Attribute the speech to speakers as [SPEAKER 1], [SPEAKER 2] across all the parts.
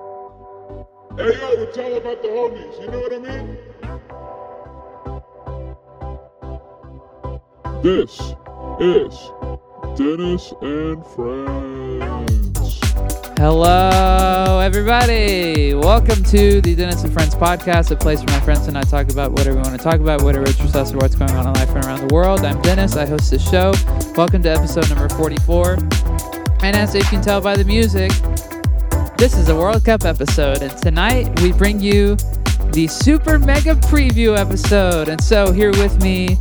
[SPEAKER 1] Hey yo, to tell about the homies, you know what I mean? This is Dennis and Friends.
[SPEAKER 2] Hello, everybody. Welcome to the Dennis and Friends podcast, a place where my friends and I talk about whatever we want to talk about, whatever interests us, or what's going on in life and around the world. I'm Dennis. I host this show. Welcome to episode number 44. And as you can tell by the music, this is a World Cup episode. And tonight we bring you the super mega preview episode. And so here with me,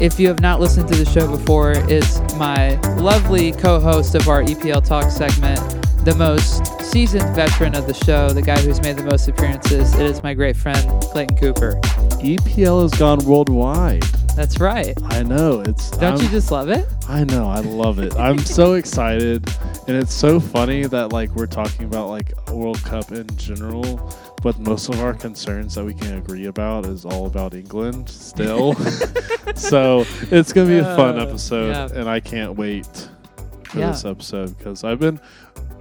[SPEAKER 2] if you have not listened to the show before, is my lovely co host of our EPL Talk segment, the most seasoned veteran of the show, the guy who's made the most appearances. It is my great friend, Clayton Cooper.
[SPEAKER 3] EPL E has gone worldwide.
[SPEAKER 2] That's right.
[SPEAKER 3] I know it's.
[SPEAKER 2] Don't
[SPEAKER 3] I'm-
[SPEAKER 2] you just love it?
[SPEAKER 3] I know. I love it. I'm so excited, and it's so funny that like we're talking about like World Cup in general, but most of our concerns that we can agree about is all about England still. so it's gonna be a fun
[SPEAKER 2] Uh,
[SPEAKER 3] episode,
[SPEAKER 2] yeah.
[SPEAKER 3] and I can't wait for
[SPEAKER 2] Yeah.
[SPEAKER 3] this episode because I've been.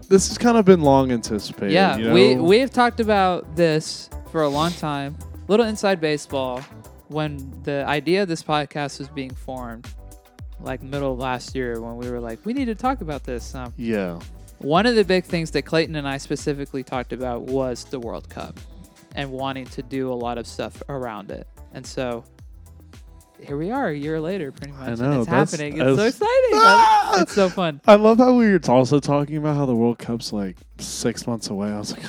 [SPEAKER 3] This has kind of been long anticipated.
[SPEAKER 2] Yeah,
[SPEAKER 3] you know?
[SPEAKER 2] we we've talked about this for a long time. Little inside baseball when the idea of this podcast was being formed, like middle of last year when we were like, we need to talk about this. Um,
[SPEAKER 3] Yeah.
[SPEAKER 2] one of the big things that Clayton and I specifically talked about was the World Cup and wanting to do a lot of stuff around it. And so here we are a year later, pretty much. and
[SPEAKER 3] know,
[SPEAKER 2] it's
[SPEAKER 3] that's-
[SPEAKER 2] happening. It's
[SPEAKER 3] that's-
[SPEAKER 2] so exciting.
[SPEAKER 3] Ah!
[SPEAKER 2] It's so fun.
[SPEAKER 3] I love how we were also talking about how the World Cup's like six months away. I was like,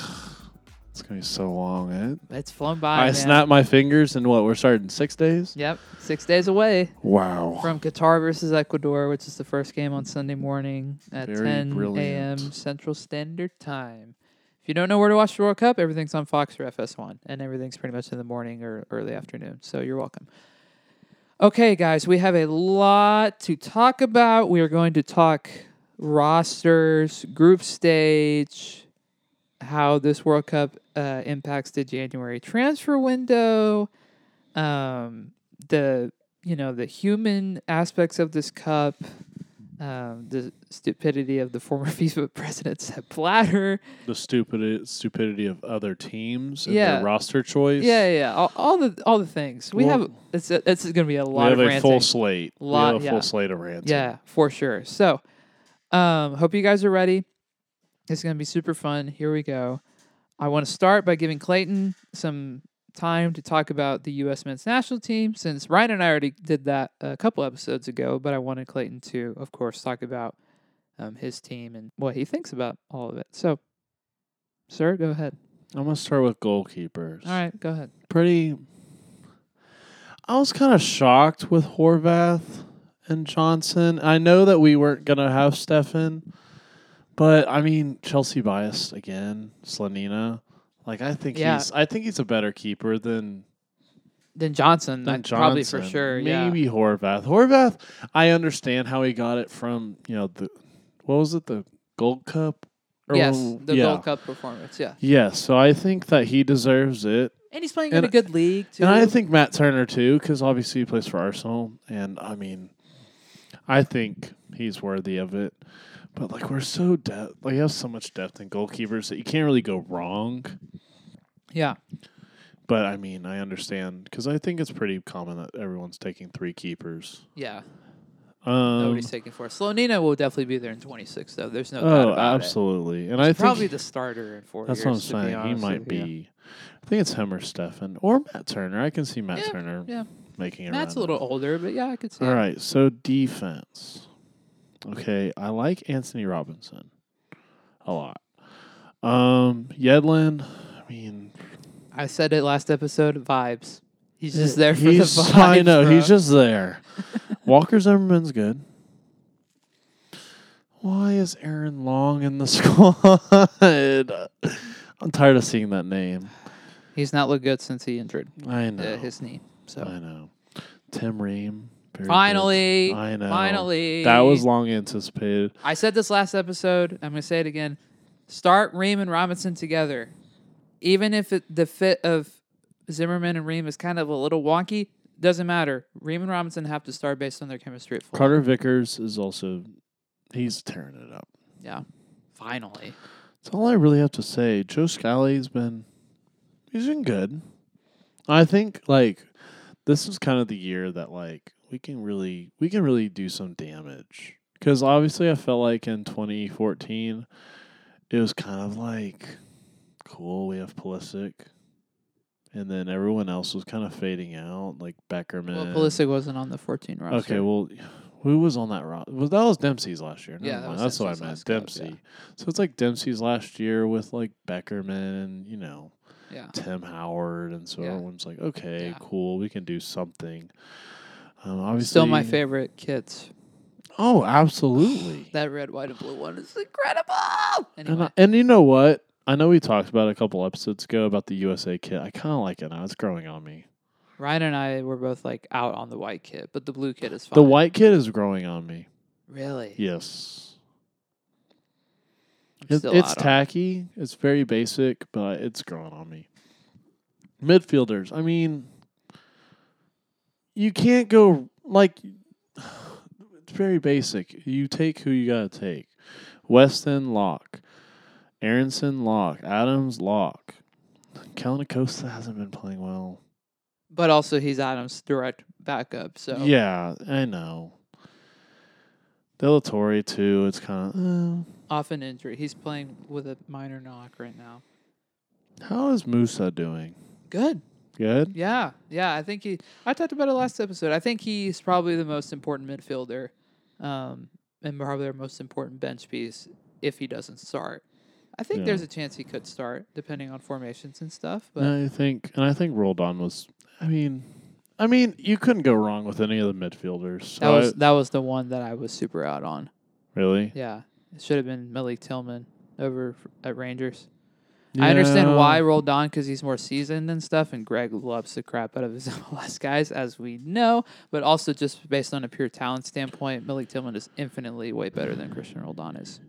[SPEAKER 3] it's gonna be so long. Eh?
[SPEAKER 2] It's flown by.
[SPEAKER 3] I
[SPEAKER 2] man.
[SPEAKER 3] snapped my fingers, and what we're starting six days.
[SPEAKER 2] Yep. Six days away.
[SPEAKER 3] Wow.
[SPEAKER 2] from Qatar versus Ecuador, which is the first game on Sunday morning at
[SPEAKER 3] Very
[SPEAKER 2] 10 a.m.
[SPEAKER 3] brilliant.
[SPEAKER 2] Central Standard Time. If you don't know where to watch the World Cup, everything's on Fox or FS1, and everything's pretty much in the morning or early afternoon. So you're welcome. Okay, guys, we have a lot to talk about. We are going to talk rosters, group stage, how this World Cup uh, impacts the January transfer window, um, the you know the human aspects of this cup, um, the stupidity of the former FIFA president Sepp Blatter.
[SPEAKER 3] the stupidity stupidity of other teams and
[SPEAKER 2] Yeah.
[SPEAKER 3] their roster choice.
[SPEAKER 2] Yeah, yeah, yeah. All, all the all the things we
[SPEAKER 3] Well-
[SPEAKER 2] have. It's it's going to be a
[SPEAKER 3] We
[SPEAKER 2] lot
[SPEAKER 3] have
[SPEAKER 2] of
[SPEAKER 3] a
[SPEAKER 2] ranting.
[SPEAKER 3] full slate.
[SPEAKER 2] Lot-
[SPEAKER 3] we have a
[SPEAKER 2] yeah.
[SPEAKER 3] full slate of rants.
[SPEAKER 2] Yeah, for sure. So, um, hope you guys are ready. It's gonna be super fun. Here we go. I want to start by giving Clayton some time to talk about the U.S. men's national team, since Ryan and I already did that a couple episodes ago. But I wanted Clayton to, of course, talk about um, his team and what he thinks about all of it. So, sir, go ahead.
[SPEAKER 3] I'm gonna start with goalkeepers.
[SPEAKER 2] All right, go ahead.
[SPEAKER 3] Pretty. I was kind of shocked with Horvath and Johnson. I know that we weren't gonna have Stefan, but I mean Chelsea biased again. Slanina, like I think
[SPEAKER 2] Yeah.
[SPEAKER 3] he's I think he's a better keeper than
[SPEAKER 2] Then Johnson,
[SPEAKER 3] than
[SPEAKER 2] I- probably for
[SPEAKER 3] Johnson.
[SPEAKER 2] sure.
[SPEAKER 3] Maybe Horvath. Horvath, I understand how he got it from you know the what was it the Gold Cup?
[SPEAKER 2] Yeah. Yes,
[SPEAKER 3] when-
[SPEAKER 2] the
[SPEAKER 3] yeah.
[SPEAKER 2] Gold Cup performance. Yeah,
[SPEAKER 3] Yes, so I think that he deserves it,
[SPEAKER 2] and he's playing in
[SPEAKER 3] And-
[SPEAKER 2] a good league too.
[SPEAKER 3] and I think Matt Turner too, because obviously he plays for Arsenal, and I mean, I think he's worthy of it. But like we're so depth, like we have so much depth in goalkeepers that you can't really go wrong.
[SPEAKER 2] yeah.
[SPEAKER 3] But I mean, I understand because I think it's pretty common that everyone's taking three keepers.
[SPEAKER 2] Yeah,
[SPEAKER 3] Um,
[SPEAKER 2] nobody's taking four. Slonina will definitely be there in 26, though. There's no doubt
[SPEAKER 3] Oh,
[SPEAKER 2] about
[SPEAKER 3] absolutely.
[SPEAKER 2] it.
[SPEAKER 3] And I
[SPEAKER 2] He's
[SPEAKER 3] think
[SPEAKER 2] probably the starter in four
[SPEAKER 3] that's what I'm
[SPEAKER 2] years. to be
[SPEAKER 3] saying. He
[SPEAKER 2] honest
[SPEAKER 3] might
[SPEAKER 2] with
[SPEAKER 3] be.
[SPEAKER 2] you.
[SPEAKER 3] I think it's him or Stefan or Matt Turner. I can see Matt
[SPEAKER 2] Yeah,
[SPEAKER 3] Turner
[SPEAKER 2] yeah.
[SPEAKER 3] making it.
[SPEAKER 2] Matt's a little older, but yeah, I could see.
[SPEAKER 3] All
[SPEAKER 2] it.
[SPEAKER 3] right. So defense. Okay, I like Anthony Robinson a lot. Um, Yedlin. I mean,
[SPEAKER 2] I said it last episode. Vibes. He's just there for
[SPEAKER 3] he's,
[SPEAKER 2] the vibes.
[SPEAKER 3] I know
[SPEAKER 2] bro.
[SPEAKER 3] he's just there. Walker Zimmerman's good. Why is Aaron Long in the squad? I'm tired of seeing that name.
[SPEAKER 2] He's not looked good since he injured
[SPEAKER 3] I know.
[SPEAKER 2] uh, his knee. So
[SPEAKER 3] I know. Tim Ream. very good.
[SPEAKER 2] finally,
[SPEAKER 3] I know.
[SPEAKER 2] finally,
[SPEAKER 3] That was long anticipated.
[SPEAKER 2] I said this last episode. I'm gonna say it again. Start Ream and Robinson together, even if it, the fit of Zimmerman and Ream is kind of a little wonky. Doesn't matter. Ream and Robinson have to start based on their chemistry at full.
[SPEAKER 3] Carter Vickers is also he's tearing it up.
[SPEAKER 2] Yeah. Finally.
[SPEAKER 3] That's all I really have to say. Joe Scally's been he's been good. I think like this is kind of the year that like we can really we can really do some damage because obviously I felt like in 2014 it was kind of like cool we have Pulisic. And then everyone else was kind of fading out, like Beckerman.
[SPEAKER 2] Well, Pulisic wasn't on the 14 roster.
[SPEAKER 3] Okay, well, who was on that roster? Well, that was Dempsey's last year. Never
[SPEAKER 2] Yeah, that
[SPEAKER 3] mind.
[SPEAKER 2] was
[SPEAKER 3] that's
[SPEAKER 2] Dempsey's
[SPEAKER 3] what I meant.
[SPEAKER 2] last club,
[SPEAKER 3] Dempsey.
[SPEAKER 2] yeah.
[SPEAKER 3] So it's like Dempsey's last year with like Beckerman and you know
[SPEAKER 2] Yeah.
[SPEAKER 3] Tim Howard, and so
[SPEAKER 2] Yeah.
[SPEAKER 3] everyone's like, okay,
[SPEAKER 2] Yeah.
[SPEAKER 3] cool, we can do something. Um, obviously,
[SPEAKER 2] Still my favorite kits.
[SPEAKER 3] Oh, absolutely.
[SPEAKER 2] That red, white, and blue one is incredible. Anyway,
[SPEAKER 3] And I, and you know what? I know we talked about it a couple episodes ago about the USA kit. I kind of like it now. It's growing on me.
[SPEAKER 2] Ryan and I were both like out on the white kit, but the blue kit is fine.
[SPEAKER 3] The white kit is growing on me.
[SPEAKER 2] Really?
[SPEAKER 3] Yes.
[SPEAKER 2] I'm
[SPEAKER 3] It-
[SPEAKER 2] still
[SPEAKER 3] it's
[SPEAKER 2] out on-
[SPEAKER 3] tacky. It's very basic, but it's growing on me. Midfielders. I mean, you can't go like it's very basic. You take who you gotta take. Weston Locke, Aronson Locke, Adams Locke. Kellen Acosta hasn't been playing well.
[SPEAKER 2] But also, he's Adam's direct backup. So
[SPEAKER 3] Yeah, I know. Delatore too. It's kind of. Uh,
[SPEAKER 2] often injury. He's playing with a minor knock right now.
[SPEAKER 3] eh, how is Musa doing?
[SPEAKER 2] Good.
[SPEAKER 3] Good.
[SPEAKER 2] Yeah, yeah. I think he. I talked about it last episode. I think he's probably the most important midfielder, um, and probably our most important bench piece if he doesn't start. I think
[SPEAKER 3] Yeah.
[SPEAKER 2] there's a chance he could start depending on formations and stuff. But
[SPEAKER 3] And I think, and I think Roldan was. I mean, I mean, you couldn't go wrong with any of the midfielders.
[SPEAKER 2] that
[SPEAKER 3] So
[SPEAKER 2] was
[SPEAKER 3] I-
[SPEAKER 2] that was the one that I was super out on.
[SPEAKER 3] really.
[SPEAKER 2] Yeah, it should have been Malik Tillman over f- at Rangers. I understand why Roldan because he's more seasoned and stuff, and Greg loves the crap out of his MLS guys, as we know. But also, just based on a pure talent standpoint, Malik Tillman is infinitely way better than Christian Roldan is.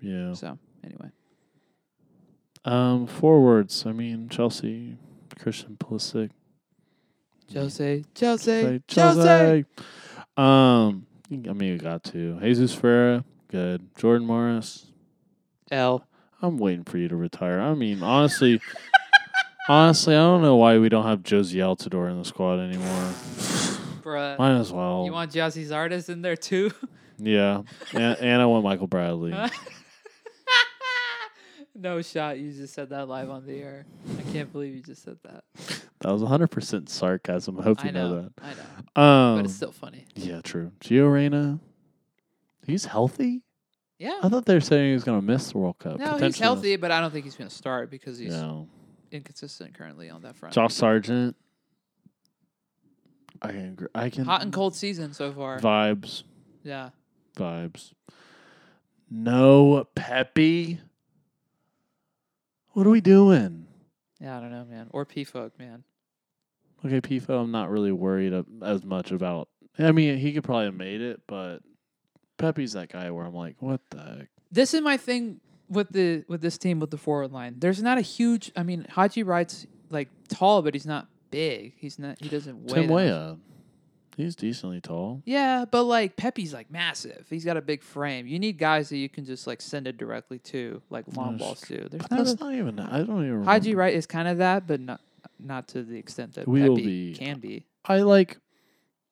[SPEAKER 3] Yeah.
[SPEAKER 2] So, anyway,
[SPEAKER 3] Um, forwards. I mean, Chelsea, Christian Pulisic,
[SPEAKER 2] Jose, Jose,
[SPEAKER 3] Say,
[SPEAKER 2] Jose.
[SPEAKER 3] Um, I mean, you got to Jesus Ferreira. Good. Jordan Morris.
[SPEAKER 2] L.
[SPEAKER 3] I'm waiting for you to retire. I mean, honestly, honestly, I don't know why we don't have Josie Altidore in the squad anymore.
[SPEAKER 2] Bruh.
[SPEAKER 3] Might as well.
[SPEAKER 2] You want Josie's artist in there too?
[SPEAKER 3] yeah, and, and I want Michael Bradley.
[SPEAKER 2] no shot. You just said that live on the air. I can't believe you just said that.
[SPEAKER 3] That was 100% sarcasm. I hope you
[SPEAKER 2] I know.
[SPEAKER 3] know,
[SPEAKER 2] I know.
[SPEAKER 3] that. Um,
[SPEAKER 2] but it's still funny.
[SPEAKER 3] yeah, true. Gio Reyna, he's healthy.
[SPEAKER 2] Yeah.
[SPEAKER 3] I thought they were saying he was going to miss the World Cup.
[SPEAKER 2] No, he's
[SPEAKER 3] Potentially
[SPEAKER 2] healthy, but I don't think he's going to start because
[SPEAKER 3] miss-
[SPEAKER 2] he's
[SPEAKER 3] No.
[SPEAKER 2] inconsistent currently on that front.
[SPEAKER 3] Josh Sargent. I can. Agree. I can.
[SPEAKER 2] Hot and cold season so far.
[SPEAKER 3] Vibes.
[SPEAKER 2] yeah.
[SPEAKER 3] Vibes. No Peppy. What are we doing?
[SPEAKER 2] Yeah, I don't know, man. Or P Folk, man.
[SPEAKER 3] Okay, Pifo, I'm not really worried a- as much about. I mean, he could probably have made it, but Pepe's that guy where I'm like, what the heck?
[SPEAKER 2] This is my thing with the with this team with the forward line. There's not a huge I mean, Haji Wright's like tall, but he's not big. He's not he doesn't weigh
[SPEAKER 3] Tim
[SPEAKER 2] that much.
[SPEAKER 3] Weah. He's decently tall.
[SPEAKER 2] Yeah, but like Pepe's like massive. He's got a big frame. You need guys that you can just like send it directly to, like long
[SPEAKER 3] That's
[SPEAKER 2] balls to. There's
[SPEAKER 3] But
[SPEAKER 2] not
[SPEAKER 3] that's
[SPEAKER 2] a,
[SPEAKER 3] not even. I don't even.
[SPEAKER 2] Haji
[SPEAKER 3] remember.
[SPEAKER 2] Wright is kind of that, but not not to the extent that
[SPEAKER 3] We will
[SPEAKER 2] Pepe
[SPEAKER 3] be-
[SPEAKER 2] can be.
[SPEAKER 3] I like.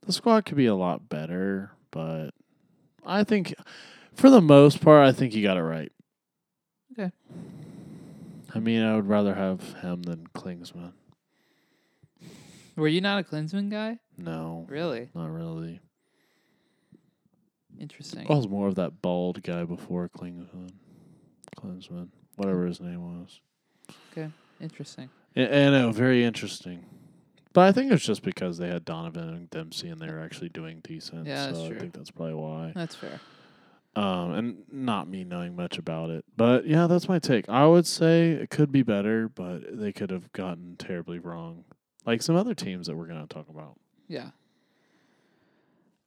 [SPEAKER 3] The squad could be a lot better, but I think, for the most part, I think you got it right.
[SPEAKER 2] Okay.
[SPEAKER 3] I mean, I would rather have him than Klingsman.
[SPEAKER 2] Were you not a Klinsman guy?
[SPEAKER 3] No,
[SPEAKER 2] Really?
[SPEAKER 3] not really.
[SPEAKER 2] Interesting.
[SPEAKER 3] I was more of that bald guy before Klingsman. Klinsman, whatever his name was.
[SPEAKER 2] Interesting.
[SPEAKER 3] I I know, very interesting. But I think it's just because they had Donovan and Dempsey, and they were actually doing decent.
[SPEAKER 2] Yeah, that's
[SPEAKER 3] so
[SPEAKER 2] true.
[SPEAKER 3] I think that's probably why.
[SPEAKER 2] That's fair.
[SPEAKER 3] Um, and not me knowing much about it, but yeah, that's my take. I would say it could be better, but they could have gotten terribly wrong, like some other teams that we're gonna talk about.
[SPEAKER 2] Yeah.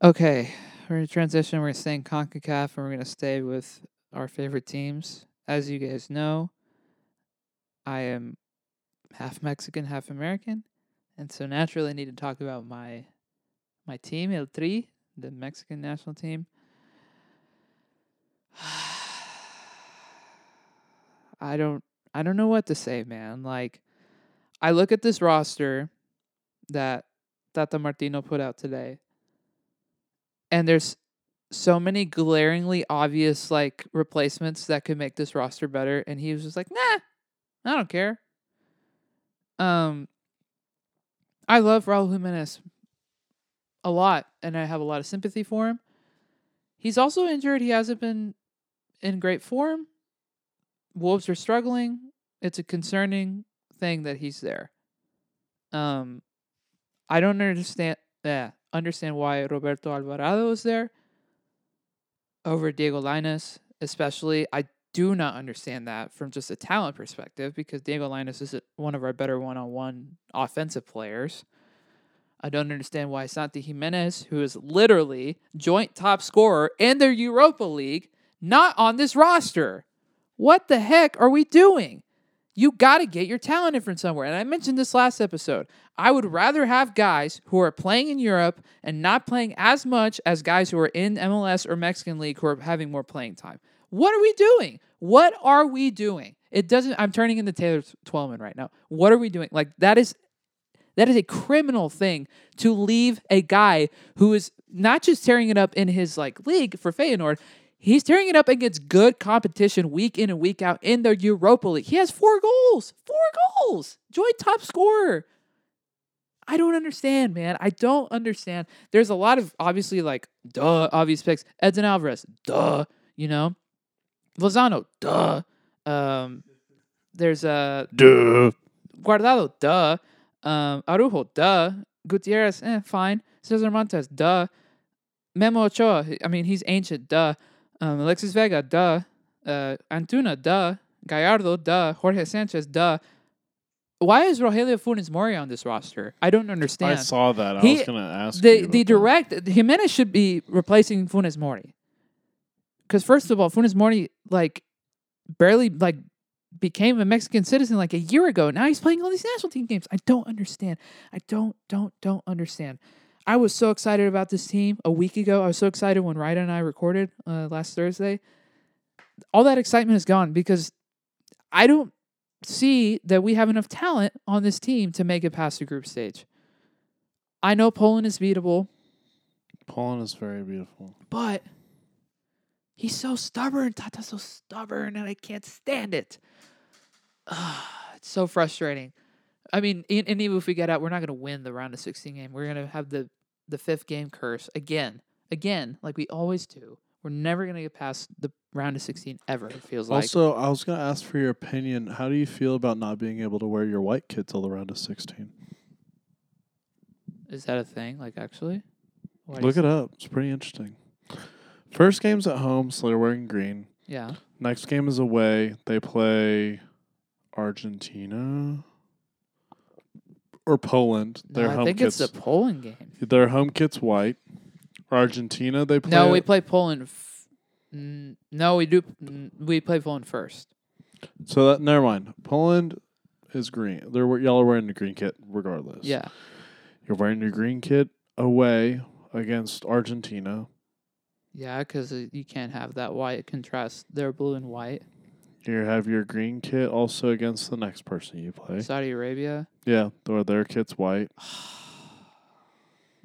[SPEAKER 2] Okay. We're gonna transition. We're gonna stay in CONCACAF and we're gonna stay with our favorite teams. As you guys know, I am half Mexican, half American, and so naturally I need to talk about my my team, El Tri, the Mexican national team. I don't I don't know what to say, man. Like I look at this roster that Tata Martino put out today, and there's so many glaringly obvious like replacements that could make this roster better, and he was just like, nah, I don't care. Um, I love Raul Jimenez a lot, and I have a lot of sympathy for him. He's also injured. He hasn't been in great form. Wolves are struggling. It's a concerning thing that he's there. Um, I don't understand. Yeah, understand why Roberto Alvarado is there over Diego Linus, especially. I do not understand that from just a talent perspective because Diego Linus is one of our better one-on-one offensive players. I don't understand why Santi Jimenez, who is literally joint top scorer in their Europa League, not on this roster. What the heck are we doing? You got to get your talent in from somewhere. And I mentioned this last episode. I would rather have guys who are playing in Europe and not playing as much as guys who are in MLS or Mexican League who are having more playing time. What are we doing? What are we doing? It doesn't I'm turning into Taylor Twelman right now. What are we doing? Like that is that is a criminal thing to leave a guy who is not just tearing it up in his like league for Feyenoord, He's tearing it up against good competition week in and week out in the Europa League. He has four goals, four goals, joint top scorer. I don't understand, man. I don't understand. There's a lot of obviously like duh obvious picks. Edson Alvarez, duh, you know, Lozano, duh. Um, there's a uh,
[SPEAKER 3] Duh.
[SPEAKER 2] Guardado, duh. Um, Arujo, duh. Gutierrez, eh, fine. Cesar Montes, duh. Memo Ochoa, I mean, he's ancient, duh. Um, Alexis Vega, duh. Uh, Antuna, duh. Gallardo, duh. Jorge Sanchez, duh. Why is Rogelio Funes Mori on this roster? I don't
[SPEAKER 3] I
[SPEAKER 2] understand.
[SPEAKER 3] saw that. I
[SPEAKER 2] He-
[SPEAKER 3] was gonna ask you
[SPEAKER 2] the
[SPEAKER 3] about
[SPEAKER 2] the
[SPEAKER 3] that.
[SPEAKER 2] direct Jimenez should be replacing Funes Mori. Because first of all, Funes Mori like barely like became a Mexican citizen like a year ago. Now he's playing all these national team games. I don't understand. I don't don't don't understand. I was so excited about this team a week ago. I was so excited when Ryder and I recorded uh, last Thursday. All that excitement is gone because I don't see that we have enough talent on this team to make it past the group stage. I know Poland is beatable
[SPEAKER 3] Poland is very beautiful.
[SPEAKER 2] but he's so stubborn. Tata's so stubborn, and I can't stand it. Ah, it's so frustrating. I mean, e- and even if we get out, we're not going to win the round of 16 game. We're going to have the, the fifth game curse again, again, like we always do. We're never going to get past the round of 16 ever, it feels like.
[SPEAKER 3] also, I was gonna ask for your opinion. How do you feel about not being able to wear your white kit till the round of sixteen?
[SPEAKER 2] Is that a thing? Like, actually? Why do you
[SPEAKER 3] Look
[SPEAKER 2] say-
[SPEAKER 3] it up. It's pretty interesting. First game's at home, so they're wearing green.
[SPEAKER 2] Yeah.
[SPEAKER 3] Next game is away. They play Argentina or Poland. Their
[SPEAKER 2] No, I
[SPEAKER 3] home
[SPEAKER 2] think
[SPEAKER 3] kits.
[SPEAKER 2] it's the Poland game.
[SPEAKER 3] their home kit's white. Argentina, they play.
[SPEAKER 2] No, we play Poland. F- n- no, we do. n- we play Poland first.
[SPEAKER 3] so that never mind. Poland is green. They're we- y'all are wearing the green kit regardless.
[SPEAKER 2] Yeah.
[SPEAKER 3] you're wearing your green kit away against Argentina.
[SPEAKER 2] Yeah, because you can't have that white contrast. They're blue and white.
[SPEAKER 3] You have your green kit also against the next person you play.
[SPEAKER 2] Saudi Arabia,
[SPEAKER 3] yeah, or their kit's white.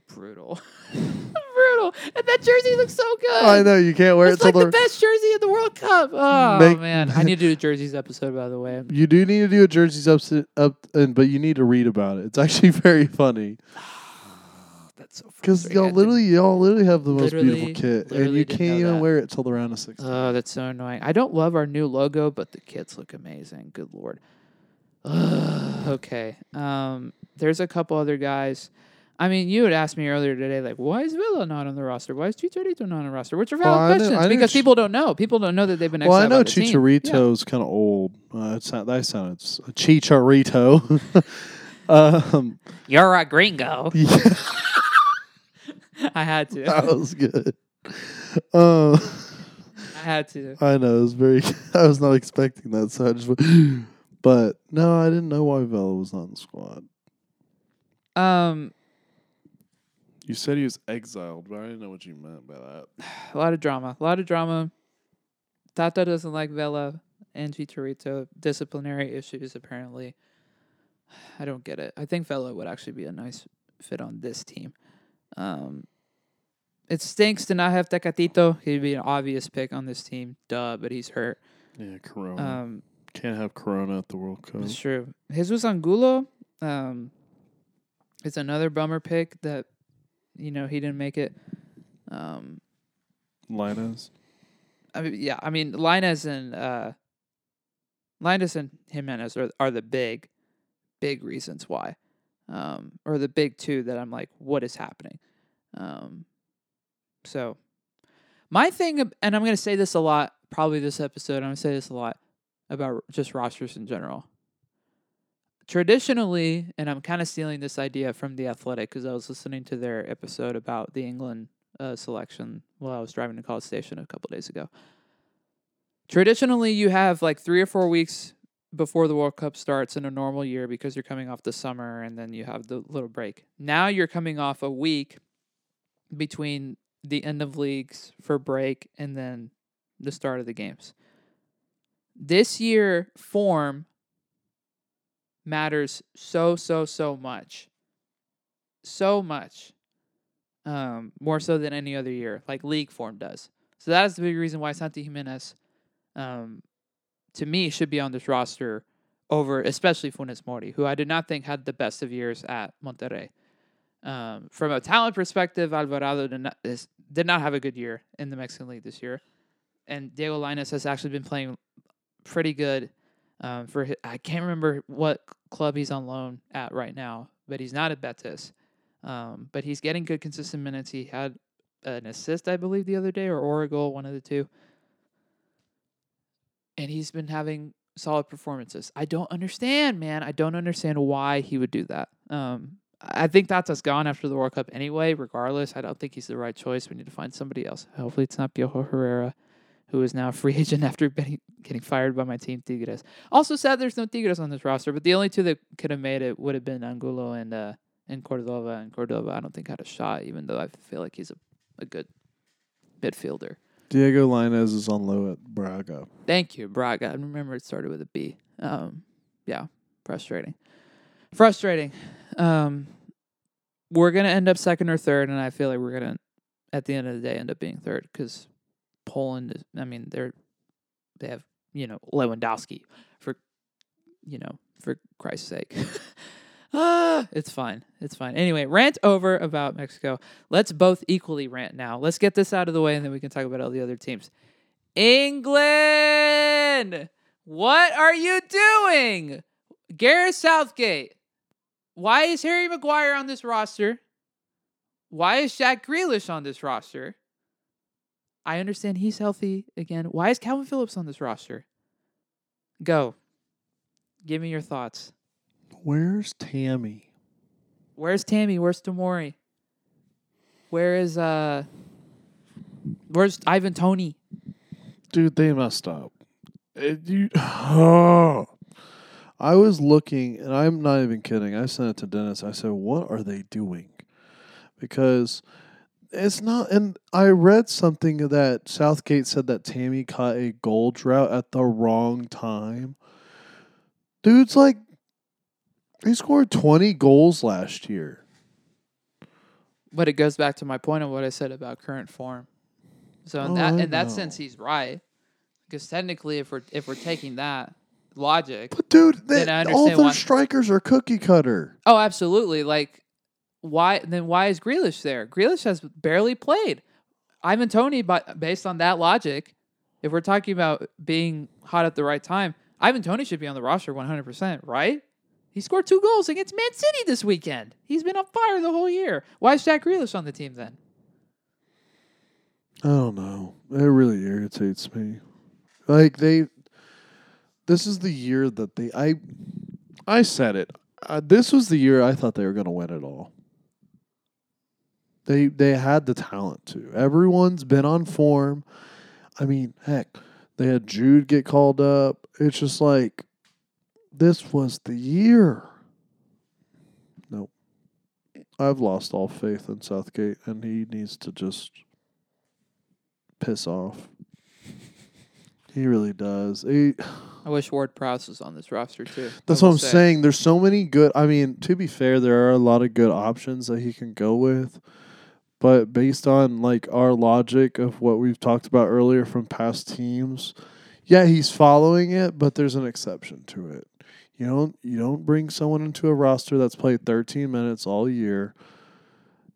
[SPEAKER 2] brutal, brutal. And that jersey looks so good.
[SPEAKER 3] I know you can't wear
[SPEAKER 2] It's
[SPEAKER 3] it till
[SPEAKER 2] like the
[SPEAKER 3] the
[SPEAKER 2] best jersey in the World Cup. Oh
[SPEAKER 3] Make-
[SPEAKER 2] man, I need to do a jerseys episode by the way.
[SPEAKER 3] You do need to do a jerseys up, up and but you need to read about it. It's actually very funny
[SPEAKER 2] That's so
[SPEAKER 3] because
[SPEAKER 2] frustrating. I
[SPEAKER 3] y'all
[SPEAKER 2] did-
[SPEAKER 3] literally y'all literally have the most beautiful
[SPEAKER 2] Literally-
[SPEAKER 3] kit, and
[SPEAKER 2] literally
[SPEAKER 3] you
[SPEAKER 2] didn't
[SPEAKER 3] can't
[SPEAKER 2] know
[SPEAKER 3] even
[SPEAKER 2] that.
[SPEAKER 3] wear it till the round of sixteen.
[SPEAKER 2] Oh, that's so annoying. I don't love our new logo, but the kits look amazing. Good lord. Ugh, okay. Um, there's a couple other guys. I mean, you had asked me earlier today, like, why is Villa not on the roster? Why is Chicharito not on the roster? Which are
[SPEAKER 3] Well,
[SPEAKER 2] valid
[SPEAKER 3] I know-
[SPEAKER 2] questions
[SPEAKER 3] I know
[SPEAKER 2] because
[SPEAKER 3] Ch-
[SPEAKER 2] people don't know. People don't know that they've been.
[SPEAKER 3] well, I
[SPEAKER 2] exiled by
[SPEAKER 3] know
[SPEAKER 2] the team. Yeah.
[SPEAKER 3] Chicharito's kind of old. Uh, it sound, that sounded s- Chicharito. um,
[SPEAKER 2] You're a gringo.
[SPEAKER 3] yeah,
[SPEAKER 2] I had to.
[SPEAKER 3] that was good. Um,
[SPEAKER 2] I had to.
[SPEAKER 3] I know it was very. I was not expecting that, so I just. went, But no, I didn't know why Vela was not in the squad.
[SPEAKER 2] Um,
[SPEAKER 3] You said he was exiled, but I didn't know what you meant by that.
[SPEAKER 2] a lot of drama. A lot of drama. Tata doesn't like Vela, Angie Torito disciplinary issues apparently. I don't get it. I think Vela would actually be a nice fit on this team. Um, it stinks to not have Tecatito. He'd be an obvious pick on this team, duh, but he's hurt.
[SPEAKER 3] Yeah, Corona.
[SPEAKER 2] Um,
[SPEAKER 3] Can't have Corona at the World Cup.
[SPEAKER 2] it's true. Jesus Angulo, um, it's another bummer pick that, you know, he didn't make it. Um,
[SPEAKER 3] Linus.
[SPEAKER 2] I mean, yeah, I mean, Linus and uh, Linus and Jimenez are are the big, big reasons why, um, or the big two that I'm like, what is happening? Um, so, my thing, ab- and I'm gonna say this a lot, probably this episode. I'm gonna say this a lot about r- just rosters in general. Traditionally, and I'm kind of stealing this idea from the Athletic because I was listening to their episode about the England uh, selection while I was driving to College Station a couple days ago. Traditionally, you have like three or four weeks before the World Cup starts in a normal year because you're coming off the summer and then you have the little break. Now you're coming off a week between the end of leagues for break and then the start of the games. This year, form matters so, so, so much. So much um, more so than any other year, like league form does. So that is the big reason why Santi Jimenez, um, to me, should be on this roster over, especially Funes Mori, who I did not think had the best of years at Monterrey. Um, from a talent perspective, Alvarado did not, is, did not have a good year in the Mexican League this year. And Diego Linus has actually been playing pretty good um, for hi I can't remember what club he's on loan at right now, but he's not at Betis. Um, but he's getting good consistent minutes. He had an assist, I believe, the other day, or, or a goal, one of the two. And he's been having solid performances. I don't understand, man. I don't understand why he would do that. Um, I I think that's us gone after the World Cup anyway. Regardless, I don't think he's the right choice. We need to find somebody else. Hopefully, it's not Piojo Herrera, who is now a free agent after being, getting fired by my team Tigres. Also sad there's no Tigres on this roster, but the only two that could have made it would have been Angulo and uh, and Cordova. And Cordova, I don't think had a shot, even though I feel like he's a, a good midfielder.
[SPEAKER 3] Diego Linus is on low at Braga.
[SPEAKER 2] Thank you, Braga. I remember it started with a B. Um, yeah, frustrating. Frustrating. Um, we're gonna end up second or third, and I feel like we're gonna, at the end of the day, end up being third because Poland. Is, I mean, they're they have you know Lewandowski for, you know, for Christ's sake. ah, it's fine. It's fine. Anyway, rant over about Mexico. Let's both equally rant now. Let's get this out of the way, and then we can talk about all the other teams. England, what are you doing? Gareth Southgate, why is Harry Maguire on this roster? Why is Jack Grealish on this roster? I understand he's healthy again. Why is Calvin Phillips on this roster? Go. Give me your thoughts.
[SPEAKER 3] Where's Tammy?
[SPEAKER 2] Where's Tammy? Where's Tamori? Where is uh Where's Ivan Tony?
[SPEAKER 3] Dude, they messed up. It- you, I was looking, and I'm not even kidding. I sent it to Dennis. I said, "What are they doing?" Because it's not. And I read something that Southgate said that Tammy caught a goal drought at the wrong time. Dude's like, he scored 20 goals last year.
[SPEAKER 2] But it goes back to my point of what I said about current form. So in
[SPEAKER 3] Oh,
[SPEAKER 2] that
[SPEAKER 3] I
[SPEAKER 2] in that
[SPEAKER 3] know.
[SPEAKER 2] sense, he's right because technically, if we're if we're taking that logic,
[SPEAKER 3] But dude,
[SPEAKER 2] Then
[SPEAKER 3] they-
[SPEAKER 2] I
[SPEAKER 3] all
[SPEAKER 2] understand
[SPEAKER 3] their
[SPEAKER 2] why-
[SPEAKER 3] strikers are cookie cutter.
[SPEAKER 2] oh, absolutely. Like, why then? Why is Grealish there? Grealish has barely played. Ivan Tony, but based on that logic, if we're talking about being hot at the right time, Ivan Tony should be on the roster 100, percent right? He scored two goals against Man City this weekend. He's been on fire the whole year. Why is Jack Grealish on the team then?
[SPEAKER 3] I don't know. It really irritates me. Like they, this is the year that they. I, I said it. Uh, this was the year I thought they were going to win it all. They they had the talent to. Everyone's been on form. I mean, heck, they had Jude get called up. It's just like, this was the year. Nope. I've lost all faith in Southgate, and he needs to just piss off. He really does. He-
[SPEAKER 2] I wish Ward Prowse was on this roster too.
[SPEAKER 3] that's
[SPEAKER 2] I
[SPEAKER 3] what
[SPEAKER 2] will
[SPEAKER 3] I'm
[SPEAKER 2] say.
[SPEAKER 3] saying. There's so many good. I mean, to be fair, there are a lot of good options that he can go with. But based on like our logic of what we've talked about earlier from past teams, yeah, he's following it, but there's an exception to it. You don't you don't bring someone into a roster that's played 13 minutes all year.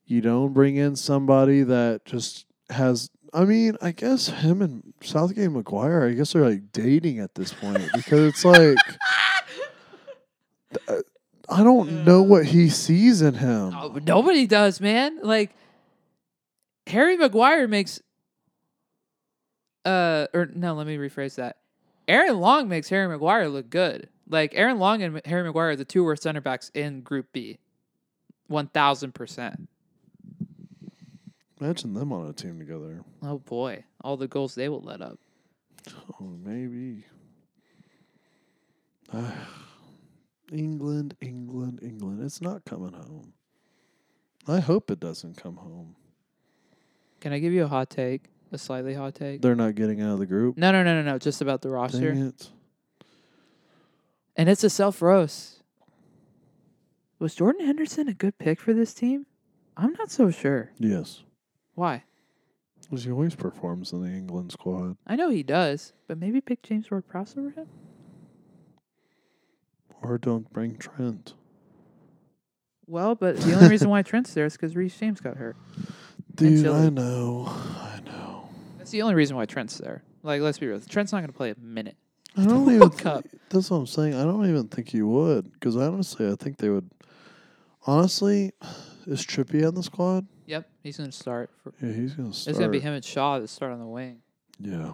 [SPEAKER 3] You don't bring in somebody that just has. I mean, I guess him and Southgate and McGuire, I guess they're like dating at this point because it's like th- I don't know what he sees in him.
[SPEAKER 2] Oh, nobody does, man. Like Harry Maguire makes uh or no, let me rephrase that. Aaron Long makes Harry Maguire look good. Like Aaron Long and Harry Maguire are the two worst center backs in Group B. One thousand percent.
[SPEAKER 3] Imagine them on a team together.
[SPEAKER 2] Oh boy. All the goals they will let up.
[SPEAKER 3] Oh, maybe. Ah, England, England, England. It's not coming home. I hope it doesn't come home.
[SPEAKER 2] Can I give you a hot take? A slightly hot take?
[SPEAKER 3] They're not getting out of the group.
[SPEAKER 2] No no no no no. Just about the roster.
[SPEAKER 3] Dang it.
[SPEAKER 2] And it's a self roast. Was Jordan Henderson a good pick for this team? I'm not so sure.
[SPEAKER 3] Yes.
[SPEAKER 2] Why?
[SPEAKER 3] Because he always performs in the England squad.
[SPEAKER 2] I know he does, but maybe pick James Ward Prowse over him?
[SPEAKER 3] Or don't bring Trent.
[SPEAKER 2] Well, but the only reason why Trent's there is because Reese James got hurt.
[SPEAKER 3] Dude,
[SPEAKER 2] Chile.
[SPEAKER 3] I know. I know.
[SPEAKER 2] That's the only reason why Trent's there. Like, let's be real. Trent's not going to play a minute.
[SPEAKER 3] I don't
[SPEAKER 2] World
[SPEAKER 3] even.
[SPEAKER 2] Cup.
[SPEAKER 3] thi- that's what I'm saying. I don't even think you would, because honestly, I think they would. Honestly, is Trippy on the squad?
[SPEAKER 2] Yep, he's going to start. For,
[SPEAKER 3] Yeah, he's gonna start.
[SPEAKER 2] it's going to be him and Shaw that start on the wing.
[SPEAKER 3] Yeah.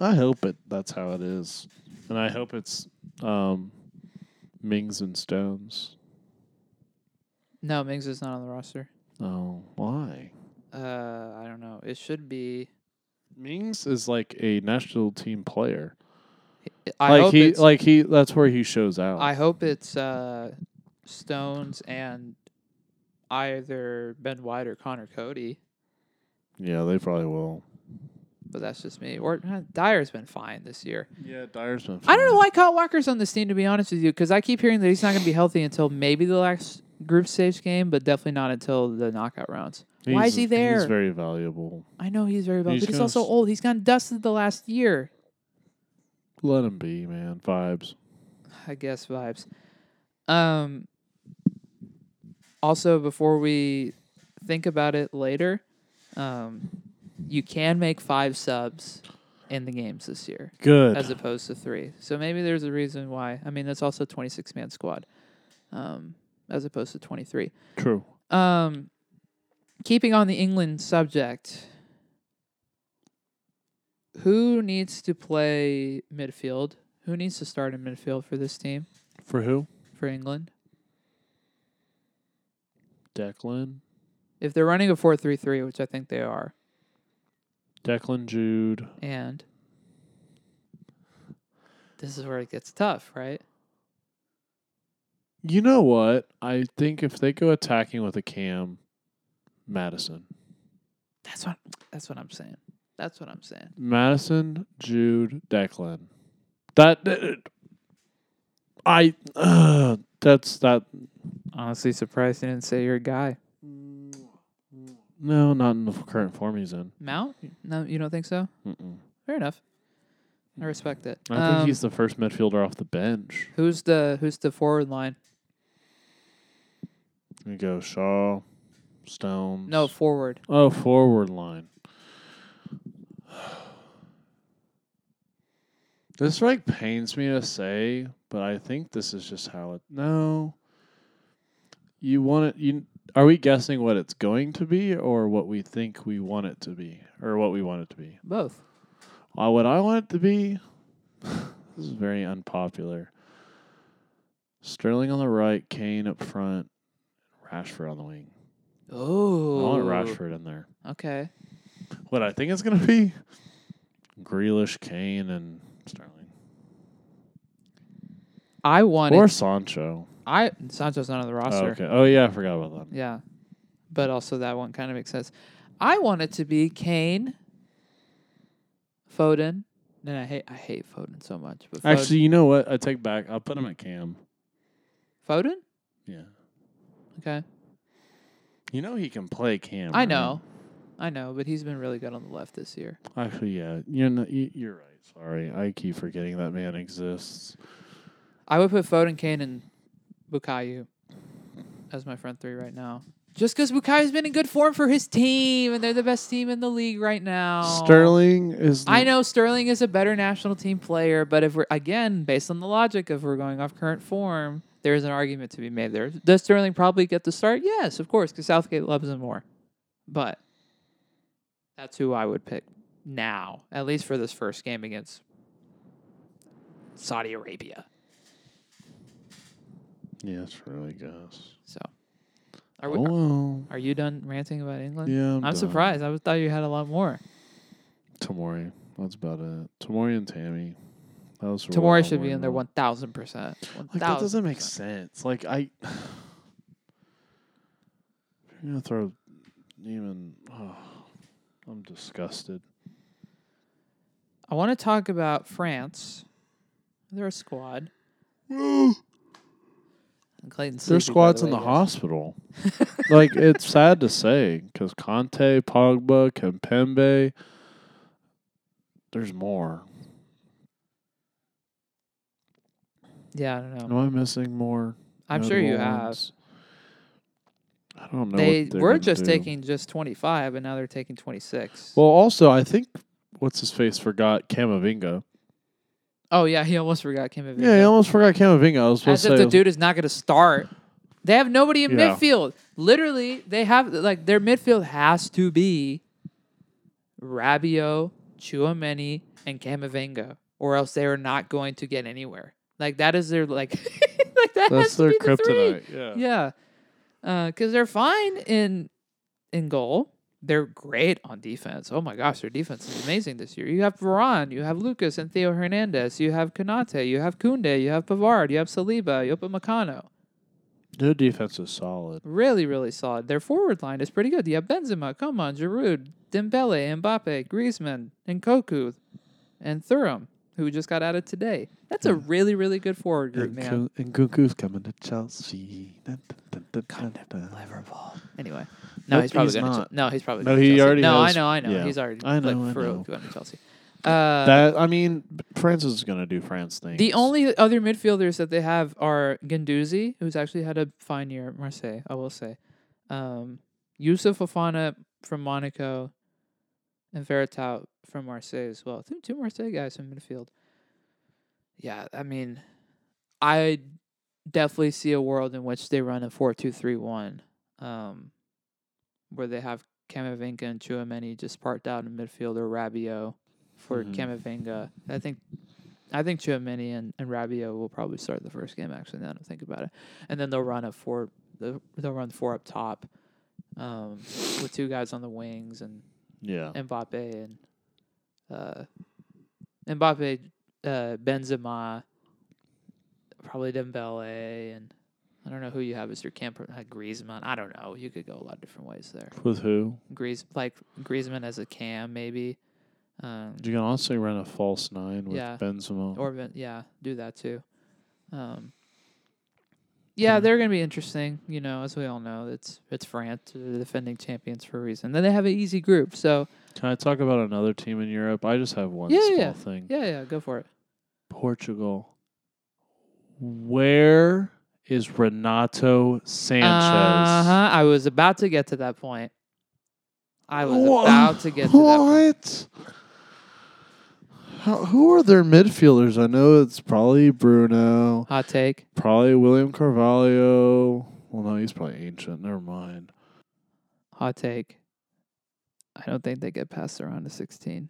[SPEAKER 3] I hope it. That's how it is, and I hope it's um, Mings and Stones.
[SPEAKER 2] No, Mings is not on the roster.
[SPEAKER 3] Oh, why?
[SPEAKER 2] Uh, I don't know. It should be.
[SPEAKER 3] Mings is like a national team player.
[SPEAKER 2] I
[SPEAKER 3] like
[SPEAKER 2] hope
[SPEAKER 3] he,
[SPEAKER 2] it's,
[SPEAKER 3] like he. That's where he shows out.
[SPEAKER 2] I hope it's uh, Stones and either Ben White or Connor Cody.
[SPEAKER 3] yeah, they probably will.
[SPEAKER 2] But that's just me. Or uh, Dyer's been fine this year.
[SPEAKER 3] Yeah, Dyer's been.
[SPEAKER 2] I don't know why Kyle Walker's on this team, to be honest with you, because I keep hearing that he's not going to be healthy until maybe the last group stage game, but definitely not until the knockout rounds. why is he there?
[SPEAKER 3] He's very valuable.
[SPEAKER 2] I know he's very well,
[SPEAKER 3] He's
[SPEAKER 2] but he's
[SPEAKER 3] gonna
[SPEAKER 2] also
[SPEAKER 3] s-
[SPEAKER 2] old. He's gotten dusted the last year,
[SPEAKER 3] Let him be, man. Vibes.
[SPEAKER 2] I guess. Vibes. Um. Also, before we think about it later, um, you can make five subs in the games this year.
[SPEAKER 3] Good.
[SPEAKER 2] as opposed to three. So maybe there's a reason why. I mean, that's also 26 man squad, um, as opposed to 23.
[SPEAKER 3] True.
[SPEAKER 2] Um, keeping on the England subject, who needs to play midfield? Who needs to start in midfield for this team
[SPEAKER 3] For who?
[SPEAKER 2] for England?
[SPEAKER 3] Declan.
[SPEAKER 2] If they're running a 4 3 3, which I think they are,
[SPEAKER 3] Declan Jude.
[SPEAKER 2] and this is where it gets tough, right?
[SPEAKER 3] You know what? I think if they go attacking with a cam, Madison.
[SPEAKER 2] That's what that's what I'm saying. That's what I'm saying.
[SPEAKER 3] Madison, Jude, Declan. That I uh, that's that
[SPEAKER 2] Honestly, surprised they didn't say you're a guy.
[SPEAKER 3] no, not in the current form he's in.
[SPEAKER 2] Mount? No, you don't think so?
[SPEAKER 3] Mm-mm.
[SPEAKER 2] Fair enough. I respect it.
[SPEAKER 3] I
[SPEAKER 2] Um,
[SPEAKER 3] think he's the first midfielder off the bench.
[SPEAKER 2] who's the who's the forward line?
[SPEAKER 3] We go Shaw, Stones.
[SPEAKER 2] No, forward.
[SPEAKER 3] Oh, forward line. This like pains me to say, but I think this is just how it. No. You want it? You are we guessing what it's going to be, or what we think we want it to be, or what we want it to be?
[SPEAKER 2] Both.
[SPEAKER 3] Uh, what I want it to be. this is very unpopular. Sterling on the right, Kane up front, Rashford on the wing.
[SPEAKER 2] Oh.
[SPEAKER 3] I want Rashford in there.
[SPEAKER 2] Okay.
[SPEAKER 3] What I think it's gonna be Grealish, Kane, and Sterling.
[SPEAKER 2] I want
[SPEAKER 3] Or
[SPEAKER 2] it.
[SPEAKER 3] Sancho.
[SPEAKER 2] I Sancho's not on the
[SPEAKER 3] Oh,
[SPEAKER 2] roster.
[SPEAKER 3] okay. Oh yeah, I forgot about that.
[SPEAKER 2] Ah, Yeah. But also that one kind of makes sense. I want it to be Kane, Foden, And I hate I hate Foden so much. But Foden,
[SPEAKER 3] Actually, you know what? I take back. I'll put him at Cam.
[SPEAKER 2] Foden.
[SPEAKER 3] Yeah.
[SPEAKER 2] Okay,
[SPEAKER 3] You know he can play Cam.
[SPEAKER 2] I
[SPEAKER 3] right?
[SPEAKER 2] know, I know, but he's been really good on the left this year.
[SPEAKER 3] Actually, yeah. You're not, you, you're right. Sorry, I keep forgetting that man exists.
[SPEAKER 2] I would put Foden, Kane, and Bukayu as my front three right now. Just because Bukayu's been in good form for his team, and they're the best team in the league right now.
[SPEAKER 3] Sterling is.
[SPEAKER 2] I know Sterling is a better national team player, but if we're again based on the logic of we're going off current form, there is an argument to be made there. Does Sterling probably get the start? Yes, of course, because Southgate loves him more. But that's who I would pick now, at least for this first game against Saudi Arabia.
[SPEAKER 3] Yeah, it's really gross.
[SPEAKER 2] So, are we,
[SPEAKER 3] oh, well.
[SPEAKER 2] are you done ranting about England?
[SPEAKER 3] yeah. I'm,
[SPEAKER 2] I'm,
[SPEAKER 3] done.
[SPEAKER 2] surprised. I was- thought you had a lot more.
[SPEAKER 3] Tamori. That's about it. Tamori and Tammy. That was.
[SPEAKER 2] Tamori should be in there one thousand percent.
[SPEAKER 3] Like that doesn't make sense. Like I, you're gonna throw even. Oh, I'm disgusted.
[SPEAKER 2] I want to talk about France. They're a squad. And Clayton
[SPEAKER 3] Their
[SPEAKER 2] Sleepy, by
[SPEAKER 3] squad's in
[SPEAKER 2] way,
[SPEAKER 3] the
[SPEAKER 2] guys.
[SPEAKER 3] hospital. like it's sad to say because Conte, Pogba, Kempembe. There's more.
[SPEAKER 2] Yeah, I don't know.
[SPEAKER 3] Am I missing more?
[SPEAKER 2] I'm sure you have.
[SPEAKER 3] Netherlands? I don't know.
[SPEAKER 2] They
[SPEAKER 3] what they're
[SPEAKER 2] were
[SPEAKER 3] gonna
[SPEAKER 2] just
[SPEAKER 3] do.
[SPEAKER 2] taking just 25, and now they're taking 26.
[SPEAKER 3] Well, also I think what's his face forgot Camavinga.
[SPEAKER 2] oh yeah, he almost forgot Kim Avinga.
[SPEAKER 3] Yeah, I almost forgot Camavinga. I was supposed
[SPEAKER 2] As
[SPEAKER 3] to
[SPEAKER 2] if
[SPEAKER 3] say.
[SPEAKER 2] the dude is not going to start. They have nobody in
[SPEAKER 3] Yeah.
[SPEAKER 2] midfield. Literally, they have like their midfield has to be Rabio, Chuameni, and Camavinga, or else they are not going to get anywhere. Like that is their like like that has
[SPEAKER 3] That's
[SPEAKER 2] to
[SPEAKER 3] their
[SPEAKER 2] be the three.
[SPEAKER 3] kryptonite. Yeah.
[SPEAKER 2] Yeah, because they're fine in in goal. They're great on defense. Oh my gosh, their defense is amazing this year. You have Varane, you have Lucas and Theo Hernandez, you have Kanate, you have Kunde, you have Pavard, you have Saliba, you have Makano.
[SPEAKER 3] Their defense is solid.
[SPEAKER 2] Really, really solid. Their forward line is pretty good. You have Benzema, Coman, Giroud, Dembele, Mbappe, Griezmann, and Koku, and Thuram, who just got added today. That's a really, really good forward group, man.
[SPEAKER 3] and Kunku's coming to Chelsea.
[SPEAKER 2] Liverpool. Anyway, no,
[SPEAKER 3] Nope,
[SPEAKER 2] he's probably
[SPEAKER 3] he's
[SPEAKER 2] going
[SPEAKER 3] not.
[SPEAKER 2] to. No, he's probably.
[SPEAKER 3] No,
[SPEAKER 2] going to
[SPEAKER 3] he
[SPEAKER 2] Chelsea.
[SPEAKER 3] already
[SPEAKER 2] No, I
[SPEAKER 3] has-
[SPEAKER 2] know, I know.
[SPEAKER 3] yeah.
[SPEAKER 2] He's already.
[SPEAKER 3] I know,
[SPEAKER 2] like,
[SPEAKER 3] I
[SPEAKER 2] for real
[SPEAKER 3] know.
[SPEAKER 2] going to Chelsea. Uh,
[SPEAKER 3] That I mean, France is gonna do France things.
[SPEAKER 2] the only other midfielders that they have are Ganduzi, who's actually had a fine year at Marseille, I will say. Um, Yusuf Ofana from Monaco, and Veretout from Marseille as well. Two, two Marseille guys in midfield. Yeah, I mean, I definitely see a world in which they run a four-two-three-one, um, where they have Camavinga and Chouameni just parked out in midfield or Rabio for
[SPEAKER 3] Mhm.
[SPEAKER 2] Camavinga. I think I think Chouameni and, and Rabio will probably start the first game actually now that I think about it. And then they'll run a four they'll they'll run four up top um, with two guys on the wings and
[SPEAKER 3] yeah,
[SPEAKER 2] Mbappe and uh, Mbappe, uh, Benzema, probably Dembele, and I don't know who you have as your camper. Uh, Griezmann, I don't know. You could go a lot of different ways there.
[SPEAKER 3] with who?
[SPEAKER 2] Griez like Griezmann as a cam maybe, um,
[SPEAKER 3] You can honestly run a false nine with
[SPEAKER 2] Yeah.
[SPEAKER 3] Benzema.
[SPEAKER 2] or Ben- yeah, do that too. Um, yeah,
[SPEAKER 3] Yeah.
[SPEAKER 2] they're gonna be interesting. You know, as we all know, it's it's France, they're the defending champions for a reason. Then they have an easy group, so
[SPEAKER 3] can I talk about another team in Europe? I just have one
[SPEAKER 2] Yeah,
[SPEAKER 3] small
[SPEAKER 2] yeah.
[SPEAKER 3] thing.
[SPEAKER 2] yeah, yeah, go for it.
[SPEAKER 3] Portugal. Where is Renato Sanchez?
[SPEAKER 2] Uh-huh. I was about to get to that point. I was
[SPEAKER 3] Wha-
[SPEAKER 2] about to get to that point.
[SPEAKER 3] what? How, who are their midfielders? I know it's probably Bruno,
[SPEAKER 2] Hot take.
[SPEAKER 3] probably William Carvalho. Well, no, he's probably ancient. Never mind.
[SPEAKER 2] Hot take. I don't think they get past the round of 16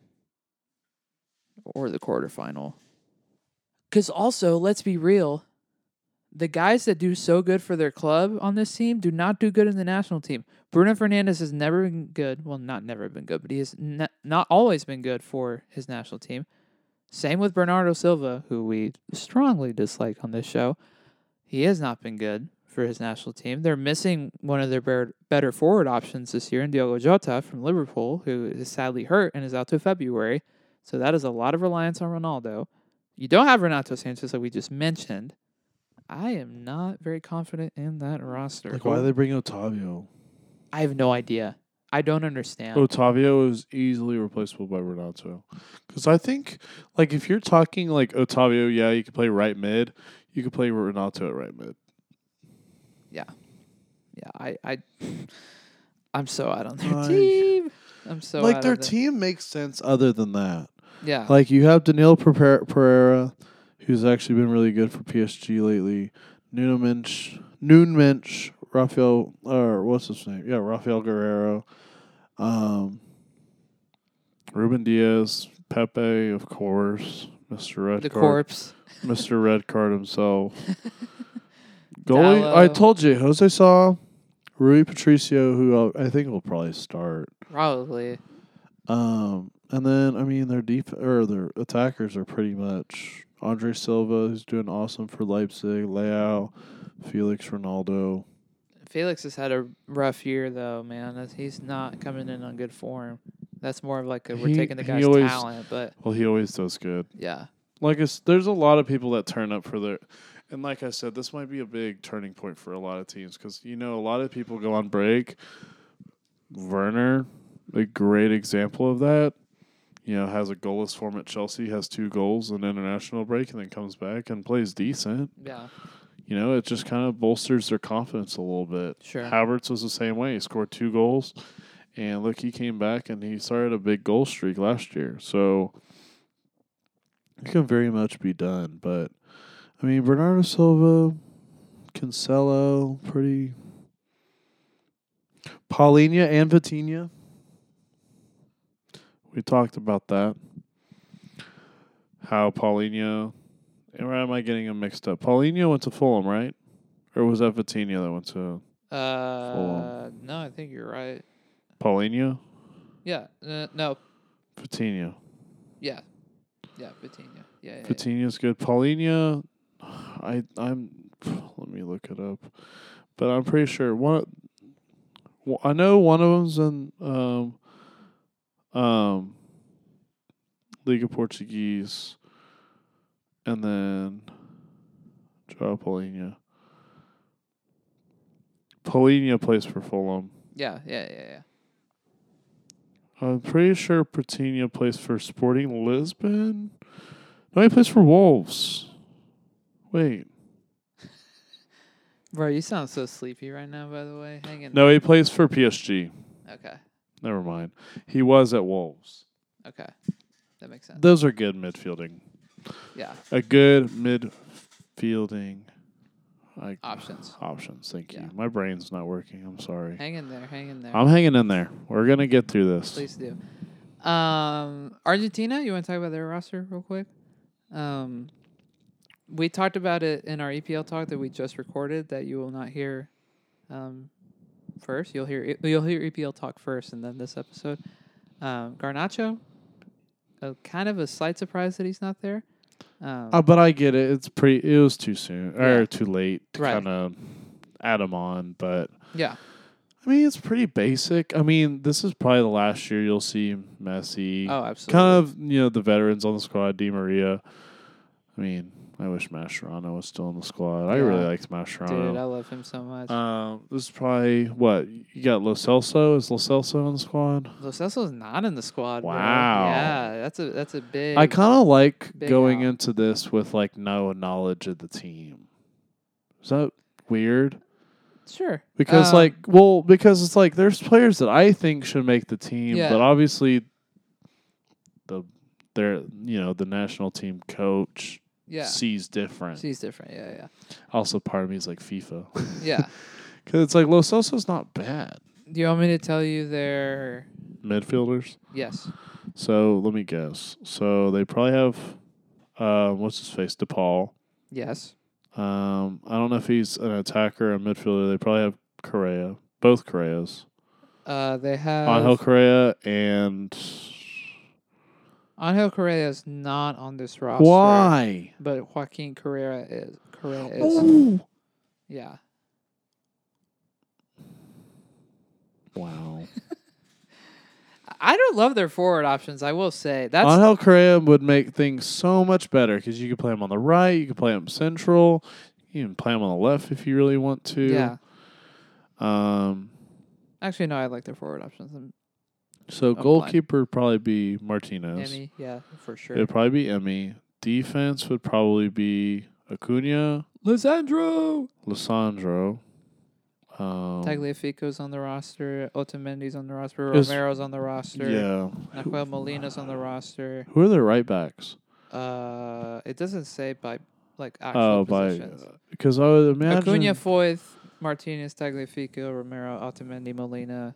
[SPEAKER 2] or the quarterfinal. Because also, let's be real. The guys that do so good for their club on this team do not do good in the national team. Bruno Fernandez has never been good. Well, not never been good, but he has n- not always been good for his national team. Same with Bernardo Silva, who we strongly dislike on this show. He has not been good for his national team. They're missing one of their ber- better forward options this year in Diogo Jota from Liverpool, who is sadly hurt and is out to February. So that is a lot of reliance on Ronaldo. You don't have Renato Sanchez that we just mentioned. I am not very confident in that roster.
[SPEAKER 3] Like, why do they bring Otavio?
[SPEAKER 2] I have no idea. I don't understand.
[SPEAKER 3] Otavio is easily replaceable by Renato. Because I think, like, if you're talking like Otavio, yeah, you could play right mid. You could play Renato at right mid.
[SPEAKER 2] Yeah, I, I, I'm so out on their
[SPEAKER 3] Like-
[SPEAKER 2] team. I'm so
[SPEAKER 3] like
[SPEAKER 2] out
[SPEAKER 3] their
[SPEAKER 2] of the-
[SPEAKER 3] team makes sense other than that.
[SPEAKER 2] Yeah,
[SPEAKER 3] Like you have Danilo Pereira, Pereira who's actually been really good for PSG lately. Nuno Mensch, Nuno Mensch, Rafael, or what's his name? Yeah, Rafael Guerrero, um, Ruben Diaz, Pepe, of course, Mister Red
[SPEAKER 2] the
[SPEAKER 3] Card,
[SPEAKER 2] corpse.
[SPEAKER 3] Mister Red Card himself. Goalie, I
[SPEAKER 2] Dallo.
[SPEAKER 3] told you, Jose Saw, Rui Patricio, who I I think will probably start.
[SPEAKER 2] Probably.
[SPEAKER 3] Um, and then I mean their def or their attackers are pretty much Andre Silva, who's doing awesome for Leipzig, Leao, Felix Ronaldo.
[SPEAKER 2] Felix has had a rough year though, man. That's- He's not coming in on good form. That's more of like a we're
[SPEAKER 3] He-
[SPEAKER 2] taking the
[SPEAKER 3] he
[SPEAKER 2] guy's
[SPEAKER 3] always-
[SPEAKER 2] talent, but
[SPEAKER 3] Well, he always does good.
[SPEAKER 2] yeah,
[SPEAKER 3] Like it's, there's a lot of people that turn up for their, and like I said, this might be a big turning point for a lot of teams because you know a lot of people go on break. Werner, a great example of that. You know, has a goalless form at Chelsea, has two goals in international break, and then comes back and plays decent.
[SPEAKER 2] yeah,
[SPEAKER 3] you know, it just kind of bolsters their confidence a little bit.
[SPEAKER 2] Sure.
[SPEAKER 3] Havertz was the same way. He scored two goals, and look, he came back and he started a big goal streak last year. So it can very much be done. But I mean, Bernardo Silva, Cancelo, pretty. Paulinha and Vitinha. We talked about that. How Paulinho or am I getting them mixed up? Paulinho went to Fulham, right? Or was that Vitinha that went to
[SPEAKER 2] uh, no, I think you're right.
[SPEAKER 3] Paulinho?
[SPEAKER 2] Yeah, uh, no,
[SPEAKER 3] Vitinha.
[SPEAKER 2] yeah, yeah, Vitinha. Yeah, yeah, yeah.
[SPEAKER 3] Vitinha's good. Paulinho, I I'm. Let me look it up, but I'm pretty sure one. well, I know one of them's in um, um, Liga Portuguese, and then Joao Paulinho. Paulinho plays for Fulham.
[SPEAKER 2] yeah, yeah, yeah, yeah.
[SPEAKER 3] I'm pretty sure Pertinho plays for Sporting Lisbon. No, he plays for Wolves. Wait.
[SPEAKER 2] Bro, you sound so sleepy right now. By the way, hanging.
[SPEAKER 3] No, he plays for PSG.
[SPEAKER 2] Okay.
[SPEAKER 3] Never mind. He was at Wolves.
[SPEAKER 2] Okay. That makes sense.
[SPEAKER 3] Those are good midfielding.
[SPEAKER 2] Yeah.
[SPEAKER 3] A good midfielding I,
[SPEAKER 2] Options.
[SPEAKER 3] options. Thank
[SPEAKER 2] Yeah.
[SPEAKER 3] you. My brain's not working. I'm sorry.
[SPEAKER 2] Hang in there. Hang in there.
[SPEAKER 3] I'm hanging in there. We're going to get through this.
[SPEAKER 2] Please do. Um, Argentina, you want to talk about their roster real quick? Um, we talked about it in our EPL talk that we just recorded that you will not hear um, first. You'll hear you'll hear EPL talk first, and then this episode. Um, Garnacho, uh, kind of a slight surprise that he's not there. Um,
[SPEAKER 3] Uh, but I get it. It's pretty. It was too soon
[SPEAKER 2] Yeah.
[SPEAKER 3] or too late to
[SPEAKER 2] Right.
[SPEAKER 3] kind of add him on. But
[SPEAKER 2] yeah,
[SPEAKER 3] I mean, it's pretty basic. I mean, this is probably the last year you'll see Messi.
[SPEAKER 2] oh, absolutely.
[SPEAKER 3] kind of, you know, the veterans on the squad, Di Maria. I mean, I wish Mascherano was still in the squad. I really
[SPEAKER 2] Yeah.
[SPEAKER 3] liked
[SPEAKER 2] dude, I
[SPEAKER 3] Mascherano.
[SPEAKER 2] love him so much.
[SPEAKER 3] um, this is probably what you got. Lo Celso is Lo Celso on the squad.
[SPEAKER 2] Lo Celso's not in the squad. bro.
[SPEAKER 3] Wow.
[SPEAKER 2] Yeah, that's a that's a big.
[SPEAKER 3] I kind of like
[SPEAKER 2] big
[SPEAKER 3] going
[SPEAKER 2] out.
[SPEAKER 3] into this with like no knowledge of the team. Is that weird?
[SPEAKER 2] sure
[SPEAKER 3] Because
[SPEAKER 2] Um,
[SPEAKER 3] like, well, because it's like there's players that I think should make the team,
[SPEAKER 2] Yeah.
[SPEAKER 3] but obviously the their you know the national team coach
[SPEAKER 2] yeah.
[SPEAKER 3] sees different.
[SPEAKER 2] She's different. Yeah,
[SPEAKER 3] also, part of me is like FIFA
[SPEAKER 2] yeah, yeah.
[SPEAKER 3] because it's like Los Celso's not bad
[SPEAKER 2] Do you want me to tell you their?
[SPEAKER 3] midfielders.
[SPEAKER 2] Yes.
[SPEAKER 3] So let me guess. So they probably have uh, what's his face DePaul.
[SPEAKER 2] Yes.
[SPEAKER 3] Um, I don't know if he's an attacker or a midfielder. They probably have Correa, both Correas,
[SPEAKER 2] Uh, they have
[SPEAKER 3] Angel Correa and
[SPEAKER 2] Angel Correa is not on this roster. But Joaquin Correa is. Correa is.
[SPEAKER 3] Oh.
[SPEAKER 2] Yeah.
[SPEAKER 3] Wow.
[SPEAKER 2] I don't love their forward options. I will say that's
[SPEAKER 3] Angel Correa would make things so much better because you could play him on the right, you could play him central, you can play him on the left if you really want to.
[SPEAKER 2] yeah.
[SPEAKER 3] Um.
[SPEAKER 2] Actually, no, I like their forward options. Um,
[SPEAKER 3] So
[SPEAKER 2] blind.
[SPEAKER 3] goalkeeper would probably be Martinez.
[SPEAKER 2] Emmy, yeah, for sure.
[SPEAKER 3] It'd probably be Emmy. Defense would probably be Acuna,
[SPEAKER 2] Lisandro
[SPEAKER 3] Lissandro. Um,
[SPEAKER 2] Tagliafico's on the roster. Otamendi's on the roster.
[SPEAKER 3] Is-
[SPEAKER 2] Romero's on the roster.
[SPEAKER 3] yeah. Who,
[SPEAKER 2] Nahuel Molina's on the roster.
[SPEAKER 3] who are their right backs?
[SPEAKER 2] Uh, it doesn't say by like actual
[SPEAKER 3] Oh, by
[SPEAKER 2] positions.
[SPEAKER 3] because I would imagine
[SPEAKER 2] Acuna, Foyth, Martinez, Tagliafico, Romero, Otamendi, Molina,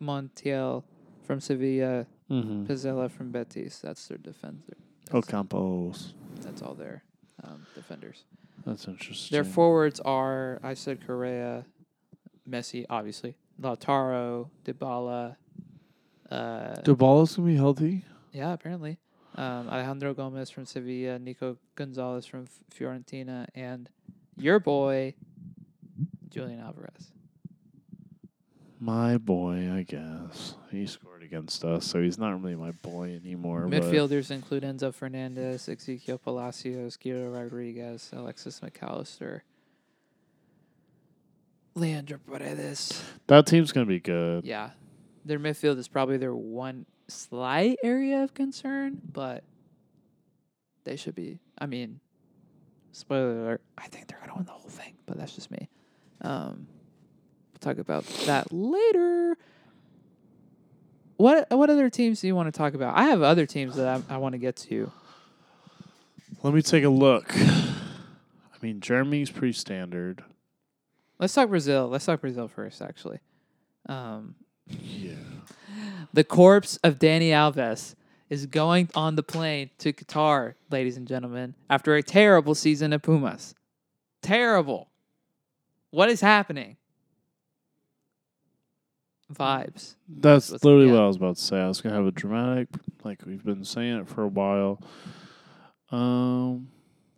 [SPEAKER 2] Montiel from Sevilla,
[SPEAKER 3] Mhm.
[SPEAKER 2] Pizzella from Betis. That's their defender.
[SPEAKER 3] Oh,
[SPEAKER 2] That's,
[SPEAKER 3] Ocampos.
[SPEAKER 2] that's all their um, defenders.
[SPEAKER 3] That's interesting.
[SPEAKER 2] Their forwards are I said Correa, Messi, obviously, Lautaro, Dybala. Uh,
[SPEAKER 3] Dybala's gonna be healthy.
[SPEAKER 2] yeah, apparently. Um, Alejandro Gomez from Sevilla, Nico Gonzalez from F- Fiorentina, and your boy, Julian Alvarez.
[SPEAKER 3] My boy, I guess he scored against us, so he's not really my boy anymore. but-
[SPEAKER 2] Midfielders include Enzo Fernandez, Ezekiel Palacios, Guido Rodriguez, Alexis McAllister, Leandro Paredes.
[SPEAKER 3] That team's gonna be good.
[SPEAKER 2] Yeah, their midfield is probably their one slight area of concern, but they should be. I mean, spoiler alert, I think they're going to win the whole thing, but that's just me. Um, we'll talk about that later. What what other teams do you want to talk about? I have other teams that I, I want to get to.
[SPEAKER 3] Let me take a look. I mean, Germany's pretty standard.
[SPEAKER 2] Let's talk Brazil. Let's talk Brazil first, actually. Um,
[SPEAKER 3] Yeah.
[SPEAKER 2] The corpse of Danny Alves is going on the plane to Qatar, ladies and gentlemen, after a terrible season at Pumas. Terrible. What is happening? Vibes.
[SPEAKER 3] That's
[SPEAKER 2] Let's-
[SPEAKER 3] literally
[SPEAKER 2] yeah.
[SPEAKER 3] what I was about to say. I was gonna have a dramatic, like we've been saying it for a while. Um,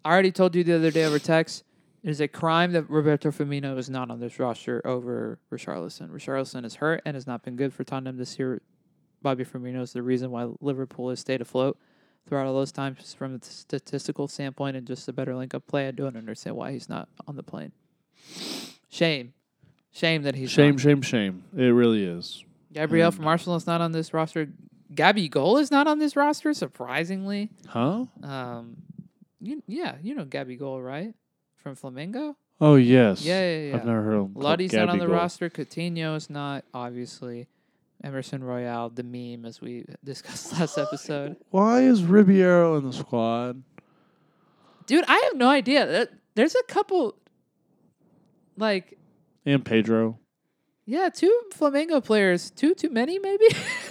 [SPEAKER 2] I already told you the other day over text. It is a crime that Roberto Firmino is not on this roster over Richarlison. Richarlison is hurt and has not been good for Tottenham this year. Bobby Firmino is the reason why Liverpool has stayed afloat throughout all those times from a statistical standpoint and just a better link up play. I don't understand why he's not on the plane. Shame. Shame that he's
[SPEAKER 3] shame,
[SPEAKER 2] not.
[SPEAKER 3] shame, shame. It really is.
[SPEAKER 2] Gabriel
[SPEAKER 3] and-
[SPEAKER 2] from Arsenal is not on this roster. Gabby Goal is not on this roster, surprisingly.
[SPEAKER 3] Huh?
[SPEAKER 2] Um, you, yeah, you know Gabby Goal, right? From Flamengo?
[SPEAKER 3] Oh yes.
[SPEAKER 2] Yeah, yeah, yeah.
[SPEAKER 3] I've never heard of him. called
[SPEAKER 2] Lottie's not on the
[SPEAKER 3] Gabigol.
[SPEAKER 2] roster. Coutinho is not, obviously. Emerson Royale, the meme, as we discussed last episode.
[SPEAKER 3] Why is Ribeiro in the squad?
[SPEAKER 2] Dude, I have no idea. There- There's a couple, like,
[SPEAKER 3] And Pedro.
[SPEAKER 2] yeah, two Flamengo players. Two too many, maybe?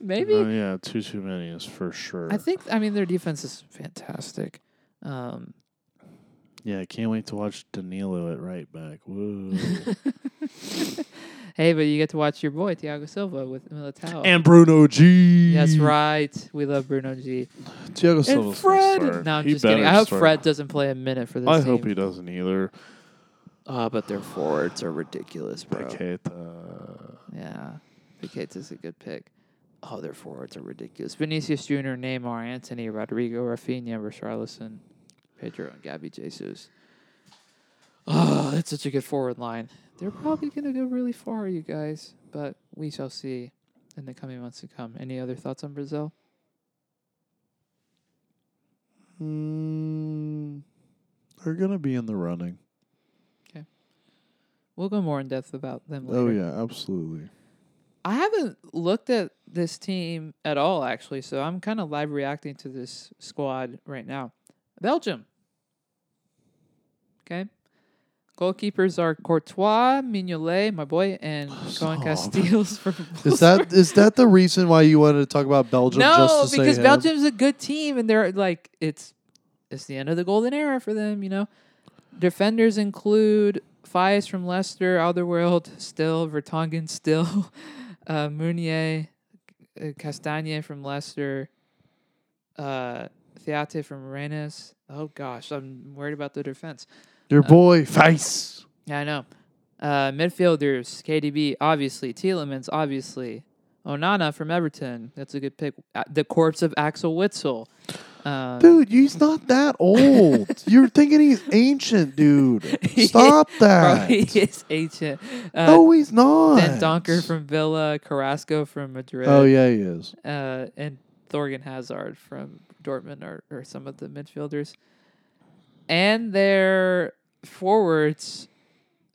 [SPEAKER 2] maybe.
[SPEAKER 3] Uh, yeah, two too many is for sure.
[SPEAKER 2] I think, I mean, their defense is fantastic. Um,
[SPEAKER 3] Yeah, I can't wait to watch Danilo at right back. Whoa.
[SPEAKER 2] hey, but you get to watch your boy, Thiago Silva, with Militao.
[SPEAKER 3] and Bruno G.
[SPEAKER 2] That's right. We love Bruno G.
[SPEAKER 3] Thiago
[SPEAKER 2] And
[SPEAKER 3] Silva's gonna
[SPEAKER 2] Fred.
[SPEAKER 3] start.
[SPEAKER 2] No, I'm
[SPEAKER 3] He
[SPEAKER 2] just kidding.
[SPEAKER 3] better
[SPEAKER 2] I hope
[SPEAKER 3] start.
[SPEAKER 2] Fred doesn't play a minute for this
[SPEAKER 3] I
[SPEAKER 2] team.
[SPEAKER 3] hope he doesn't either.
[SPEAKER 2] Ah, but their forwards are ridiculous, bro.
[SPEAKER 3] Paqueta.
[SPEAKER 2] Yeah, Piqueta's a good pick. Oh, their forwards are ridiculous. Vinicius Jr., Neymar, Anthony, Rodrigo, Rafinha, Richarlison, Pedro, and Gabby Jesus. Oh, that's such a good forward line. They're probably going to go really far, you guys, but we shall see in the coming months to come. Any other thoughts on Brazil?
[SPEAKER 3] Mm, they're gonna be in the running.
[SPEAKER 2] We'll go more in depth about them later.
[SPEAKER 3] Oh yeah, absolutely.
[SPEAKER 2] I haven't looked at this team at all, actually. So I'm kind of live reacting to this squad right now. Belgium. Okay. Goalkeepers are Courtois, Mignolet, my boy, and Cohen
[SPEAKER 3] Stop.
[SPEAKER 2] Castiles from.
[SPEAKER 4] Oh, Is that is that the reason why you wanted to talk about Belgium?
[SPEAKER 2] no?
[SPEAKER 4] just to
[SPEAKER 2] Because
[SPEAKER 4] say him?
[SPEAKER 2] Belgium's a good team, and they're like it's it's the end of the golden era for them. You know, defenders include Fias from Leicester, Otherworld, still Vertonghen, still uh, Meunier, uh, Castagne from Leicester, uh, Theate from Rennes. Oh gosh, I'm worried about the defense.
[SPEAKER 4] your boy Face.
[SPEAKER 2] Yeah, I know. Uh, midfielders, KDB, obviously. Tielemans, obviously. Onana from Everton. That's a good pick. A- The corpse of Axel Witzel. Um,
[SPEAKER 3] Dude, he's not that old. You're thinking he's ancient, dude. Stop
[SPEAKER 2] bro,
[SPEAKER 3] that.
[SPEAKER 2] he is ancient. Uh,
[SPEAKER 3] no, he's not.
[SPEAKER 2] Dan Donker from Villa, Carrasco from Madrid,
[SPEAKER 3] Oh yeah, he is.
[SPEAKER 2] uh, and Thorgan Hazard from Dortmund or, or some of the midfielders. And their forwards.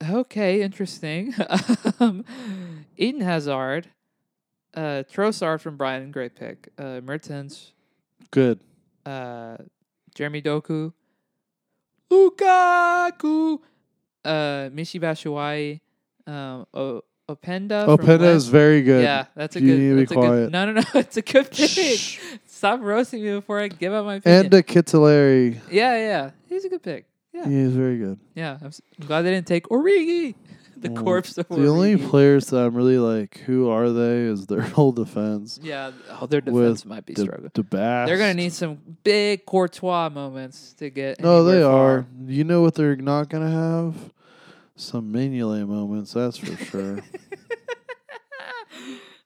[SPEAKER 2] Okay, interesting. um, Eden Hazard, uh, Trossard from Brighton, great pick. Uh, Mertens,
[SPEAKER 3] Good.
[SPEAKER 2] uh, Jeremy Doku, Lukaku, uh, Mishi Bashuai, um, o- Openda. Oh, from
[SPEAKER 3] Openda
[SPEAKER 2] West-
[SPEAKER 3] Oh, is very good.
[SPEAKER 2] yeah, that's a
[SPEAKER 3] You
[SPEAKER 2] good.
[SPEAKER 3] need to be
[SPEAKER 2] that's a good
[SPEAKER 3] quiet.
[SPEAKER 2] no, no, no. It's a good pick.
[SPEAKER 3] Shh.
[SPEAKER 2] Stop roasting me before I give out my opinion.
[SPEAKER 3] And a Kitillary.
[SPEAKER 2] yeah, yeah, he's a good pick. Yeah,
[SPEAKER 3] He is very good.
[SPEAKER 2] yeah. I'm, s am glad they didn't take Origi, the
[SPEAKER 3] Well,
[SPEAKER 2] corpse of
[SPEAKER 3] Mm, The only
[SPEAKER 2] Origi.
[SPEAKER 3] players that I'm really like, who are they? Is their whole defense.
[SPEAKER 2] yeah, th- oh, their
[SPEAKER 3] with
[SPEAKER 2] defense might be
[SPEAKER 3] De,
[SPEAKER 2] struggling.
[SPEAKER 3] DeBast.
[SPEAKER 2] They're gonna need some big Courtois moments to get.
[SPEAKER 3] No, they
[SPEAKER 2] anywhere far.
[SPEAKER 3] are. You know what they're not gonna have? Some Mignolet moments, that's for sure.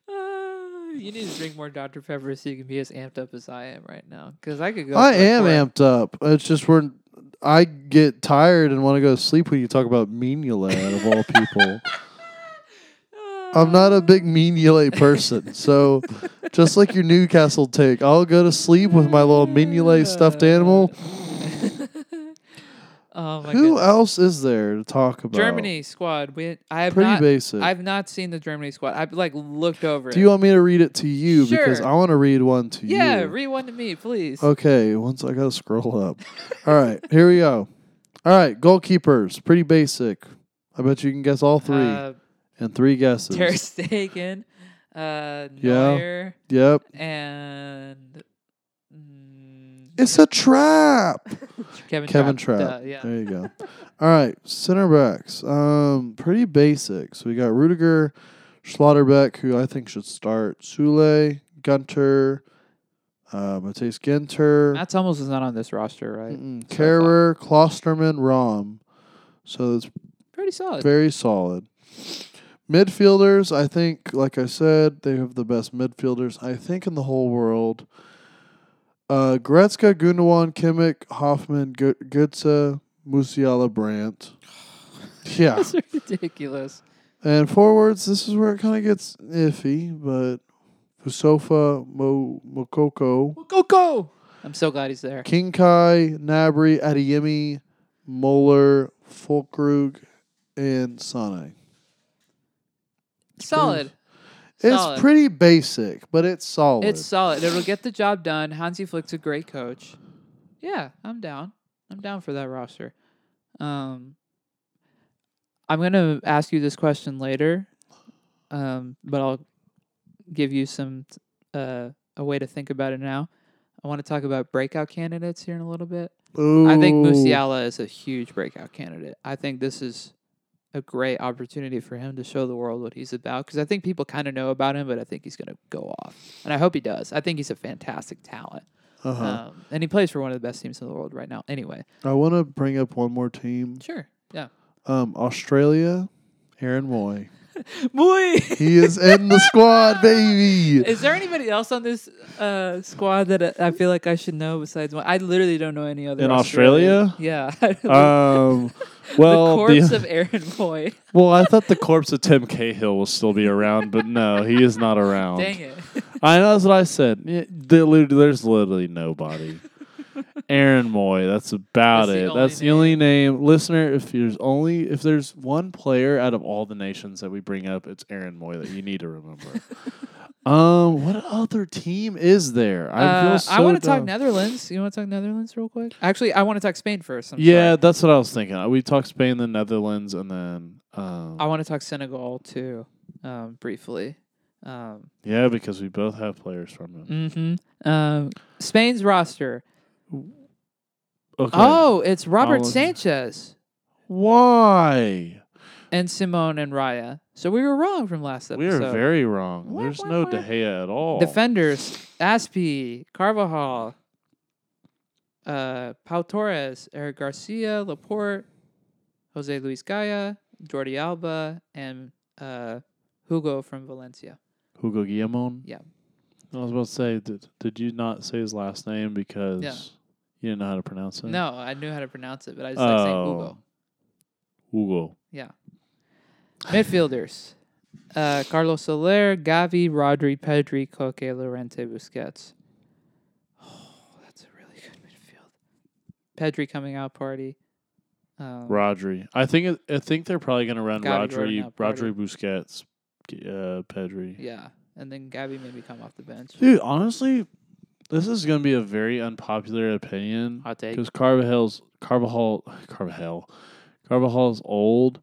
[SPEAKER 2] Uh, you need to drink more Dr Pepper so you can be as amped up as I am right now. Because I could go.
[SPEAKER 3] I
[SPEAKER 2] for-
[SPEAKER 3] am
[SPEAKER 2] for-
[SPEAKER 3] amped up. It's just we're. I get tired and want to go to sleep when you talk about Mignolet out of all people.
[SPEAKER 2] Uh,
[SPEAKER 3] I'm not a big Mignolet person, so just like your Newcastle take, I'll go to sleep with my little Mignolet stuffed animal.
[SPEAKER 2] oh my
[SPEAKER 3] Who
[SPEAKER 2] goodness.
[SPEAKER 3] else is there to talk about?
[SPEAKER 2] Germany squad. We I have
[SPEAKER 3] Pretty
[SPEAKER 2] not.
[SPEAKER 3] basic.
[SPEAKER 2] I've not seen the Germany squad. I've like looked over
[SPEAKER 3] Do
[SPEAKER 2] it.
[SPEAKER 3] you want me to read it to you? Because
[SPEAKER 2] Sure.
[SPEAKER 3] I want to read one to you.
[SPEAKER 2] yeah, read one to me, please.
[SPEAKER 3] Okay, once I gotta scroll up. All right, here we go. All right, goalkeepers, pretty basic. I bet you can guess all three
[SPEAKER 2] Uh,
[SPEAKER 3] and three guesses.
[SPEAKER 2] Ter Stegen, uh,
[SPEAKER 3] Yeah.
[SPEAKER 2] Neuer,
[SPEAKER 3] Yep,
[SPEAKER 2] and mm,
[SPEAKER 3] it's a trap.
[SPEAKER 2] Kevin,
[SPEAKER 3] Kevin
[SPEAKER 2] Trapp.
[SPEAKER 3] Trapp.
[SPEAKER 2] Duh, yeah.
[SPEAKER 3] There you go. all right, center backs, um, pretty basic. So we got Rudiger, Schlotterbeck, who I think should start. Sule, Gunter, uh, Mateus Ginter.
[SPEAKER 2] Matt Hummels is not on this roster, right?
[SPEAKER 3] Mm-mm.
[SPEAKER 2] So I thought-
[SPEAKER 3] Carrer, Klosterman, Rom. So it's
[SPEAKER 2] Pretty solid.
[SPEAKER 3] very solid. Midfielders, I think, like I said, they have the best midfielders, I think, in the whole world. Uh, Goretzka, Gundogan, Kimmich, Hoffman, Gu- Götze, Musiala, Brandt. Yeah.
[SPEAKER 2] That's ridiculous.
[SPEAKER 3] and forwards, this is where it kind of gets iffy, but Fusofa, Mo- Mokoko,
[SPEAKER 2] Go go! I'm so glad he's there.
[SPEAKER 3] King Kai, Nabry, Adeyemi, Moeller, Fulkrug, and Sane.
[SPEAKER 2] Solid. Solid.
[SPEAKER 3] It's pretty basic, but it's solid.
[SPEAKER 2] It's solid. It'll get the job done. Hansi Flick's a great coach. Yeah, I'm down. I'm down for that roster. Um, I'm gonna ask you this question later, um, but I'll give you some uh, a way to think about it now. I want to talk about breakout candidates here in a little bit. I think
[SPEAKER 3] Ooh.
[SPEAKER 2] Musiala is a huge breakout candidate. I think this is a great opportunity for him to show the world what he's about because I think people kind of know about him, but I think he's going to go off. And I hope he does. I think he's a fantastic talent.
[SPEAKER 3] Uh-huh.
[SPEAKER 2] Um, and he plays for one of the best teams in the world right now, anyway.
[SPEAKER 3] I want to bring up one more team.
[SPEAKER 2] Sure. Yeah.
[SPEAKER 3] Um, Australia, Aaron Moy.
[SPEAKER 2] Boy!
[SPEAKER 3] He is in the squad, baby.
[SPEAKER 2] Is there anybody else on this uh, squad that I I feel like I should know besides one? I literally don't know any other.
[SPEAKER 5] In
[SPEAKER 2] Australian.
[SPEAKER 5] Australia?
[SPEAKER 2] Yeah.
[SPEAKER 5] Um,
[SPEAKER 2] the
[SPEAKER 5] well,
[SPEAKER 2] corpse of Aaron Boy.
[SPEAKER 5] well, I thought the corpse of Tim Cahill will still be around, but no, he is not around.
[SPEAKER 2] Dang it.
[SPEAKER 5] I know that's what I said. Yeah, there lit- There's literally nobody. Aaron Moy, that's about
[SPEAKER 2] That's the
[SPEAKER 5] it.
[SPEAKER 2] only
[SPEAKER 5] that's the only name, listener. If there's only if there's one player out of all the nations that we bring up, it's Aaron Moy that you need to remember. um, what other team is there? I
[SPEAKER 2] Uh,
[SPEAKER 5] feel so
[SPEAKER 2] I want to talk
[SPEAKER 5] dumb.
[SPEAKER 2] Netherlands. You want to talk Netherlands real quick? Actually, I want to talk Spain first. I'm
[SPEAKER 5] Yeah,
[SPEAKER 2] sorry.
[SPEAKER 5] that's what I was thinking. We talked Spain, the Netherlands, and then um,
[SPEAKER 2] I want to talk Senegal too, um, briefly. Um,
[SPEAKER 5] yeah, because we both have players from them.
[SPEAKER 2] mhm. um, Spain's roster.
[SPEAKER 5] Okay,
[SPEAKER 2] Oh, it's Robert
[SPEAKER 5] I'll-
[SPEAKER 2] Sanchez
[SPEAKER 5] why?
[SPEAKER 2] and Simone and Raya. So we were wrong from last
[SPEAKER 5] We
[SPEAKER 2] episode.
[SPEAKER 5] are very wrong.
[SPEAKER 2] Wah,
[SPEAKER 5] There's
[SPEAKER 2] wah,
[SPEAKER 5] no
[SPEAKER 2] wah.
[SPEAKER 5] De Gea at all.
[SPEAKER 2] defenders: Aspi, Carvajal, uh, Pau Torres, Eric Garcia, Laporte, Jose Luis Gaya, Jordi Alba, and uh, Hugo from Valencia.
[SPEAKER 3] Hugo Guillamon.
[SPEAKER 2] Yeah.
[SPEAKER 3] I was about to say, did, did you not say his last name because you didn't know how to pronounce it?
[SPEAKER 2] No, I knew how to pronounce it, but I just like saying Hugo.
[SPEAKER 3] Hugo.
[SPEAKER 2] Yeah. Midfielders. Uh, Carlos Soler, Gavi, Rodri, Pedri, Coque, Lorente, Busquets. Oh, that's a really good midfield. Pedri coming out party. Um,
[SPEAKER 3] Rodri. I think it, I think they're probably going to run
[SPEAKER 2] Gotta be running
[SPEAKER 3] Rodri,
[SPEAKER 2] out Rodri.
[SPEAKER 3] Rodri Busquets, uh, Pedri.
[SPEAKER 2] Yeah. And then Gavi maybe come off the bench.
[SPEAKER 3] Dude, honestly, this is going to be a very unpopular opinion
[SPEAKER 2] Hot take.
[SPEAKER 3] because Carvajal's Carvajal Carvajal Carvajal's old.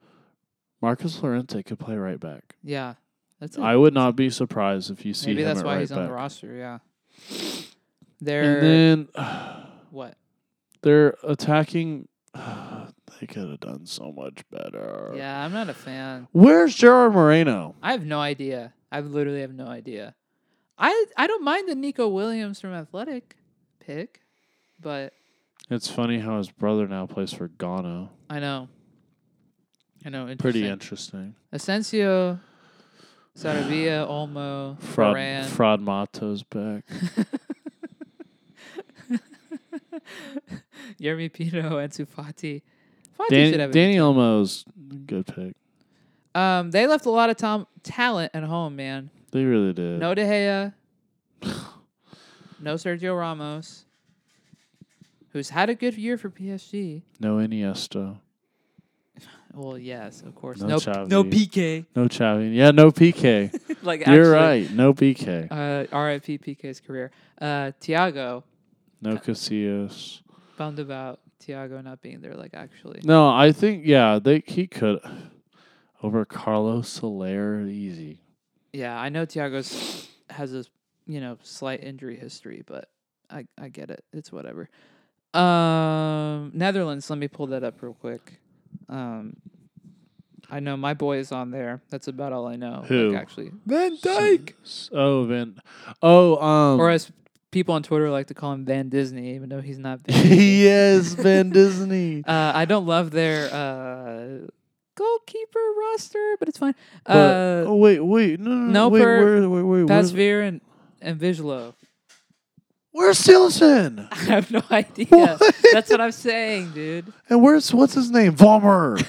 [SPEAKER 3] Marcus Llorente could play right back.
[SPEAKER 2] Yeah. That's it.
[SPEAKER 3] I would not be surprised if you see
[SPEAKER 2] maybe
[SPEAKER 3] him
[SPEAKER 2] that's
[SPEAKER 3] at
[SPEAKER 2] why
[SPEAKER 3] right
[SPEAKER 2] he's on
[SPEAKER 3] back.
[SPEAKER 2] the roster. Yeah.
[SPEAKER 3] And
[SPEAKER 2] They're.
[SPEAKER 3] then
[SPEAKER 2] what?
[SPEAKER 3] they're attacking. they could have done so much better.
[SPEAKER 2] Yeah, I'm not a fan.
[SPEAKER 3] Where's Gerard Moreno?
[SPEAKER 2] I have no idea. I literally have no idea. I I don't mind the Nico Williams from Athletic pick, but
[SPEAKER 3] It's funny how his brother now plays for Ghana.
[SPEAKER 2] I know. I know.
[SPEAKER 3] Pretty
[SPEAKER 2] interesting.
[SPEAKER 3] interesting.
[SPEAKER 2] Asensio, Sarabia, Olmo,
[SPEAKER 3] Fraud
[SPEAKER 2] Varane.
[SPEAKER 3] Fraud Mato's back.
[SPEAKER 2] Jeremy Pino, Ansu Fati. Fati
[SPEAKER 3] Dan-
[SPEAKER 2] should have a
[SPEAKER 3] Danny Elmo's good pick.
[SPEAKER 2] Um, they left a lot of tom- talent at home, man.
[SPEAKER 3] They really did.
[SPEAKER 2] No De Gea. no Sergio Ramos, who's had a good year for PSG.
[SPEAKER 3] No Iniesta.
[SPEAKER 2] Well, yes, of course.
[SPEAKER 3] No
[SPEAKER 2] No,
[SPEAKER 3] Xavi.
[SPEAKER 2] no PK.
[SPEAKER 3] No Xavi. Yeah, no PK.
[SPEAKER 2] like
[SPEAKER 3] You're
[SPEAKER 2] actually,
[SPEAKER 3] right. No PK.
[SPEAKER 2] Uh, R.I.P. PK's career. Uh, Tiago Uh,
[SPEAKER 3] No Casillas.
[SPEAKER 2] bummed about Tiago not being there. Like actually,
[SPEAKER 3] No, I think yeah, they he could over Carlos Soler easy.
[SPEAKER 2] yeah, I know Tiago's has a you know slight injury history, but I I get it. It's whatever. Um, Netherlands. Let me pull that up real quick. Um, I know my boy is on there. That's about all I know.
[SPEAKER 3] Who?
[SPEAKER 2] Like, actually, Van
[SPEAKER 3] Dyke. Oh, Van. Oh, um.
[SPEAKER 2] or as people on Twitter like to call him Van Disney, even though he's not. Van Disney.
[SPEAKER 4] yes, Van Disney.
[SPEAKER 2] Uh, I don't love their uh, goalkeeper roster, but it's fine.
[SPEAKER 3] but-
[SPEAKER 2] Uh,
[SPEAKER 3] oh wait, wait, no, no,
[SPEAKER 2] no,
[SPEAKER 3] wait,
[SPEAKER 2] per-
[SPEAKER 3] where, wait, wait, where's,
[SPEAKER 2] Pasveer and and Vigilo.
[SPEAKER 4] Where's Silson?
[SPEAKER 2] I have no idea. That's what I'm saying, dude.
[SPEAKER 4] And where's what's his name? Vollmer.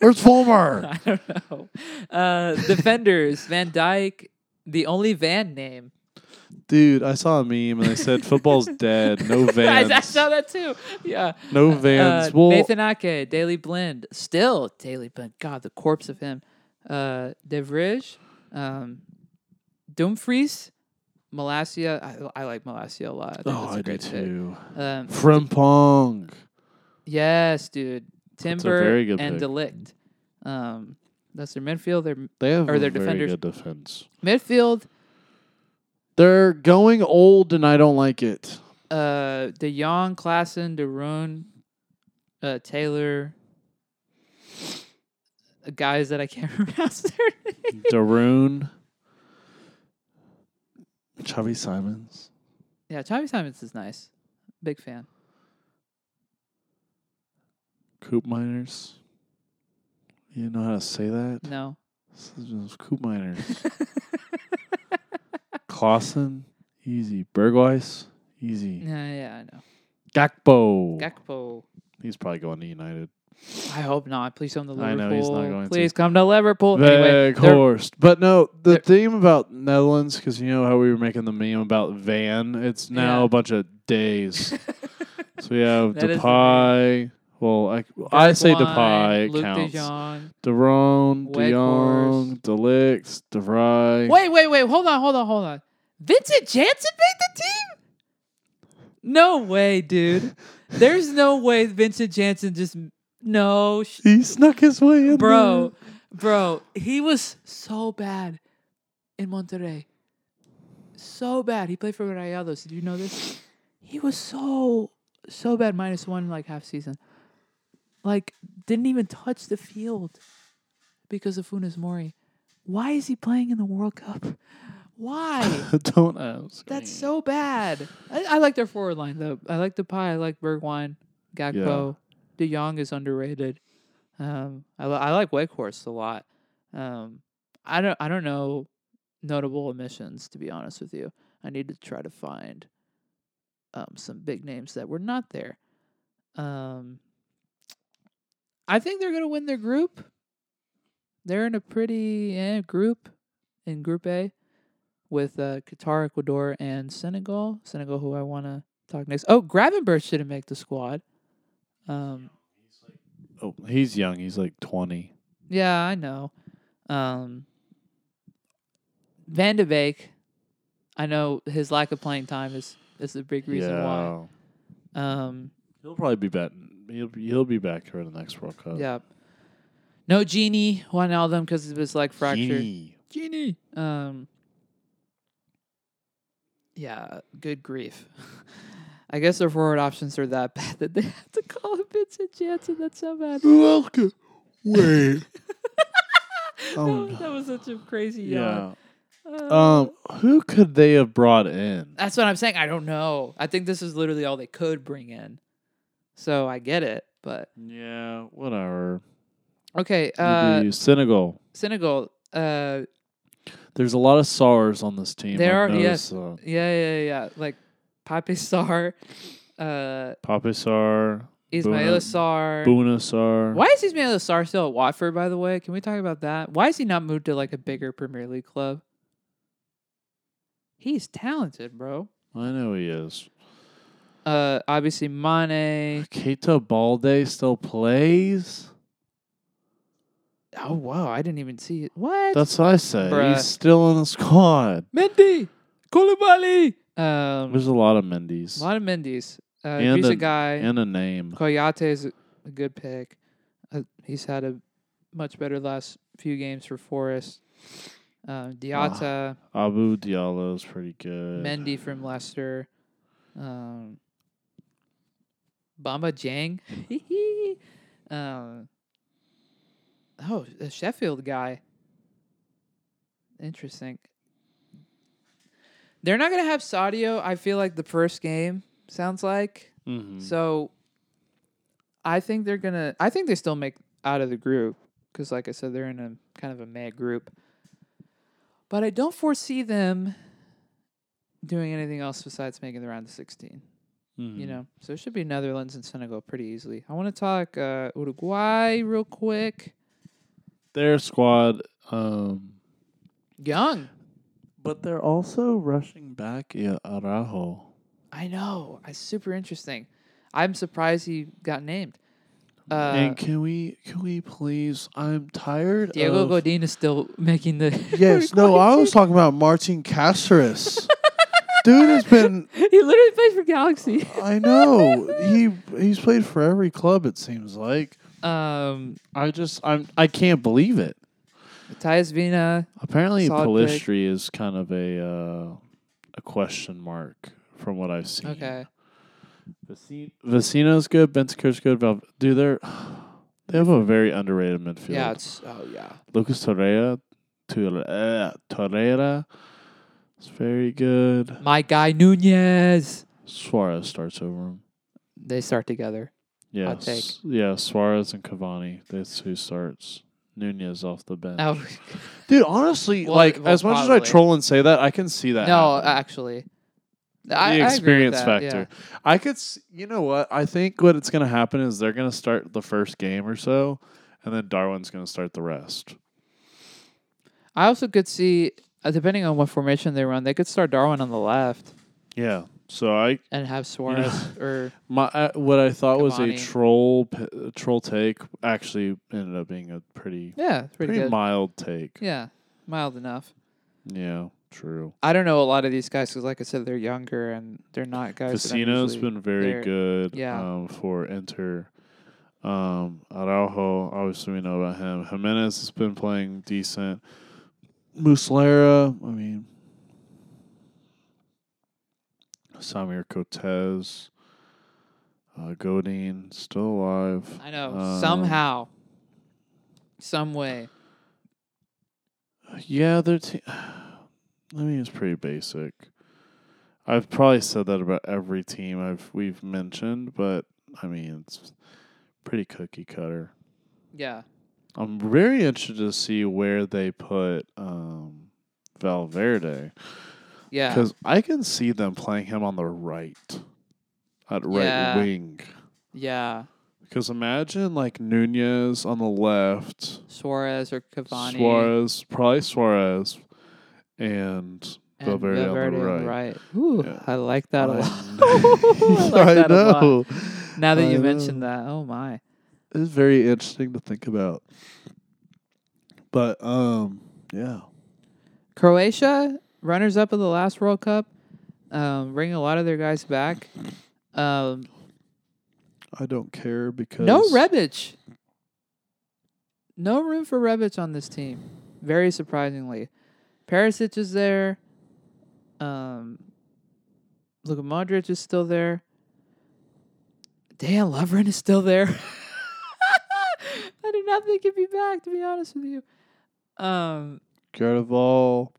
[SPEAKER 4] Where's Vollmer?
[SPEAKER 2] I don't know. Uh, defenders: Van Dyke, the only Van name.
[SPEAKER 3] dude? I saw a meme and they said football's dead. No Vans.
[SPEAKER 2] I, I saw that too. Yeah.
[SPEAKER 3] No Vans.
[SPEAKER 2] Uh,
[SPEAKER 3] well,
[SPEAKER 2] Nathan Ake, Daily Blend, still Daily Blend. God, the corpse of him. Uh, Devrij, um, Dumfries, Malasia. I, I like Malasia a lot. I think
[SPEAKER 3] oh,
[SPEAKER 2] that's a
[SPEAKER 3] I do
[SPEAKER 2] great pick.
[SPEAKER 3] too.
[SPEAKER 2] Um,
[SPEAKER 3] Frimpong.
[SPEAKER 2] yes, dude. Timber
[SPEAKER 3] very good
[SPEAKER 2] and
[SPEAKER 3] pick.
[SPEAKER 2] Delict. Um, that's their midfield. Their
[SPEAKER 3] They have
[SPEAKER 2] Or
[SPEAKER 3] a
[SPEAKER 2] their
[SPEAKER 3] very
[SPEAKER 2] defenders.
[SPEAKER 3] good defense.
[SPEAKER 2] midfield.
[SPEAKER 3] They're going old, and I don't like it.
[SPEAKER 2] Uh, De Jong, Klassen, Darun, uh, Taylor. uh, Guys that I can't pronounce their names.
[SPEAKER 3] Darun, Chubby Simons.
[SPEAKER 2] Yeah, Tommy Simons is nice. Big fan.
[SPEAKER 3] Coop Miners. You know how to say that?
[SPEAKER 2] No.
[SPEAKER 3] This is just Coop Miners. Clausen, easy. Bergweiss, easy.
[SPEAKER 2] Yeah, yeah, I know.
[SPEAKER 3] Gakpo.
[SPEAKER 2] Gakpo.
[SPEAKER 3] he's probably going to United.
[SPEAKER 2] I hope not. Please come to
[SPEAKER 3] I
[SPEAKER 2] Liverpool.
[SPEAKER 3] know he's not going to.
[SPEAKER 2] Please come to Liverpool. Anyway, they're-
[SPEAKER 3] Weghorst. But no, the
[SPEAKER 2] they're-
[SPEAKER 3] theme about Netherlands, because you know how we were making the meme about Van, it's now
[SPEAKER 2] Yeah.
[SPEAKER 3] a bunch of days. so we have
[SPEAKER 2] That is the
[SPEAKER 3] Depay. Well, I, I say Depay.
[SPEAKER 2] Bergwijn,
[SPEAKER 3] It
[SPEAKER 2] Luke
[SPEAKER 3] counts.
[SPEAKER 2] De Jong.
[SPEAKER 3] Derone, De Jong,
[SPEAKER 2] Weghorst.
[SPEAKER 3] Delict, DeVry.
[SPEAKER 2] Wait, wait, wait. Hold on, hold on, hold on. Vincent Janssen made the team? No way, dude. There's no way Vincent Janssen just. No. Sh-
[SPEAKER 3] He snuck his way in.
[SPEAKER 2] bro, bro, he was so bad in Monterrey. So bad. He played for Rayados. Did you know this? He was so so bad minus one like half season. Like didn't even touch the field because of Funes Mori. Why is he playing in the World Cup? Why?
[SPEAKER 3] there. Don't ask.
[SPEAKER 2] That's
[SPEAKER 3] me.
[SPEAKER 2] so bad. I, I like their forward line though. I like the pie. I like Bergwijn, Gakpo. De Jong is underrated. Um, I, li- I like Wake Horse a lot. Um, I don't I don't know notable omissions to be honest with you. I need to try to find um, some big names that were not there. Um, I think they're going to win their group. They're in a pretty eh, group in Group A with uh, Qatar, Ecuador, and Senegal. Senegal, who I want to talk next. Oh, Gravenberch didn't make the squad. Um,
[SPEAKER 3] Oh, he's young. He's like 20.
[SPEAKER 2] yeah, I know. Um, Van de Beek, I know his lack of playing time is is the big reason
[SPEAKER 3] yeah.
[SPEAKER 2] why. Um,
[SPEAKER 3] He'll probably be back. He'll, be- he'll be back for the next World Cup.
[SPEAKER 2] yeah. No Genie won all them because it was like fractured.
[SPEAKER 3] Genie.
[SPEAKER 2] Genie. Um. Yeah, good grief. I guess their forward options are that bad that they have to call him Vincent Janssen. That's so bad.
[SPEAKER 4] Welcome. Wait. oh,
[SPEAKER 2] that, was, that was such a crazy yawn.
[SPEAKER 3] Yeah.
[SPEAKER 2] Uh,
[SPEAKER 3] Um, who could they have brought in?
[SPEAKER 2] that's what I'm saying. I don't know. I think this is literally all they could bring in. So I get it, but
[SPEAKER 3] Yeah, whatever.
[SPEAKER 2] okay.
[SPEAKER 3] You
[SPEAKER 2] Uh,
[SPEAKER 3] do. Senegal.
[SPEAKER 2] Senegal. Uh,
[SPEAKER 3] There's a lot of SARS on this team.
[SPEAKER 2] There
[SPEAKER 3] I've
[SPEAKER 2] are- yes.
[SPEAKER 3] noticed, uh,
[SPEAKER 2] yeah, yeah, yeah. Like Pape Sar, uh,
[SPEAKER 3] Pape SAR,
[SPEAKER 2] Ismail Sar.
[SPEAKER 3] Buna SAR.
[SPEAKER 2] Why is Ismail Assar still at Watford, by the way? Can we talk about that? Why is he not moved to like a bigger Premier League club? He's talented, bro.
[SPEAKER 3] I know he is.
[SPEAKER 2] Uh obviously Mane.
[SPEAKER 3] Keita Balde still plays?
[SPEAKER 2] Oh wow, I didn't even see it. What?
[SPEAKER 3] That's what I say.
[SPEAKER 2] Bruh.
[SPEAKER 3] He's still in the squad.
[SPEAKER 2] Mendy! Koulibaly! Um
[SPEAKER 3] There's a lot of Mendy's.
[SPEAKER 2] a lot of Mendy's. Uh
[SPEAKER 3] And
[SPEAKER 2] he's a
[SPEAKER 3] a-
[SPEAKER 2] guy.
[SPEAKER 3] and a name.
[SPEAKER 2] Koyate is a a good pick. Uh, he's had a much better last few games for Forest. Um
[SPEAKER 3] Ah,
[SPEAKER 2] Diata,
[SPEAKER 3] Abu Diallo is pretty good.
[SPEAKER 2] Mendy from Leicester, um, Bamba Jang. um, oh, a Sheffield guy. Interesting. They're not going to have Sadio, I feel like, the first game, sounds like.
[SPEAKER 3] Mhm.
[SPEAKER 2] So I think they're going to, I think they still make out of the group because, like I said, they're in a kind of a mad group. But I don't foresee them doing anything else besides making the round of 16. You
[SPEAKER 3] Mhm.
[SPEAKER 2] know, so it should be Netherlands and Senegal pretty easily. I want to talk uh, Uruguay real quick.
[SPEAKER 3] their squad. Um,
[SPEAKER 2] Young,
[SPEAKER 3] but they're also rushing back yeah, Araujo.
[SPEAKER 2] I know, it's super interesting. I'm surprised he got named. Uh,
[SPEAKER 3] and can we can we please? I'm tired.
[SPEAKER 2] Diego
[SPEAKER 3] of,
[SPEAKER 2] Godin is still making the.
[SPEAKER 4] Yes, no, I was talking about Martin Caceres. Dude has been
[SPEAKER 2] he literally plays for Galaxy.
[SPEAKER 4] I know. He he's played for every club it seems like.
[SPEAKER 2] Um,
[SPEAKER 3] I just I'm I can't believe it.
[SPEAKER 2] Matthias Vina.
[SPEAKER 3] Apparently,
[SPEAKER 2] Solid
[SPEAKER 3] Palistri is kind of a uh, a question mark from what I've seen.
[SPEAKER 2] Okay.
[SPEAKER 3] Vecino- Vecino's good. Bentancur's good. Val- Dude, they're they have a very underrated midfield.
[SPEAKER 2] Yeah. It's, oh yeah.
[SPEAKER 3] Lucas Torreira, Torreira, Torreira is very good.
[SPEAKER 2] My guy Nunez.
[SPEAKER 3] Suarez starts over him.
[SPEAKER 2] They start together.
[SPEAKER 3] Yeah,
[SPEAKER 2] Hot take.
[SPEAKER 3] s- yeah. Suarez and Cavani. That's who starts. Nunez off the bench.
[SPEAKER 2] Oh
[SPEAKER 3] Dude, honestly,
[SPEAKER 2] Well,
[SPEAKER 3] like
[SPEAKER 2] well,
[SPEAKER 3] as much as I
[SPEAKER 2] probably.
[SPEAKER 3] troll and say that, I can see that.
[SPEAKER 2] no,
[SPEAKER 3] happening.
[SPEAKER 2] actually, I,
[SPEAKER 3] the
[SPEAKER 2] I agree with
[SPEAKER 3] experience
[SPEAKER 2] that,
[SPEAKER 3] factor. I could, s- you know what? I think what it's going to happen is they're going to start the first game or so, and then Darwin's going to start the rest.
[SPEAKER 2] yeah. I also could see, uh, depending on what formation they run, they could start Darwin on the left
[SPEAKER 3] Yeah. So I,
[SPEAKER 2] and have Suarez or
[SPEAKER 3] my, I, what I thought was a
[SPEAKER 2] Cavani.
[SPEAKER 3] troll, p- troll take actually ended up being a pretty,
[SPEAKER 2] yeah, it's pretty,
[SPEAKER 3] pretty
[SPEAKER 2] good.
[SPEAKER 3] mild take. Yeah.
[SPEAKER 2] Yeah, mild enough.
[SPEAKER 3] true.
[SPEAKER 2] I don't know a lot of these guys because, like I said, they're younger and they're not guys. that I'm
[SPEAKER 3] Vecino's
[SPEAKER 2] usually-
[SPEAKER 3] been very
[SPEAKER 2] there.
[SPEAKER 3] good.
[SPEAKER 2] Yeah.
[SPEAKER 3] Um, for Inter. Um, Araujo, obviously we know about him. Jimenez has been playing decent. Muslera, I mean, Samir Cotez, uh, Godin, still alive.
[SPEAKER 2] I know
[SPEAKER 3] Um,
[SPEAKER 2] somehow, some way.
[SPEAKER 3] Yeah, their team. I mean, it's pretty basic. I've probably said that about every team I've we've mentioned, but I mean, it's pretty cookie cutter.
[SPEAKER 2] Yeah.
[SPEAKER 3] I'm very interested to see where they put um, Valverde
[SPEAKER 2] Yeah.
[SPEAKER 3] because I can see them playing him on the right, at right
[SPEAKER 2] Yeah.
[SPEAKER 3] wing.
[SPEAKER 2] Yeah.
[SPEAKER 3] Because imagine like Nunez on the left,
[SPEAKER 2] Suarez or Cavani.
[SPEAKER 3] Suarez, probably Suarez, and
[SPEAKER 2] and
[SPEAKER 3] Valverde on the
[SPEAKER 2] on the
[SPEAKER 3] right.
[SPEAKER 2] right. Ooh,
[SPEAKER 3] Yeah.
[SPEAKER 2] I like that a
[SPEAKER 3] I
[SPEAKER 2] lot. I
[SPEAKER 3] know.
[SPEAKER 2] like
[SPEAKER 4] I
[SPEAKER 2] that a lot.
[SPEAKER 4] know.
[SPEAKER 2] Now that
[SPEAKER 4] I
[SPEAKER 2] you
[SPEAKER 4] know.
[SPEAKER 2] mentioned that, oh my.
[SPEAKER 4] It's very interesting to think about.
[SPEAKER 3] but um, yeah,
[SPEAKER 2] Croatia, runners up of the last World Cup, um, bringing a lot of their guys back. Um,
[SPEAKER 3] I don't care because
[SPEAKER 2] no Rebic. No room for Rebic on this team. Very surprisingly. Perisic is there. Um, Luka Modric is still there. Dan Lovren is still there. I do not think he'd be back, to be honest with you. Um,
[SPEAKER 4] Gardeval.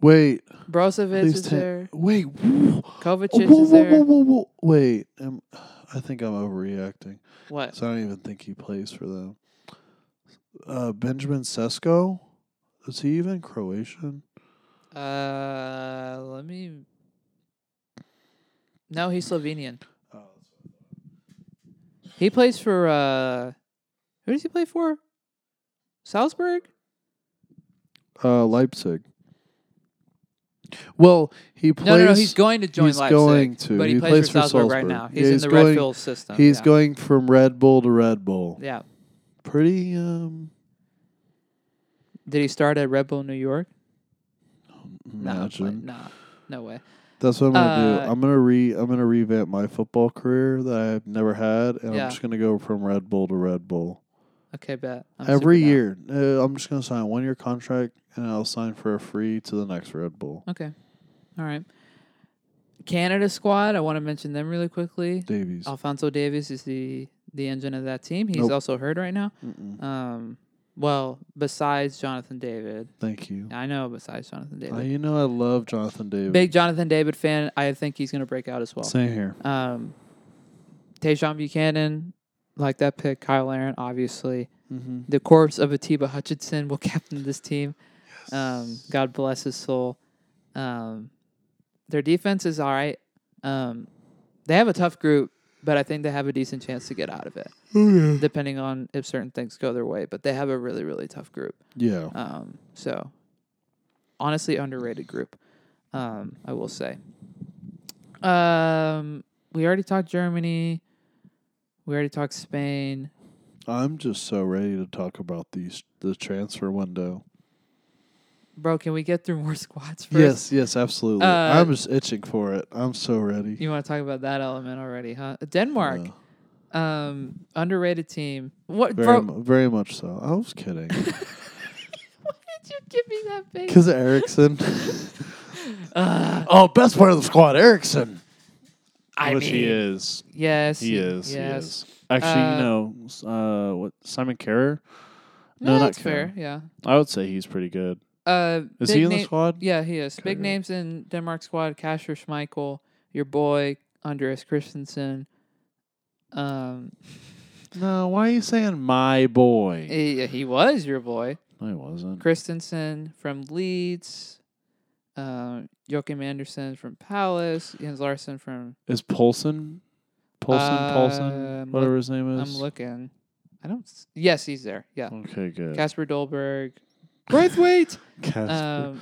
[SPEAKER 4] Wait,
[SPEAKER 2] Brozovic
[SPEAKER 4] please
[SPEAKER 2] is
[SPEAKER 4] ta-
[SPEAKER 2] there.
[SPEAKER 4] Wait. whoa,
[SPEAKER 2] Kovacic
[SPEAKER 4] whoa,
[SPEAKER 2] is
[SPEAKER 4] whoa,
[SPEAKER 2] there.
[SPEAKER 4] whoa, whoa, whoa. Wait. Um, I think I'm overreacting.
[SPEAKER 2] What?
[SPEAKER 4] So I don't even think he plays for them. Uh, Benjamin Sesko? Is he even Croatian?
[SPEAKER 2] Uh, let me. No, he's Slovenian.
[SPEAKER 4] Oh,
[SPEAKER 2] He plays for uh who does he play for? Salzburg?
[SPEAKER 4] Uh, Leipzig. Well, he plays.
[SPEAKER 2] no, no, no, he's going to join
[SPEAKER 4] he's
[SPEAKER 2] Leipzig.
[SPEAKER 4] going to.
[SPEAKER 2] But he,
[SPEAKER 4] He
[SPEAKER 2] plays
[SPEAKER 4] plays
[SPEAKER 2] for
[SPEAKER 4] for
[SPEAKER 2] Salzburg, right
[SPEAKER 4] Salzburg.
[SPEAKER 2] now.
[SPEAKER 4] Yeah,
[SPEAKER 2] He's in
[SPEAKER 4] he's
[SPEAKER 2] the
[SPEAKER 4] going-
[SPEAKER 2] Red Bull system.
[SPEAKER 4] he's
[SPEAKER 2] yeah.
[SPEAKER 4] going from Red Bull to Red Bull.
[SPEAKER 2] Yeah.
[SPEAKER 4] Pretty. Um,
[SPEAKER 2] Did he start at Red Bull New York? No,
[SPEAKER 4] imagine.
[SPEAKER 2] nah. No way.
[SPEAKER 4] That's what I'm gonna
[SPEAKER 2] Uh,
[SPEAKER 4] do. I'm gonna re I'm gonna revamp my football career that I've never had, and
[SPEAKER 2] Yeah.
[SPEAKER 4] I'm just gonna go from Red Bull to Red Bull
[SPEAKER 2] Okay, bet. I'm
[SPEAKER 4] every
[SPEAKER 2] super down.
[SPEAKER 4] year. Uh, I'm just gonna sign a one year contract, and I'll sign for a free to the next Red Bull.
[SPEAKER 2] Okay. All right. Canada squad, I want to mention them really quickly.
[SPEAKER 4] Davies.
[SPEAKER 2] Alfonso Davis is the the engine of that team. He's
[SPEAKER 4] Nope.
[SPEAKER 2] also hurt right now.
[SPEAKER 4] Mm-mm.
[SPEAKER 2] Um well, besides Jonathan David.
[SPEAKER 4] Thank you.
[SPEAKER 2] I know besides Jonathan David.
[SPEAKER 4] Uh, you know I love Jonathan David.
[SPEAKER 2] Big Jonathan David fan. I think he's going to break out as well.
[SPEAKER 4] Same here.
[SPEAKER 2] Um, Tayshaun Buchanan, like that pick. Kyle Aaron, obviously.
[SPEAKER 4] Mm-hmm.
[SPEAKER 2] The corpse of Atiba Hutchinson will captain this team. Um, God bless his soul. Um, their defense is all right. Um, they have a tough group, but I think they have a decent chance to get out of it, depending on if certain things go their way. But they have a really, really tough group.
[SPEAKER 4] Yeah.
[SPEAKER 2] Um, so, honestly, underrated group. Um, I will say. Um, we already talked Germany. We already talked Spain.
[SPEAKER 4] I'm just so ready to talk about these the transfer window.
[SPEAKER 2] Bro, can we get through more squads first?
[SPEAKER 4] Yes, yes, absolutely.
[SPEAKER 2] Uh,
[SPEAKER 4] I'm just itching for it. I'm so ready.
[SPEAKER 2] You want to talk about that element already, huh? Denmark,
[SPEAKER 4] Yeah.
[SPEAKER 2] um, underrated team. What,
[SPEAKER 4] very,
[SPEAKER 2] bro?
[SPEAKER 4] mu- very much so. I was kidding.
[SPEAKER 2] Why did you give me that face?
[SPEAKER 4] Because Erickson. oh, best part of the squad, Erickson.
[SPEAKER 2] I
[SPEAKER 3] which he
[SPEAKER 2] mean,
[SPEAKER 3] is.
[SPEAKER 2] Yes,
[SPEAKER 3] He
[SPEAKER 2] Yes.
[SPEAKER 3] is. He is. Actually,
[SPEAKER 2] Uh,
[SPEAKER 3] you know, s- uh, what Simon Kerr?
[SPEAKER 2] No,
[SPEAKER 3] No, not
[SPEAKER 2] that's fair. Yeah.
[SPEAKER 3] I would say he's pretty good.
[SPEAKER 2] Uh,
[SPEAKER 3] Is
[SPEAKER 2] big
[SPEAKER 3] he in the
[SPEAKER 2] na-
[SPEAKER 3] squad?
[SPEAKER 2] Yeah, he is. Big
[SPEAKER 3] Okay.
[SPEAKER 2] names in Denmark squad: Kasper Schmeichel, your boy Andreas Christensen. Um,
[SPEAKER 3] No, why are you saying my boy?
[SPEAKER 2] he, he was your boy
[SPEAKER 3] I wasn't.
[SPEAKER 2] Christensen from Leeds. Um, Joachim Anderson from Palace. Jens Larsen from.
[SPEAKER 3] Is Polson? Polson,
[SPEAKER 2] Uh,
[SPEAKER 3] Polson,
[SPEAKER 2] I'm
[SPEAKER 3] whatever his name is.
[SPEAKER 2] I'm looking. I don't. s- Yes, he's there. Yeah,
[SPEAKER 3] Okay, good.
[SPEAKER 2] Casper Dolberg, Braithwaite,
[SPEAKER 3] Casper.
[SPEAKER 2] um,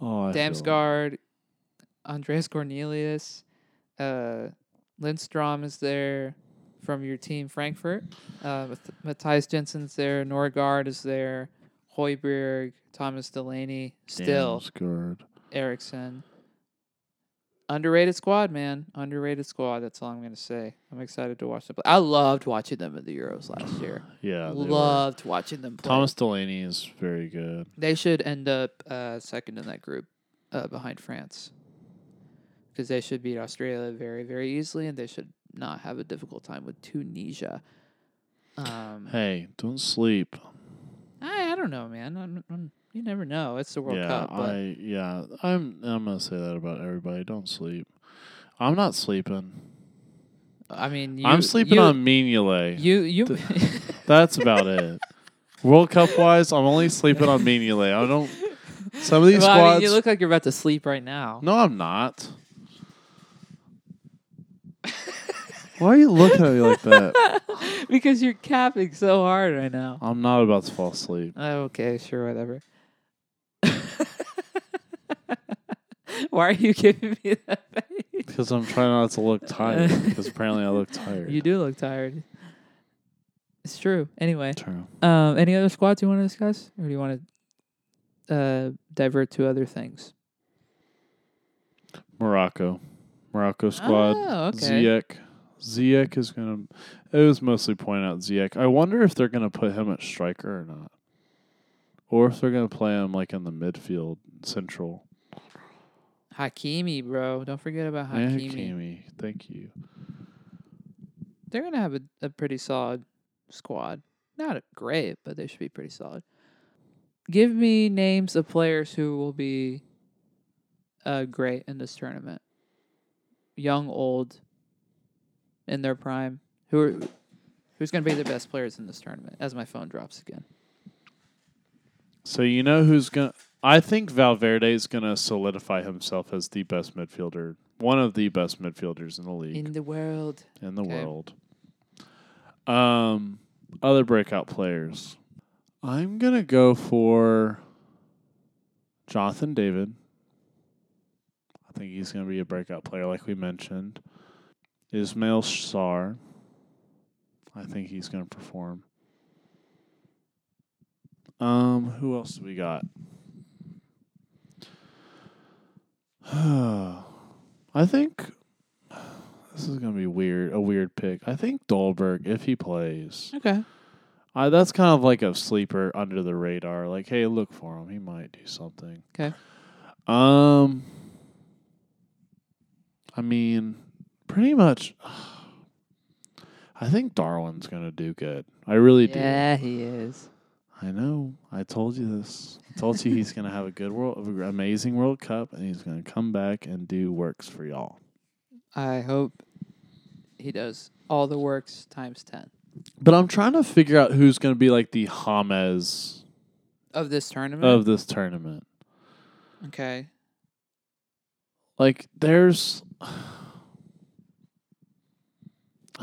[SPEAKER 3] oh, I feel-
[SPEAKER 2] Damsgaard, Andreas Cornelius, uh, Lindstrom is there from your team Frankfurt. Uh, Math- Matthias Jensen's there. Norgard is there. Hoiberg, Thomas Delaney, still
[SPEAKER 3] Damsgaard.
[SPEAKER 2] Ericsson. Underrated squad, man. Underrated squad. That's all I'm gonna say. I'm excited to watch them play. I loved watching them in the Euros last year.
[SPEAKER 3] Yeah. they were.
[SPEAKER 2] loved watching them play.
[SPEAKER 3] Thomas Delaney is very good.
[SPEAKER 2] They should end up uh, second in that group uh, behind France because they should beat Australia very, very easily and they should not have a difficult time with Tunisia. Um,
[SPEAKER 3] Hey, don't sleep.
[SPEAKER 2] I, I don't know, man. I'm, I'm- you never know. It's the World
[SPEAKER 3] yeah,
[SPEAKER 2] Cup. But
[SPEAKER 3] I yeah, I'm I'm gonna say that about everybody. Don't sleep. I'm not sleeping.
[SPEAKER 2] I mean, you,
[SPEAKER 3] I'm sleeping
[SPEAKER 2] you,
[SPEAKER 3] on Mignolet.
[SPEAKER 2] You, you,
[SPEAKER 3] That's about it. World Cup wise, I'm only sleeping on Mignolet. I don't. Some of these
[SPEAKER 2] well, I mean,
[SPEAKER 3] squads.
[SPEAKER 2] you look like you're about to sleep right now.
[SPEAKER 3] no, I'm not.
[SPEAKER 4] Why are you looking at me like that?
[SPEAKER 2] because you're capping so hard right now.
[SPEAKER 3] I'm not about to fall asleep.
[SPEAKER 2] Oh, okay, sure, whatever. Why are you giving me that face?
[SPEAKER 3] Because I'm trying not to look tired. Because apparently I look tired.
[SPEAKER 2] You do look tired. It's true. Anyway,
[SPEAKER 3] True.
[SPEAKER 2] um, any other squads you want to discuss, or do you want to uh, divert to other things?
[SPEAKER 3] Morocco, Morocco squad.
[SPEAKER 2] Oh, okay.
[SPEAKER 3] Ziyech. Ziyech is gonna. It was mostly pointing out Ziyech. I wonder if they're gonna put him at striker or not, or if they're gonna play him like in the midfield central.
[SPEAKER 2] Hakimi, bro, don't forget about
[SPEAKER 3] Yeah,
[SPEAKER 2] Hakimi.
[SPEAKER 3] Hakimi. Thank you.
[SPEAKER 2] They're gonna have a, a pretty solid squad. Not great, but they should be pretty solid. Give me names of players who will be uh, great in this tournament. Young, old, in their prime. Who are who's gonna be the best players in this tournament? As my phone drops again.
[SPEAKER 3] So you know who's gonna? I think Valverde is gonna solidify himself as the best midfielder, one of the best midfielders in the league.
[SPEAKER 2] In the world.
[SPEAKER 3] in the
[SPEAKER 2] Okay.
[SPEAKER 3] world. Um, other breakout players. I'm gonna go for Jonathan David. I think he's gonna be a breakout player, like we mentioned. Ismail Sar. I think he's gonna perform. Um, who else do we got? I think this is gonna be weird. A weird pick. I think Dahlberg, if he plays,
[SPEAKER 2] Okay.
[SPEAKER 3] I, that's kind of like a sleeper under the radar. Like, hey, look for him. He might do something.
[SPEAKER 2] 'Kay.
[SPEAKER 3] Um. I mean, pretty much. I think Darwin's gonna do good. I really
[SPEAKER 2] Yeah, he is.
[SPEAKER 3] do. I know. I told you this. I told you he's gonna have a good world, amazing World Cup, and he's gonna come back and do works for y'all.
[SPEAKER 2] I hope he does all the works times ten
[SPEAKER 3] But I'm trying to figure out who's going to be like the James
[SPEAKER 2] of this tournament.
[SPEAKER 3] of this tournament.
[SPEAKER 2] okay.
[SPEAKER 3] Like, there's, I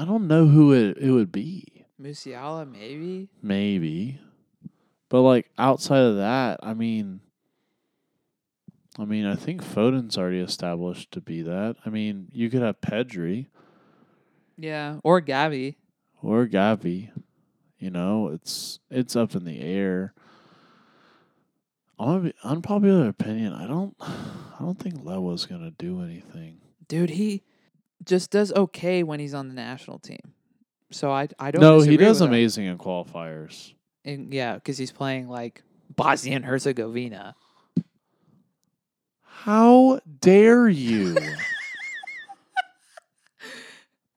[SPEAKER 3] don't know who it it would be.
[SPEAKER 2] Musiala, maybe.
[SPEAKER 3] Maybe, but like outside of that, I mean, I mean, I think Foden's already established to be that. I mean, you could have Pedri
[SPEAKER 2] Yeah, or Gabby.
[SPEAKER 3] or Gavi. You know, it's it's up in the air. I'm gonna be unpopular opinion. I don't I don't think Lewa's gonna do anything.
[SPEAKER 2] Dude, he just does okay when he's on the national team. So I I don't
[SPEAKER 3] No, he
[SPEAKER 2] disagree
[SPEAKER 3] does
[SPEAKER 2] with him.
[SPEAKER 3] amazing in qualifiers.
[SPEAKER 2] And yeah, cuz he's playing like Bosnia and Herzegovina.
[SPEAKER 3] How dare you?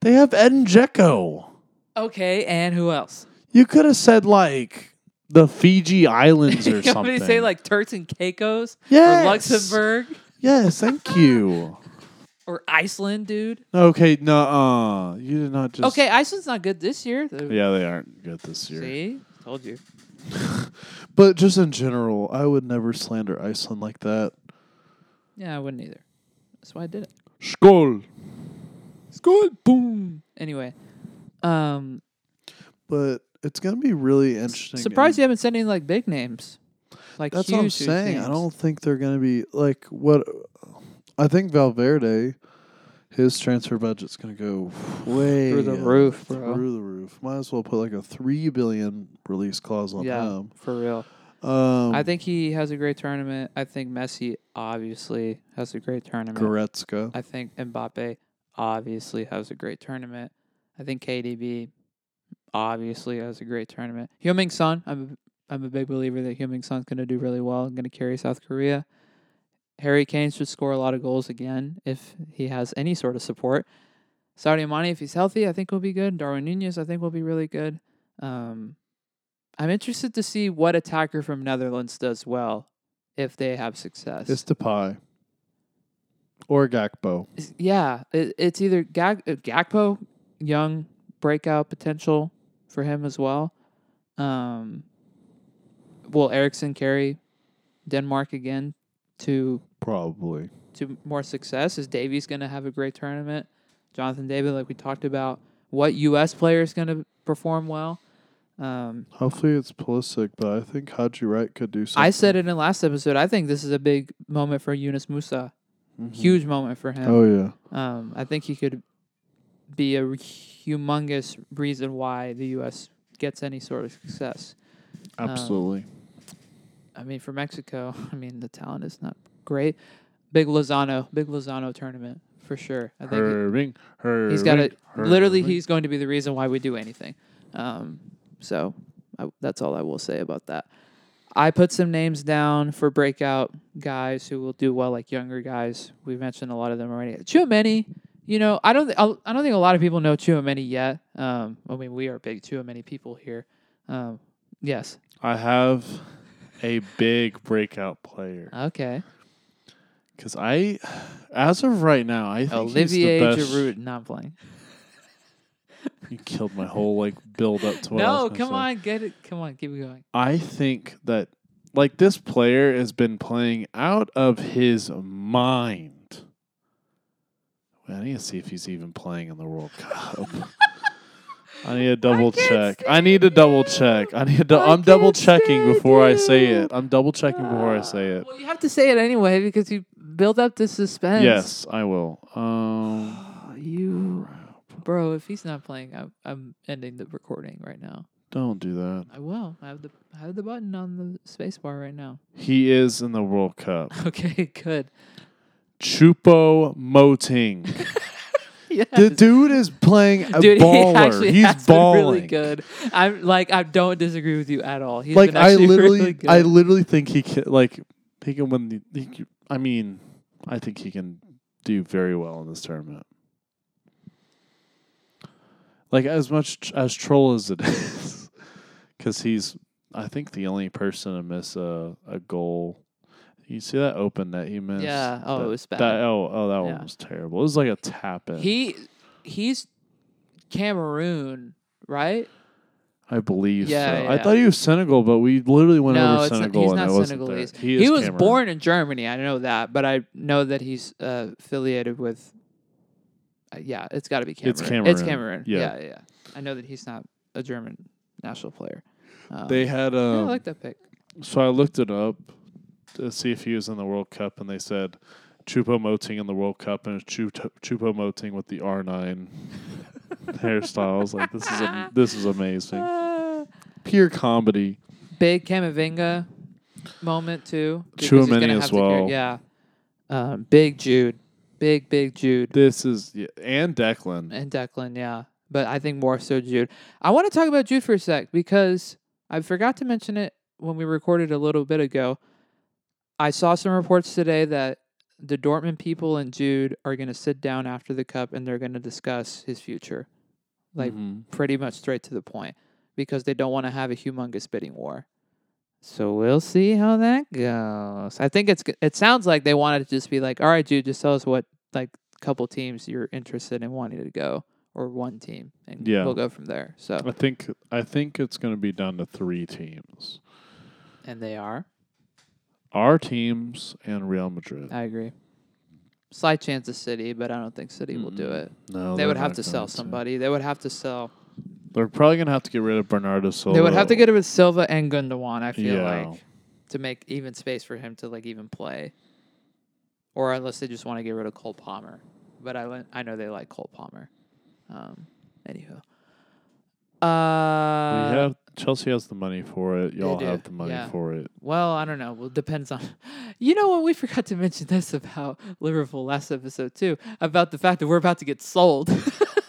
[SPEAKER 3] they have Ed and Dzeko.
[SPEAKER 2] Okay, and who else?
[SPEAKER 3] You could have said like the Fiji Islands or
[SPEAKER 2] you want
[SPEAKER 3] something.
[SPEAKER 2] me to say like Turks and Caicos
[SPEAKER 3] yes.
[SPEAKER 2] or Luxembourg
[SPEAKER 3] Yes, thank you.
[SPEAKER 2] or Iceland, dude?
[SPEAKER 3] Okay, no, uh, you did not just.
[SPEAKER 2] okay, Iceland's not good this year. though.
[SPEAKER 3] Yeah, they aren't good this year.
[SPEAKER 2] See? Told you.
[SPEAKER 4] But just in general, I would never slander Iceland like that.
[SPEAKER 2] Yeah, I wouldn't either. That's why I did it.
[SPEAKER 3] Skol.
[SPEAKER 2] School boom. Anyway, um
[SPEAKER 4] But it's gonna be really interesting.
[SPEAKER 2] surprised
[SPEAKER 4] and-
[SPEAKER 2] you haven't said any like big names. Like
[SPEAKER 4] That's
[SPEAKER 2] huge,
[SPEAKER 4] what I'm
[SPEAKER 2] huge
[SPEAKER 4] saying. I
[SPEAKER 2] names.
[SPEAKER 4] don't think they're gonna be like what. I think Valverde, his transfer budget's gonna go way
[SPEAKER 2] Through the
[SPEAKER 4] up,
[SPEAKER 2] roof, bro.
[SPEAKER 4] Through the roof. Might as well put like a three billion release clause on
[SPEAKER 2] Yeah,
[SPEAKER 4] him.
[SPEAKER 2] for real.
[SPEAKER 4] Um,
[SPEAKER 2] I think he has a great tournament. I think Messi obviously has a great tournament.
[SPEAKER 4] Goretzka.
[SPEAKER 2] I think Mbappe obviously has a great tournament. I think KDB obviously has a great tournament. Heung-Min Son, I'm a, I'm a big believer that Heung-Min Son's going to do really well. going to carry South Korea. Harry Kane should score a lot of goals again if he has any sort of support. Saudi Mane, if he's healthy, I think will be good. Darwin Nunez, I think will be really good. Um, I'm interested to see what attacker from Netherlands does well if they have success.
[SPEAKER 4] It's Depay. Or Gakpo.
[SPEAKER 2] Is- Yeah, it, it's either Gag, uh, Gakpo, young breakout potential for him as well, Um, will Ericsson carry Denmark again to
[SPEAKER 4] Probably.
[SPEAKER 2] to more success? Is Davies going to have a great tournament? Jonathan David, like we talked about, what U.S. player is going to perform well? Um,
[SPEAKER 4] Hopefully it's Pulisic, but I think Haji Wright could do something.
[SPEAKER 2] I said it in last episode. I think this is a big moment for Yunus Musa.
[SPEAKER 3] Mm-hmm.
[SPEAKER 2] Huge moment for him.
[SPEAKER 4] Oh yeah.
[SPEAKER 2] Um, I think he could be a humongous reason why the U.S. gets any sort of success. Um,
[SPEAKER 4] Absolutely.
[SPEAKER 2] I mean, for Mexico, I mean the talent is not great. Big Lozano, big Lozano tournament for sure. I think
[SPEAKER 3] Irving, Irving,
[SPEAKER 2] he's got it. Literally,
[SPEAKER 3] Irving.
[SPEAKER 2] he's going to be the reason why we do anything. Um, so I, that's all I will say about that. I put some names down for breakout guys who will do well, like younger guys. We've mentioned a lot of them already. Chumani, you know, I don't, th- I don't think a lot of people know Chumani yet. Um, I mean, we are big Chumani people here. Um, yes.
[SPEAKER 3] I have a big breakout player
[SPEAKER 2] Uh, Okay.
[SPEAKER 3] because I, as of right now, I think
[SPEAKER 2] Olivier
[SPEAKER 3] he's the best.
[SPEAKER 2] Giroud, not playing.
[SPEAKER 3] You killed my whole like build up to what I was
[SPEAKER 2] No,
[SPEAKER 3] gonna
[SPEAKER 2] come
[SPEAKER 3] say.
[SPEAKER 2] on, get it. Come on, keep it going.
[SPEAKER 3] I think that like this player has been playing out of his mind. Well, I need to see if he's even playing in the World Cup. I need to double
[SPEAKER 2] can't
[SPEAKER 3] check. I need to
[SPEAKER 2] stand
[SPEAKER 3] double
[SPEAKER 2] you.
[SPEAKER 3] check. I need to.
[SPEAKER 2] I
[SPEAKER 3] I'm double
[SPEAKER 2] can't
[SPEAKER 3] checking
[SPEAKER 2] stand
[SPEAKER 3] before I say
[SPEAKER 2] you.
[SPEAKER 3] it. I'm double checking before I say it.
[SPEAKER 2] Well, you have to say it anyway because you build up the suspense.
[SPEAKER 3] Yes, I will. Um,
[SPEAKER 2] Oh, you, bro. If he's not playing, I'm, I'm ending the recording right now.
[SPEAKER 3] don't do that.
[SPEAKER 2] I will. I have the I have the button on the space bar right now.
[SPEAKER 3] He is in the World Cup.
[SPEAKER 2] Okay, good.
[SPEAKER 3] Chupo Moting.
[SPEAKER 2] Yes.
[SPEAKER 4] The dude is playing a
[SPEAKER 2] Dude, he
[SPEAKER 4] baller.
[SPEAKER 2] actually
[SPEAKER 4] he's
[SPEAKER 2] has been
[SPEAKER 4] balling.
[SPEAKER 2] really good. I'm like I don't disagree with you at all. He's
[SPEAKER 4] Like
[SPEAKER 2] been
[SPEAKER 4] I
[SPEAKER 2] actually
[SPEAKER 4] literally,
[SPEAKER 2] really good.
[SPEAKER 4] I literally think
[SPEAKER 3] think he can like he can win the he can- I mean, I think he can do very well in this tournament. Like as much tr- as troll as it is cuz he's I think the only person to miss a a goal. You see that open that he missed?
[SPEAKER 2] Yeah. Oh, it
[SPEAKER 3] That-
[SPEAKER 2] was bad.
[SPEAKER 3] That, oh, oh, that
[SPEAKER 2] Yeah.
[SPEAKER 3] one was terrible. It was like a tap in.
[SPEAKER 2] he he's Cameroon, right?
[SPEAKER 3] I believe
[SPEAKER 2] Yeah,
[SPEAKER 3] so.
[SPEAKER 2] yeah,
[SPEAKER 3] I
[SPEAKER 2] yeah.
[SPEAKER 3] thought he was Senegal, but we literally went
[SPEAKER 2] no,
[SPEAKER 3] over
[SPEAKER 2] it's not,
[SPEAKER 3] Senegal
[SPEAKER 2] he's
[SPEAKER 3] and
[SPEAKER 2] not
[SPEAKER 3] it wasn't
[SPEAKER 2] Senegalese.
[SPEAKER 3] there.
[SPEAKER 2] He,
[SPEAKER 3] is
[SPEAKER 2] was
[SPEAKER 3] Cameroon.
[SPEAKER 2] born in Germany. I know that, but I know that he's uh, affiliated with. Uh, yeah, it's got to be Cameroon.
[SPEAKER 3] It's
[SPEAKER 2] It's Cameroon.
[SPEAKER 3] Cameroon.
[SPEAKER 2] Yeah.
[SPEAKER 3] Yeah.
[SPEAKER 2] yeah, yeah. I know that he's not a German national player. Um,
[SPEAKER 3] They had
[SPEAKER 2] yeah, I
[SPEAKER 3] um,
[SPEAKER 2] like that pick.
[SPEAKER 3] So I looked it up to see if he was in the World Cup, and they said Chupo Moting in the World Cup, and it's Chupo Chupo Moting with the R9 hairstyles. Like this is a, this is amazing,
[SPEAKER 2] Uh,
[SPEAKER 3] pure comedy.
[SPEAKER 2] big Camavinga moment too. because
[SPEAKER 3] Chouameni
[SPEAKER 2] he's gonna
[SPEAKER 3] as
[SPEAKER 2] have to carry-
[SPEAKER 3] well.
[SPEAKER 2] yeah. Um, big Jude, big big Jude.
[SPEAKER 3] This is yeah, and Declan.
[SPEAKER 2] um, And Declan, yeah. But I think more so Jude. I want to talk about Jude for a sec because I forgot to mention it when we recorded a little bit ago. I saw some reports today that the Dortmund people and Jude are going to sit down after the cup and they're going to discuss his future, like
[SPEAKER 3] Mhm.
[SPEAKER 2] pretty much straight to the point, because they don't want to have a humongous bidding war. So we'll see how that goes. I think it's g- it sounds like they wanted to just be like, all right, Jude, just tell us what like couple teams you're interested in wanting to go or one team and
[SPEAKER 3] Yeah.
[SPEAKER 2] we'll go from there. So
[SPEAKER 3] I think I think it's going to be down to three teams:
[SPEAKER 2] and they are.
[SPEAKER 3] our teams and Real Madrid.
[SPEAKER 2] I agree. Slight chance of City, but I don't think City will do
[SPEAKER 3] Mm-mm.
[SPEAKER 2] it.
[SPEAKER 3] No,
[SPEAKER 2] they
[SPEAKER 3] Mm-hmm. they're
[SPEAKER 2] would have
[SPEAKER 3] not
[SPEAKER 2] to
[SPEAKER 3] going
[SPEAKER 2] sell somebody. They would have to sell.
[SPEAKER 3] They're probably going to have to get rid of Bernardo Silva.
[SPEAKER 2] They would have to get rid of Silva and Gundogan. I feel
[SPEAKER 3] Yeah.
[SPEAKER 2] like to make even space for him to like even play, or unless they just want to get rid of Cole Palmer. But I li- I know they like Cole Palmer. Um, anywho,
[SPEAKER 3] We
[SPEAKER 2] uh,
[SPEAKER 3] have Chelsea has the money for it. Y'all
[SPEAKER 2] do,
[SPEAKER 3] have the money
[SPEAKER 2] yeah.
[SPEAKER 3] for it.
[SPEAKER 2] Well, I don't know. Well, depends on. You know what? We forgot to mention this about Liverpool last episode too, about the fact that we're about to get sold.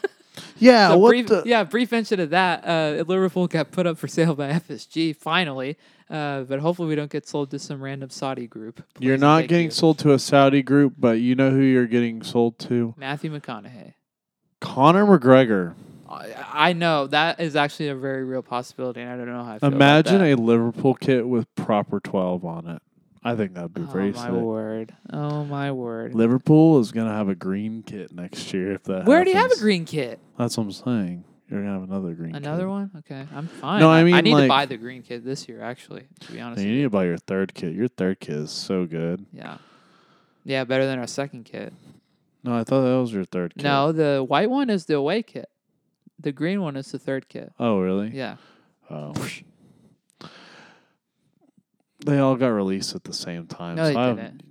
[SPEAKER 4] yeah.
[SPEAKER 2] So
[SPEAKER 4] what
[SPEAKER 2] brief,
[SPEAKER 4] the?
[SPEAKER 2] yeah, brief mention of that. Uh, Liverpool got put up for sale by FSG finally, uh, but hopefully we don't get sold to some random Saudi group. Please
[SPEAKER 3] You're
[SPEAKER 2] and
[SPEAKER 3] not
[SPEAKER 2] thank
[SPEAKER 3] getting
[SPEAKER 2] you.
[SPEAKER 3] sold to a Saudi group, but you know who you're getting sold to?
[SPEAKER 2] Matthew McConaughey.
[SPEAKER 3] Conor McGregor.
[SPEAKER 2] I, I know that is actually a very real possibility, and I don't know how. I feel
[SPEAKER 3] Imagine
[SPEAKER 2] about that.
[SPEAKER 3] a Liverpool kit with proper 12 on it. I think that'd be
[SPEAKER 2] Oh
[SPEAKER 3] very
[SPEAKER 2] my
[SPEAKER 3] sick.
[SPEAKER 2] word! Oh my word!
[SPEAKER 3] Liverpool is going to have a green kit next year if that
[SPEAKER 2] we already have a
[SPEAKER 3] happens.
[SPEAKER 2] green kit.
[SPEAKER 3] That's what I'm saying. You're gonna have another green.
[SPEAKER 2] Another
[SPEAKER 3] kid.
[SPEAKER 2] one? Okay, I'm fine.
[SPEAKER 3] No, I
[SPEAKER 2] I
[SPEAKER 3] mean,
[SPEAKER 2] need to
[SPEAKER 3] like-
[SPEAKER 2] buy the green kid this year. Actually, to be honest,
[SPEAKER 3] Man, you need to buy your third kit. Your third kit is so good.
[SPEAKER 2] yeah, yeah, better than our second kit.
[SPEAKER 3] No, I thought that was your third kit.
[SPEAKER 2] No, the white one is the away kit. The green one is the third kit.
[SPEAKER 3] Oh really?
[SPEAKER 2] Yeah,
[SPEAKER 3] Oh. They all got released at the same time.
[SPEAKER 2] no, they
[SPEAKER 3] so I-
[SPEAKER 2] didn't.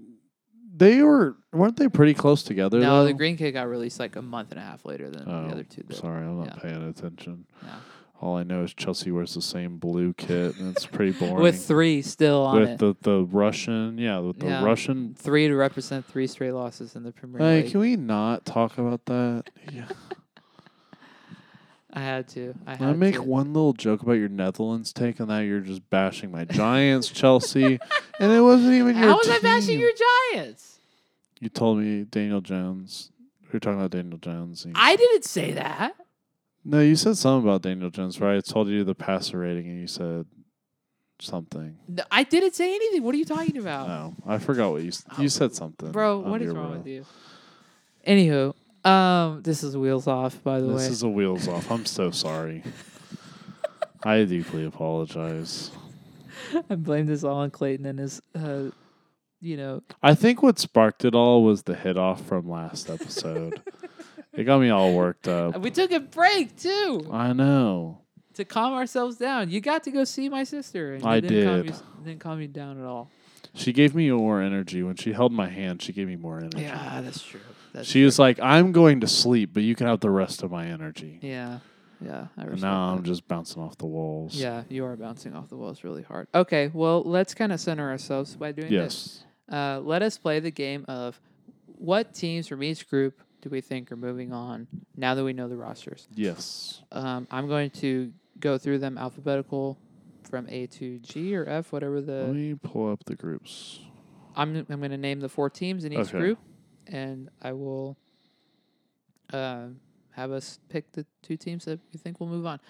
[SPEAKER 3] They were weren't they pretty close together?
[SPEAKER 2] No,
[SPEAKER 3] though?
[SPEAKER 2] the green kit got released like a month and a half later than
[SPEAKER 3] Oh,
[SPEAKER 2] the other two. Did.
[SPEAKER 3] Sorry, I'm not
[SPEAKER 2] yeah.
[SPEAKER 3] paying attention.
[SPEAKER 2] Yeah.
[SPEAKER 3] All I know is Chelsea wears the same blue kit, and it's pretty boring.
[SPEAKER 2] With three still on
[SPEAKER 3] With
[SPEAKER 2] it,
[SPEAKER 3] the the Russian, yeah, with the
[SPEAKER 2] Yeah.
[SPEAKER 3] Russian.
[SPEAKER 2] three to represent three straight losses in the Premier
[SPEAKER 3] Hey,
[SPEAKER 2] League.
[SPEAKER 3] can we not talk about that? Yeah.
[SPEAKER 2] I had to. I had
[SPEAKER 3] I make
[SPEAKER 2] to.
[SPEAKER 3] one little joke about your Netherlands take, and now you're just bashing my Giants, Chelsea, and it wasn't even your
[SPEAKER 2] How was I bashing
[SPEAKER 3] team.
[SPEAKER 2] your Giants?
[SPEAKER 3] You told me Daniel Jones. We were talking about Daniel Jones. and-
[SPEAKER 2] I didn't say that.
[SPEAKER 3] no, you said something about Daniel Jones, right? I told you the passer rating, and you said something.
[SPEAKER 2] No, I didn't say anything. What are you talking about?
[SPEAKER 3] No, I forgot what you s-
[SPEAKER 2] Oh.
[SPEAKER 3] you said something.
[SPEAKER 2] Bro,
[SPEAKER 3] on
[SPEAKER 2] what is
[SPEAKER 3] your
[SPEAKER 2] wrong
[SPEAKER 3] reel.
[SPEAKER 2] with you? Anywho, um, this is wheels off. By the
[SPEAKER 3] This
[SPEAKER 2] way,
[SPEAKER 3] is a wheels off. I'm so sorry. I deeply apologize.
[SPEAKER 2] I blame this all on Clayton and his, uh, you know,
[SPEAKER 3] I think what sparked it all was the hit off from last episode. it got me all worked up.
[SPEAKER 2] we took a break too
[SPEAKER 3] I know.
[SPEAKER 2] to calm ourselves down. You got to go see my sister. And you
[SPEAKER 3] I
[SPEAKER 2] didn't Calm
[SPEAKER 3] did.
[SPEAKER 2] you, s- didn't calm you down at all.
[SPEAKER 3] She gave me more energy when she held my hand. She gave me more energy.
[SPEAKER 2] Yeah, that's true. That's
[SPEAKER 3] she was like, "I'm going to sleep, but you can have the rest of my energy."
[SPEAKER 2] yeah, yeah. I
[SPEAKER 3] and
[SPEAKER 2] respect
[SPEAKER 3] now I'm
[SPEAKER 2] that.
[SPEAKER 3] just bouncing off the walls.
[SPEAKER 2] Yeah, you are bouncing off the walls really hard. Okay, well, let's kind of center ourselves by doing this.
[SPEAKER 3] Yes.
[SPEAKER 2] Uh, let us play the game of what teams from each group do we think are moving on now that we know the rosters.
[SPEAKER 3] Yes.
[SPEAKER 2] Um, I'm going to go through them alphabetical from A to G or F, whatever
[SPEAKER 3] Let
[SPEAKER 2] the.
[SPEAKER 3] me pull up the groups.
[SPEAKER 2] I'm I'm going to name the four teams in each
[SPEAKER 3] Okay.
[SPEAKER 2] group, and I will uh, have us pick the two teams that we think will move on.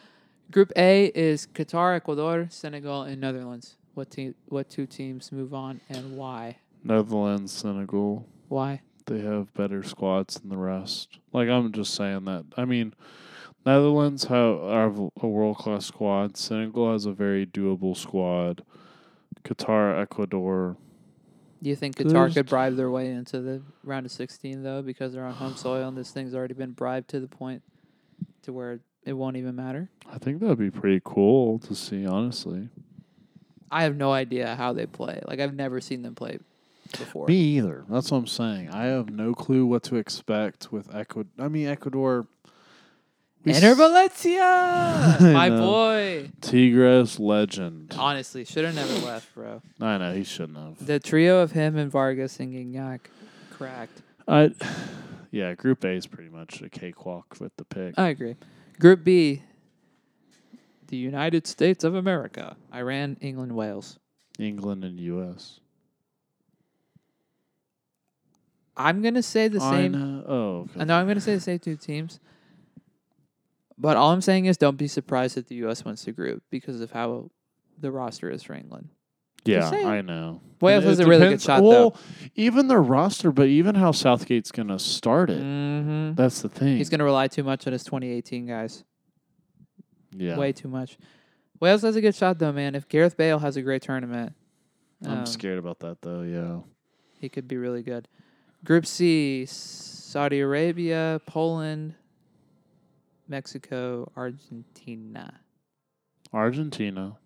[SPEAKER 2] Group A is Qatar, Ecuador, Senegal, and Netherlands. What team? What two teams move on, and why?
[SPEAKER 3] Netherlands, Senegal.
[SPEAKER 2] Why?
[SPEAKER 3] they have better squads than the rest. Like I'm just saying that. I mean, Netherlands have have a world class squad. Senegal has a very doable squad. Qatar, Ecuador.
[SPEAKER 2] Do you think Qatar
[SPEAKER 3] There's-
[SPEAKER 2] could bribe their way into the round of 16 though, because they're on home soil and this thing's already been bribed to the point to where it won't even matter?
[SPEAKER 3] I think that'd be pretty cool to see. Honestly,
[SPEAKER 2] I have no idea how they play. Like I've never seen them play before.
[SPEAKER 3] me either. That's what I'm saying. I have no clue what to expect with Ecuador. I mean, Ecuador. we
[SPEAKER 2] Enter
[SPEAKER 3] s-
[SPEAKER 2] Valencia,
[SPEAKER 3] I
[SPEAKER 2] my
[SPEAKER 3] know.
[SPEAKER 2] boy.
[SPEAKER 3] Tigres legend.
[SPEAKER 2] Honestly, should have never left, bro.
[SPEAKER 3] I know he shouldn't have.
[SPEAKER 2] The trio of him and Vargas and Gignac cracked.
[SPEAKER 3] I, yeah, Group A is pretty much a cakewalk with the pick.
[SPEAKER 2] I agree. Group B, the United States of America, Iran, England, Wales.
[SPEAKER 3] England and U.S.
[SPEAKER 2] I'm gonna say the
[SPEAKER 3] I
[SPEAKER 2] same.
[SPEAKER 3] know- Oh, okay.
[SPEAKER 2] I know I'm going to say the same two teams. But all I'm saying is don't be surprised if the U.S. wins the group because of how the roster is for England.
[SPEAKER 3] Yeah,
[SPEAKER 2] saying.
[SPEAKER 3] I know.
[SPEAKER 2] Wales
[SPEAKER 3] And
[SPEAKER 2] was a
[SPEAKER 3] it
[SPEAKER 2] really good
[SPEAKER 3] depends-
[SPEAKER 2] shot,
[SPEAKER 3] well, even their roster, but even how Southgate's going to start
[SPEAKER 2] though.
[SPEAKER 3] it.
[SPEAKER 2] Mm-hmm.
[SPEAKER 3] That's the thing.
[SPEAKER 2] He's going to rely too much on his 2018 guys.
[SPEAKER 3] yeah.
[SPEAKER 2] Way too much. Wales has a good shot, though, man. If Gareth Bale has a great tournament, um,
[SPEAKER 3] I'm scared about that though. Yeah.
[SPEAKER 2] he could be really good. Group C Saudi Arabia, Poland, Mexico, Argentina.
[SPEAKER 3] Argentina.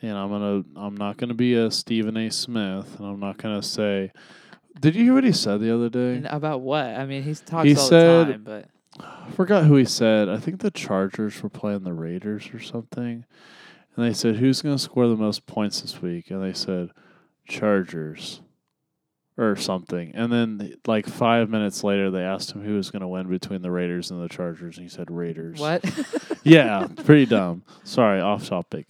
[SPEAKER 3] And I'm gonna. I'm not gonna be a Stephen A. Smith, and I'm not gonna say. Did you hear what he said the other day?
[SPEAKER 2] And about what? I mean, he's talks
[SPEAKER 3] He
[SPEAKER 2] all
[SPEAKER 3] said-
[SPEAKER 2] the time, but.
[SPEAKER 3] I forgot who he said. I think the Chargers were playing the Raiders or something. And they said, Who's going to score the most points this week? And they said, Chargers or something. And then, like, five minutes later, they asked him who was going to win between the Raiders and the Chargers. And he said, Raiders.
[SPEAKER 2] What?
[SPEAKER 3] Yeah, pretty dumb. Sorry, off topic.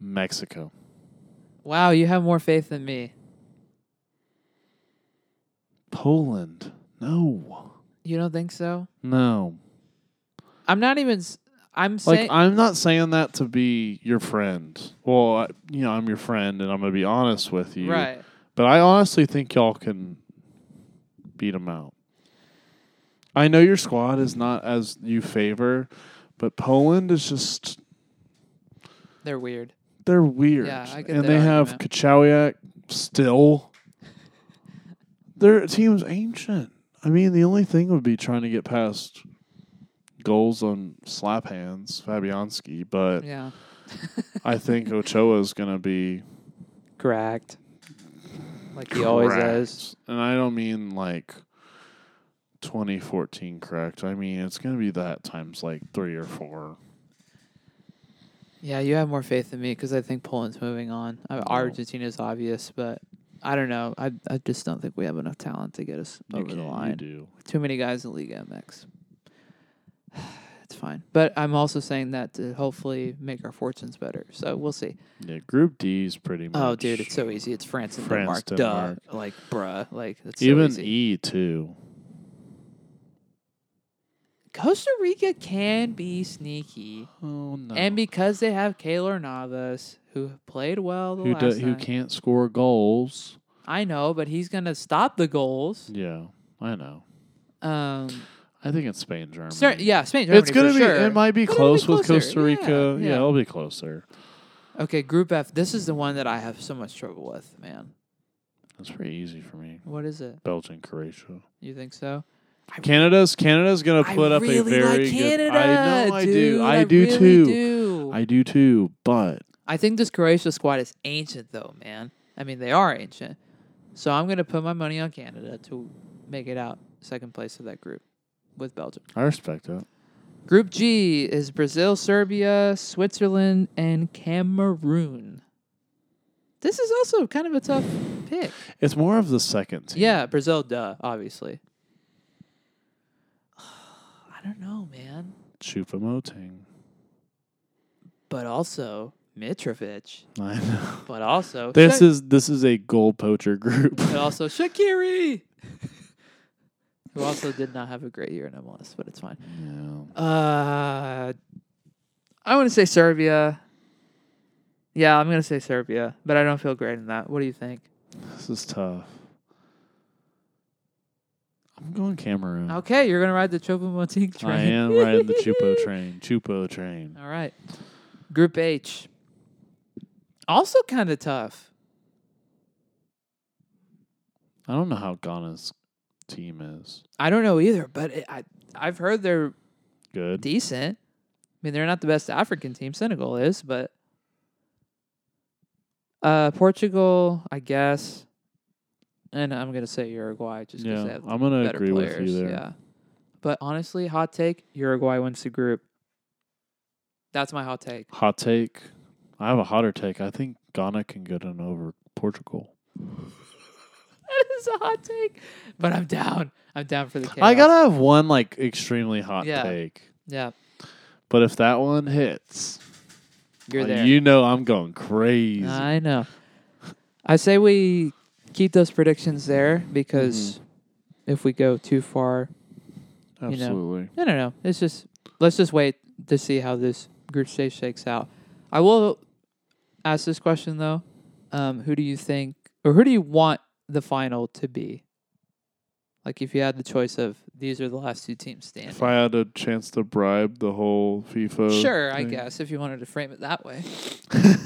[SPEAKER 3] Mexico.
[SPEAKER 2] Wow, you have more faith than me.
[SPEAKER 3] Poland. No.
[SPEAKER 2] You don't think so?
[SPEAKER 3] No.
[SPEAKER 2] I'm not even. s- I'm saying.
[SPEAKER 3] Like I'm not saying that to be your friend. Well, I, you know, I'm your friend, and I'm gonna be honest with you.
[SPEAKER 2] right.
[SPEAKER 3] But I honestly think y'all can beat them out. I know your squad is not as you favor, but Poland is just
[SPEAKER 2] They're weird.
[SPEAKER 3] they're weird.
[SPEAKER 2] Yeah, I get
[SPEAKER 3] and
[SPEAKER 2] that
[SPEAKER 3] they have
[SPEAKER 2] argument.
[SPEAKER 3] Kachowiak still. Their team's ancient. I mean, the only thing would be trying to get past goals on slap hands, Fabianski, but
[SPEAKER 2] Yeah.
[SPEAKER 3] I think Ochoa is going to be
[SPEAKER 2] Cracked. Like he always
[SPEAKER 3] cracked.
[SPEAKER 2] is.
[SPEAKER 3] And I don't mean like 2014 correct. I mean, it's going to be that times like three or four.
[SPEAKER 2] Yeah, you have more faith than me because I think Poland's moving on. I, Argentina's obvious, but I don't know. I I just don't think we have enough talent to get us
[SPEAKER 3] You
[SPEAKER 2] over
[SPEAKER 3] can't-
[SPEAKER 2] the
[SPEAKER 3] you
[SPEAKER 2] line.
[SPEAKER 3] do.
[SPEAKER 2] Too many guys in League MX. it's fine, but I'm also saying that to hopefully make our fortunes better. So we'll see.
[SPEAKER 3] Yeah, Group D's pretty much.
[SPEAKER 2] Oh, dude, it's so easy. It's France and
[SPEAKER 3] France,
[SPEAKER 2] Denmark. Duh. Like, bruh. Like, it's so
[SPEAKER 3] Even
[SPEAKER 2] easy.
[SPEAKER 3] E too.
[SPEAKER 2] Costa Rica can be sneaky,
[SPEAKER 3] Oh no.
[SPEAKER 2] and because they have Kaylor Navas, who played well the
[SPEAKER 3] who
[SPEAKER 2] last
[SPEAKER 3] do, who
[SPEAKER 2] time.
[SPEAKER 3] can't score goals?
[SPEAKER 2] I know, but he's gonna stop the goals.
[SPEAKER 3] Yeah, I know.
[SPEAKER 2] Um,
[SPEAKER 3] I think it's Spain, Germany.
[SPEAKER 2] cer- yeah, Spain. Germany
[SPEAKER 3] it's gonna
[SPEAKER 2] for
[SPEAKER 3] be.
[SPEAKER 2] Sure.
[SPEAKER 3] It might be
[SPEAKER 2] But it'll
[SPEAKER 3] close with
[SPEAKER 2] closer.
[SPEAKER 3] Costa Rica.
[SPEAKER 2] Yeah,
[SPEAKER 3] Yeah, it'll be closer.
[SPEAKER 2] Okay, Group F. This is the one that I have so much trouble with, man.
[SPEAKER 3] That's pretty easy for me.
[SPEAKER 2] What is it?
[SPEAKER 3] Belgium, Croatia.
[SPEAKER 2] You think so?
[SPEAKER 3] Canada's Canada's gonna
[SPEAKER 2] I
[SPEAKER 3] put up
[SPEAKER 2] really
[SPEAKER 3] a very
[SPEAKER 2] like
[SPEAKER 3] good.
[SPEAKER 2] Canada.
[SPEAKER 3] I know. I
[SPEAKER 2] dude,
[SPEAKER 3] do. I, do
[SPEAKER 2] really
[SPEAKER 3] too.
[SPEAKER 2] do.
[SPEAKER 3] I do too. But
[SPEAKER 2] I think this Croatia squad is ancient, though, man. I mean, they are ancient. So I'm going to put my money on Canada to make it out second place of that group with Belgium.
[SPEAKER 3] I respect it.
[SPEAKER 2] Group G is Brazil, Serbia, Switzerland, and Cameroon. This is also kind of a tough pick.
[SPEAKER 3] It's more of the second team.
[SPEAKER 2] Yeah, Brazil, duh, obviously. I don't know, man.
[SPEAKER 3] Chupamoting.
[SPEAKER 2] But also Mitrovic.
[SPEAKER 3] I know.
[SPEAKER 2] But also
[SPEAKER 3] This
[SPEAKER 2] Shak-
[SPEAKER 3] is this is a goal poacher group.
[SPEAKER 2] but also Shakiri, who also did not have a great year in MLS, but it's fine.
[SPEAKER 3] yeah.
[SPEAKER 2] Uh, I want to say Serbia. Yeah, I'm gonna say Serbia, but I don't feel great in that. What do you think?
[SPEAKER 3] This is tough. I'm going Cameroon.
[SPEAKER 2] Okay, you're gonna ride the Chopo Motique train.
[SPEAKER 3] I am riding the Chupo train. Chupo train.
[SPEAKER 2] All right, Group H. Also kind of tough.
[SPEAKER 3] I don't know how Ghana's team is.
[SPEAKER 2] I don't know either, but it, I I've heard they're
[SPEAKER 3] Good.
[SPEAKER 2] decent. I mean, they're not the best African team. Senegal is, but uh, Portugal, I guess. And I'm gonna say Uruguay just because they
[SPEAKER 3] yeah,
[SPEAKER 2] have
[SPEAKER 3] I'm gonna
[SPEAKER 2] better
[SPEAKER 3] agree
[SPEAKER 2] players.
[SPEAKER 3] with you there.
[SPEAKER 2] Yeah, but honestly, hot take: Uruguay wins the group. That's my hot take.
[SPEAKER 3] Hot take. I have a hotter take. I think Ghana can get in over Portugal.
[SPEAKER 2] That is a hot take, but I'm down. I'm down for the chaos.
[SPEAKER 3] I gotta have one like extremely hot
[SPEAKER 2] Yeah.
[SPEAKER 3] take.
[SPEAKER 2] Yeah,
[SPEAKER 3] But if that one hits,
[SPEAKER 2] you're
[SPEAKER 3] uh,
[SPEAKER 2] there. Uh,
[SPEAKER 3] you know I'm going crazy.
[SPEAKER 2] I know. I say we keep those predictions there because
[SPEAKER 3] Mm-hmm.
[SPEAKER 2] if we go too far, know.
[SPEAKER 3] Absolutely.
[SPEAKER 2] I don't know. It's just let's just wait to see how this group stage shakes out. I will ask this question though: um, Who do you think, or who do you want the final to be? Like, if you had the choice of these are the last two teams standing.
[SPEAKER 3] If I had a chance to bribe the whole FIFA,
[SPEAKER 2] sure, I
[SPEAKER 3] thing.
[SPEAKER 2] guess if you wanted to frame it that way.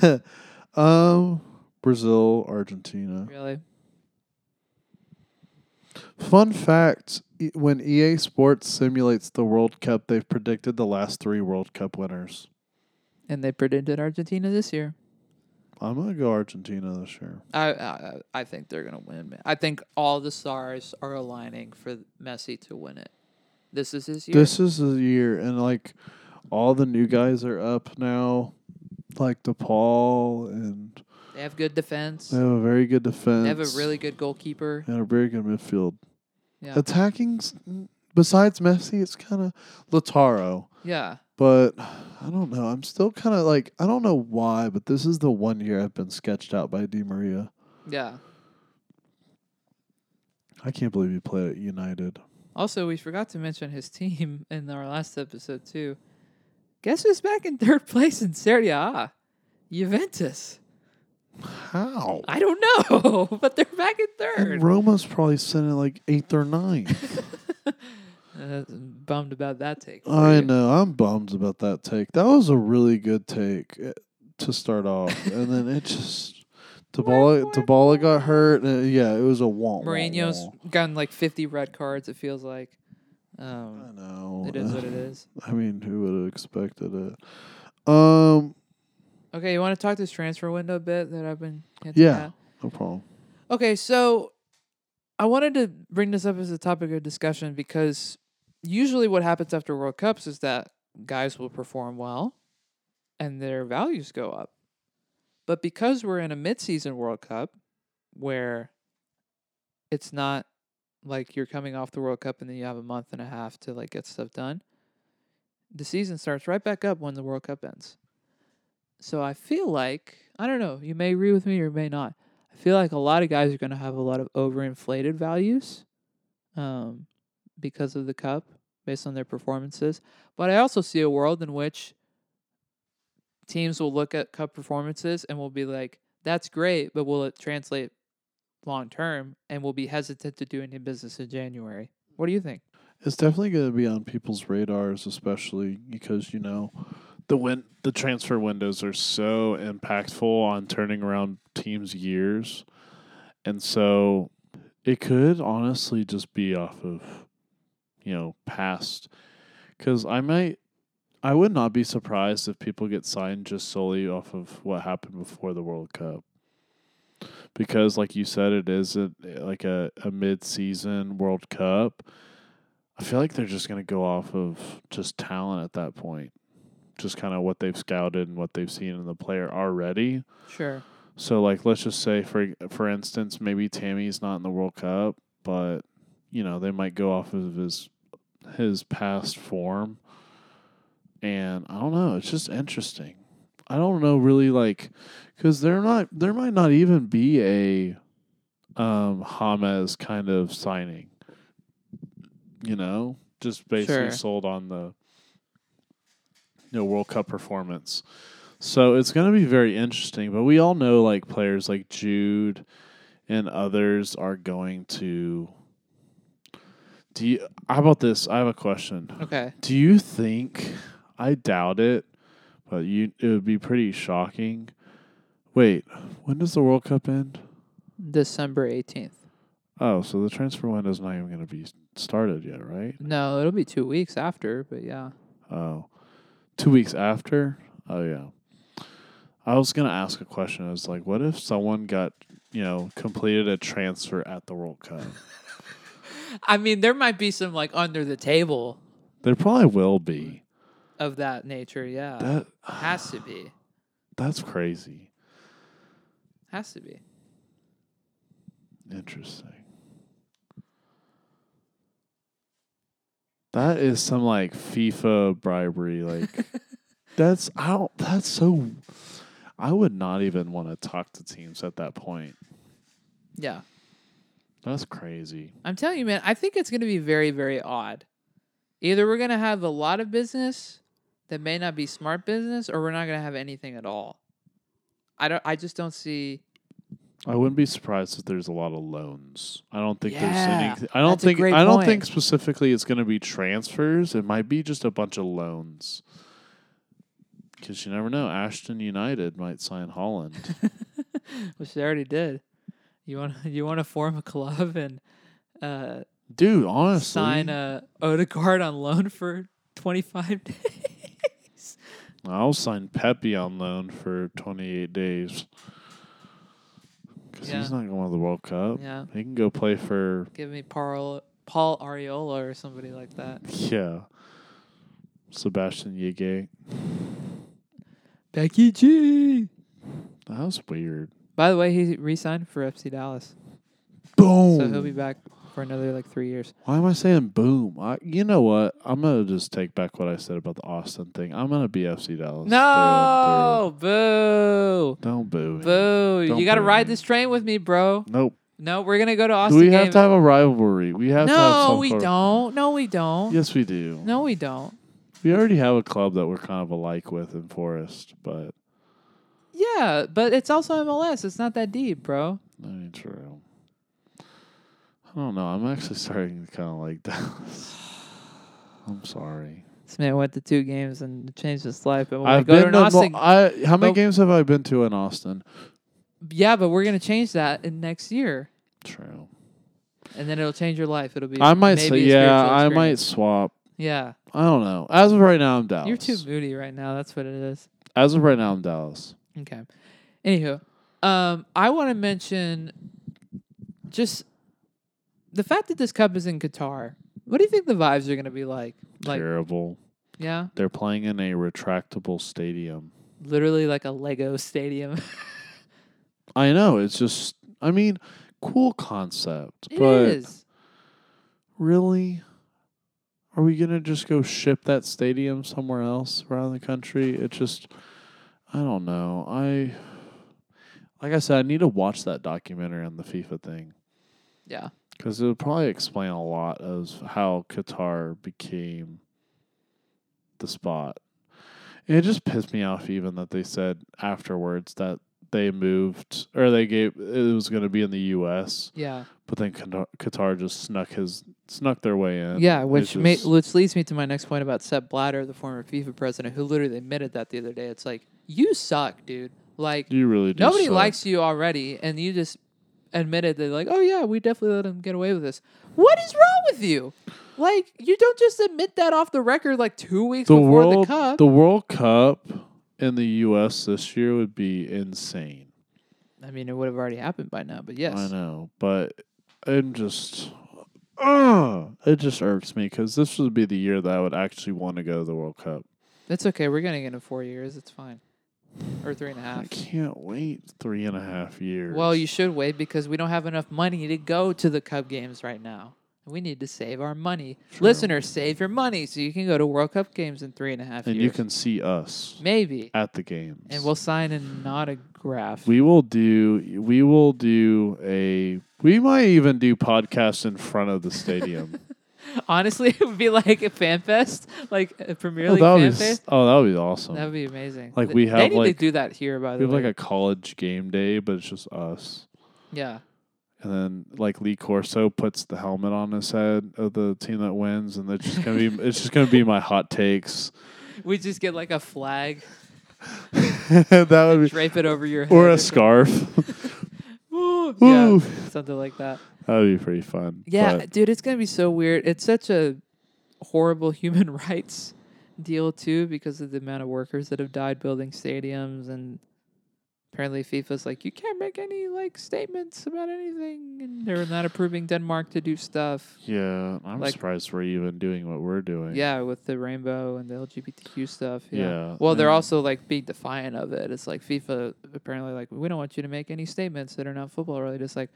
[SPEAKER 4] um, Brazil, Argentina.
[SPEAKER 2] Really,
[SPEAKER 4] Fun fact: e- When EA Sports simulates the World Cup, they've predicted the last three World Cup winners.
[SPEAKER 2] and they predicted Argentina this year.
[SPEAKER 4] I'm gonna go Argentina this year.
[SPEAKER 2] I I, I think they're gonna win. man. I think all the stars are aligning for Messi to win it. This is his year.
[SPEAKER 4] This is the year, and like all the new guys are up now, like DePaul, and
[SPEAKER 2] they have good defense.
[SPEAKER 4] they have a very good defense.
[SPEAKER 2] They have a really good goalkeeper.
[SPEAKER 4] and a very good midfield.
[SPEAKER 2] Yeah.
[SPEAKER 4] Attacking's besides Messi, it's kind of Lataro.
[SPEAKER 2] Yeah.
[SPEAKER 4] But I don't know. I'm still kind of like I don't know why, but this is the one year I've been sketched out by Di Maria.
[SPEAKER 2] Yeah.
[SPEAKER 4] I can't believe he played at United.
[SPEAKER 2] Also, we forgot to mention his team in our last episode too. Guess who's back in third place in Serie A? Juventus.
[SPEAKER 4] How?
[SPEAKER 2] I don't know, but they're back in
[SPEAKER 4] And
[SPEAKER 2] third.
[SPEAKER 4] Roma's probably sitting at like eighth or ninth.
[SPEAKER 2] Uh, bummed about that take. for
[SPEAKER 4] I
[SPEAKER 2] you.
[SPEAKER 4] know. I'm bummed about that take. That was a really good take eh, to start off, and then it just Tabala Tabala got hurt. And it- yeah, it was a womp. womp,
[SPEAKER 2] Mourinho's
[SPEAKER 4] womp.
[SPEAKER 2] gotten like 50 red cards. It feels like. Um,
[SPEAKER 4] I know.
[SPEAKER 2] it is what it is.
[SPEAKER 4] I mean, who would have expected it? Um.
[SPEAKER 2] Okay, you want to talk this transfer window bit that I've been. hinting
[SPEAKER 4] Yeah.
[SPEAKER 2] at?
[SPEAKER 4] No problem.
[SPEAKER 2] Okay, so I wanted to bring this up as a topic of discussion because usually what happens after World Cups is that guys will perform well and their values go up. But because we're in a mid-season World Cup where it's not like you're coming off the World Cup and then you have a month and a half to like get stuff done. The season starts right back up when the World Cup ends. So I feel like, I don't know, you may agree with me or you may not. I feel like a lot of guys are going to have a lot of overinflated values um, because of the cup, based on their performances. But I also see a world in which teams will look at cup performances and will be like, that's great, but will it translate long term? And will be hesitant to do any business in January. What do you think?
[SPEAKER 4] It's definitely going to be on people's radars, especially because you know
[SPEAKER 3] The win- the transfer windows are so impactful on turning around teams' years, and so it could honestly just be off of, you know, past. Because I might, I would not be surprised if people get signed just solely off of what happened before the World Cup. Because, like you said, it is a, like a, a mid-season World Cup. I feel like they're just going to go off of just talent at that point just kind of what they've scouted and what they've seen in the player already.
[SPEAKER 2] Sure.
[SPEAKER 3] So like let's just say for for instance maybe Tammy's not in the World Cup, but you know, they might go off of his his past form. And I don't know, it's just interesting. I don't know really like cuz they're not there might not even be a um James kind of signing. You know, just basically
[SPEAKER 2] Sure.
[SPEAKER 3] sold on the you know, World Cup performance. So it's going to be very interesting, but we all know like players like Jude and others are going to Do you, how about this? I have a question.
[SPEAKER 2] Okay.
[SPEAKER 3] Do you think I doubt it, but you it would be pretty shocking. Wait, when does the World Cup end?
[SPEAKER 2] December 18th.
[SPEAKER 3] Oh, so the transfer window's not even going to be started yet, right?
[SPEAKER 2] No, it'll be two weeks after, but yeah.
[SPEAKER 3] Oh, two weeks after? Oh, yeah. I was going to ask a question. I was like, what if someone got, you know, completed a transfer at the World Cup?
[SPEAKER 2] I mean, there might be some like under the table
[SPEAKER 3] there probably will be.
[SPEAKER 2] of that nature. Yeah.
[SPEAKER 3] That
[SPEAKER 2] Has to be.
[SPEAKER 3] That's crazy.
[SPEAKER 2] Has to be.
[SPEAKER 3] Interesting. That is some like FIFA bribery. Like, that's, I don't, that's so, I would not even want to talk to teams at that point.
[SPEAKER 2] Yeah.
[SPEAKER 3] That's crazy.
[SPEAKER 2] I'm telling you, man, I think it's going to be very, very odd. Either we're going to have a lot of business that may not be smart business or we're not going to have anything at all. I don't I just don't see
[SPEAKER 3] I wouldn't be surprised if there's a lot of loans. I don't think there's
[SPEAKER 2] Yeah,
[SPEAKER 3] any. I don't
[SPEAKER 2] that's a
[SPEAKER 3] think.
[SPEAKER 2] great
[SPEAKER 3] I don't
[SPEAKER 2] point.
[SPEAKER 3] think specifically it's going to be transfers. It might be just a bunch of loans. Because you never know. Ashton United might sign Holland.
[SPEAKER 2] which they already did. You want to you want to form a club and uh
[SPEAKER 3] Dude, honestly,
[SPEAKER 2] sign a Odegaard on loan for 25 days.
[SPEAKER 3] I'll sign Pepe on loan for 28 days. Because
[SPEAKER 2] Yeah.
[SPEAKER 3] he's not going to the World Cup.
[SPEAKER 2] yeah,
[SPEAKER 3] He can go play for
[SPEAKER 2] give me Paul Paul Ariola or somebody like that.
[SPEAKER 3] yeah. Sebastian Yige.
[SPEAKER 2] Becky G.
[SPEAKER 3] That was weird.
[SPEAKER 2] By the way, he re-signed for FC Dallas,
[SPEAKER 3] Boom.
[SPEAKER 2] so he'll be back for another like three years.
[SPEAKER 3] Why am I saying boom? I, you know what? I'm gonna just take back what I said about the Austin thing. I'm gonna be FC Dallas.
[SPEAKER 2] No, boo,
[SPEAKER 3] through and through. don't boo. me.
[SPEAKER 2] boo!
[SPEAKER 3] Don't
[SPEAKER 2] you got to
[SPEAKER 3] boo
[SPEAKER 2] ride
[SPEAKER 3] me.
[SPEAKER 2] this train with me, bro.
[SPEAKER 3] Nope.
[SPEAKER 2] No, we're gonna go to
[SPEAKER 3] Do
[SPEAKER 2] Austin.
[SPEAKER 3] we
[SPEAKER 2] game.
[SPEAKER 3] have to have a rivalry? We have to have
[SPEAKER 2] no,
[SPEAKER 3] some
[SPEAKER 2] we
[SPEAKER 3] sort of-
[SPEAKER 2] don't. No, we don't.
[SPEAKER 3] Yes, we do.
[SPEAKER 2] No, we don't.
[SPEAKER 3] We already have a club that we're kind of alike with in Forest, but
[SPEAKER 2] Yeah, but it's also MLS. It's not that deep, bro.
[SPEAKER 3] I mean, true. I don't know. I'm actually starting to kind of like Dallas. I'm sorry.
[SPEAKER 2] This man went to two games and changed his life. But when we
[SPEAKER 3] I've
[SPEAKER 2] go to
[SPEAKER 3] been
[SPEAKER 2] an
[SPEAKER 3] to mo-
[SPEAKER 2] Austin, oh.
[SPEAKER 3] I, how many
[SPEAKER 2] but-
[SPEAKER 3] games have I been to in Austin?
[SPEAKER 2] yeah, but we're gonna change that in next year,
[SPEAKER 3] True.
[SPEAKER 2] and then it'll change your life. It'll be
[SPEAKER 3] I might
[SPEAKER 2] maybe
[SPEAKER 3] say,
[SPEAKER 2] a
[SPEAKER 3] yeah,
[SPEAKER 2] spiritual
[SPEAKER 3] I might
[SPEAKER 2] experience.
[SPEAKER 3] swap.
[SPEAKER 2] Yeah,
[SPEAKER 3] I don't know. As of right now, I'm Dallas.
[SPEAKER 2] you're too moody right now. That's what it is.
[SPEAKER 3] As of right now, I'm Dallas.
[SPEAKER 2] Okay. Anywho, um, I want to mention just the fact that this cup is in Qatar. What do you think the vibes are gonna be like? Like,
[SPEAKER 3] Terrible.
[SPEAKER 2] yeah,
[SPEAKER 3] They're playing in a retractable stadium.
[SPEAKER 2] literally like a Lego stadium.
[SPEAKER 3] I know. It's just. I mean, cool concept,
[SPEAKER 2] It is.
[SPEAKER 3] but really, are we gonna just go ship that stadium somewhere else around the country? It just. I don't know. I. Like I said, I need to watch that documentary on the FIFA thing.
[SPEAKER 2] Yeah.
[SPEAKER 3] Because it would probably explain a lot of how Qatar became the spot. And it just pissed me off even that they said afterwards that they moved or they gave it was going to be in the U.S.
[SPEAKER 2] Yeah.
[SPEAKER 3] But then Qatar, Qatar just snuck his snuck their way in.
[SPEAKER 2] Yeah,
[SPEAKER 3] It
[SPEAKER 2] which may,
[SPEAKER 3] just-
[SPEAKER 2] which leads me to my next point about Sepp Blatter, the former FIFA president, who literally admitted that the other day. It's like you suck, dude. Like
[SPEAKER 3] you really do
[SPEAKER 2] nobody
[SPEAKER 3] suck.
[SPEAKER 2] likes you already, and you just admitted that, like, oh yeah, we definitely let him get away with this. What is wrong with you? Like you don't just admit that off the record like two weeks
[SPEAKER 3] the
[SPEAKER 2] before
[SPEAKER 3] world.
[SPEAKER 2] the cup.
[SPEAKER 3] the World Cup in the U.S. this year would be insane.
[SPEAKER 2] I mean, it would have already happened by now, but yes,
[SPEAKER 3] I know, but I'm just, Ugh it just irks me because this would be the year that I would actually want to go to the World Cup.
[SPEAKER 2] that's okay. We're getting it in four years. It's fine, or three and a half.
[SPEAKER 3] I can't wait three and a half years.
[SPEAKER 2] Well, you should wait because we don't have enough money to go to the Cup games right now. We need to save our money. Listeners, save your money so you can go to World Cup games in three and a half
[SPEAKER 3] and
[SPEAKER 2] years.
[SPEAKER 3] you can see us
[SPEAKER 2] maybe,
[SPEAKER 3] at the games,
[SPEAKER 2] and we'll sign an autograph.
[SPEAKER 3] we will do we will do a we might even do podcasts in front of the stadium.
[SPEAKER 2] Honestly, it would be like a fan fest, like a Premier
[SPEAKER 3] oh,
[SPEAKER 2] League
[SPEAKER 3] that would
[SPEAKER 2] fan
[SPEAKER 3] be s-
[SPEAKER 2] fest.
[SPEAKER 3] oh, that would be awesome.
[SPEAKER 2] That would be amazing.
[SPEAKER 3] Like,
[SPEAKER 2] Th-
[SPEAKER 3] we
[SPEAKER 2] they
[SPEAKER 3] have,
[SPEAKER 2] need
[SPEAKER 3] like-
[SPEAKER 2] to do that here. By
[SPEAKER 3] we
[SPEAKER 2] the
[SPEAKER 3] have
[SPEAKER 2] way,
[SPEAKER 3] like a college game day, but it's just us.
[SPEAKER 2] yeah,
[SPEAKER 3] And then like Lee Corso puts the helmet on his head of the team that wins, and that's just gonna be it's just gonna be my hot takes.
[SPEAKER 2] we just get like a flag,
[SPEAKER 3] that would be
[SPEAKER 2] drape it over your head,
[SPEAKER 3] or a scarf.
[SPEAKER 2] Ooh, yeah,
[SPEAKER 3] Ooh.
[SPEAKER 2] something like that.
[SPEAKER 3] that would be pretty fun.
[SPEAKER 2] Yeah,
[SPEAKER 3] but
[SPEAKER 2] dude, it's gonna be so weird. It's such a horrible human rights deal too, because of the amount of workers that have died building stadiums, and apparently FIFA's like, you can't make any like statements about anything, and they're not approving Denmark to do stuff.
[SPEAKER 3] yeah, I'm
[SPEAKER 2] Like-
[SPEAKER 3] surprised we're even doing what we're doing.
[SPEAKER 2] Yeah, with the rainbow and the LGBTQ stuff. Yeah.
[SPEAKER 3] Yeah,
[SPEAKER 2] Well, they're
[SPEAKER 3] and-
[SPEAKER 2] also like being defiant of it. It's like FIFA apparently like we don't want you to make any statements that are not football related. It's like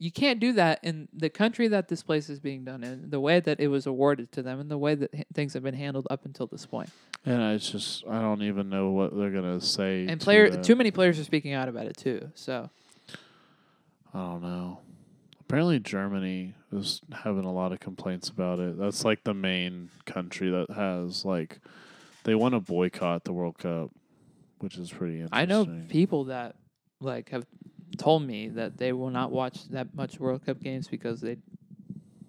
[SPEAKER 2] you can't do that in the country that this place is being done in, the way that it was awarded to them, and the way that h- things have been handled up until this point.
[SPEAKER 3] and I just I don't even know what they're gonna say.
[SPEAKER 2] And
[SPEAKER 3] to
[SPEAKER 2] player,
[SPEAKER 3] that.
[SPEAKER 2] too many players are speaking out about it too. So
[SPEAKER 3] I don't know. Apparently, Germany is having a lot of complaints about it. That's like the main country that has like they want to boycott the World Cup, which is pretty interesting.
[SPEAKER 2] I know people that like have told me that they will not watch that much World Cup games because they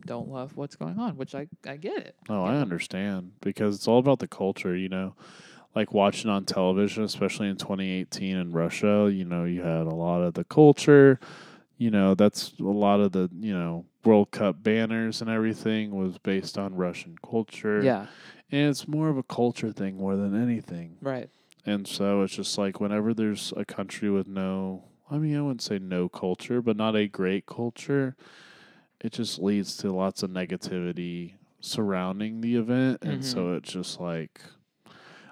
[SPEAKER 2] don't love what's going on, which I I get it.
[SPEAKER 3] No, I understand because it's all about the culture, you know. Like watching on television, especially in 2018 in Russia, you know, you had a lot of the culture. You know, that's a lot of the, you know, World Cup banners and everything was based on Russian culture.
[SPEAKER 2] Yeah.
[SPEAKER 3] And it's more of a culture thing more than anything.
[SPEAKER 2] Right.
[SPEAKER 3] And so it's just like whenever there's a country with no, I mean, I wouldn't say no culture, but not a great culture, it just leads to lots of negativity surrounding the event.
[SPEAKER 2] Mm-hmm.
[SPEAKER 3] And so it's just like,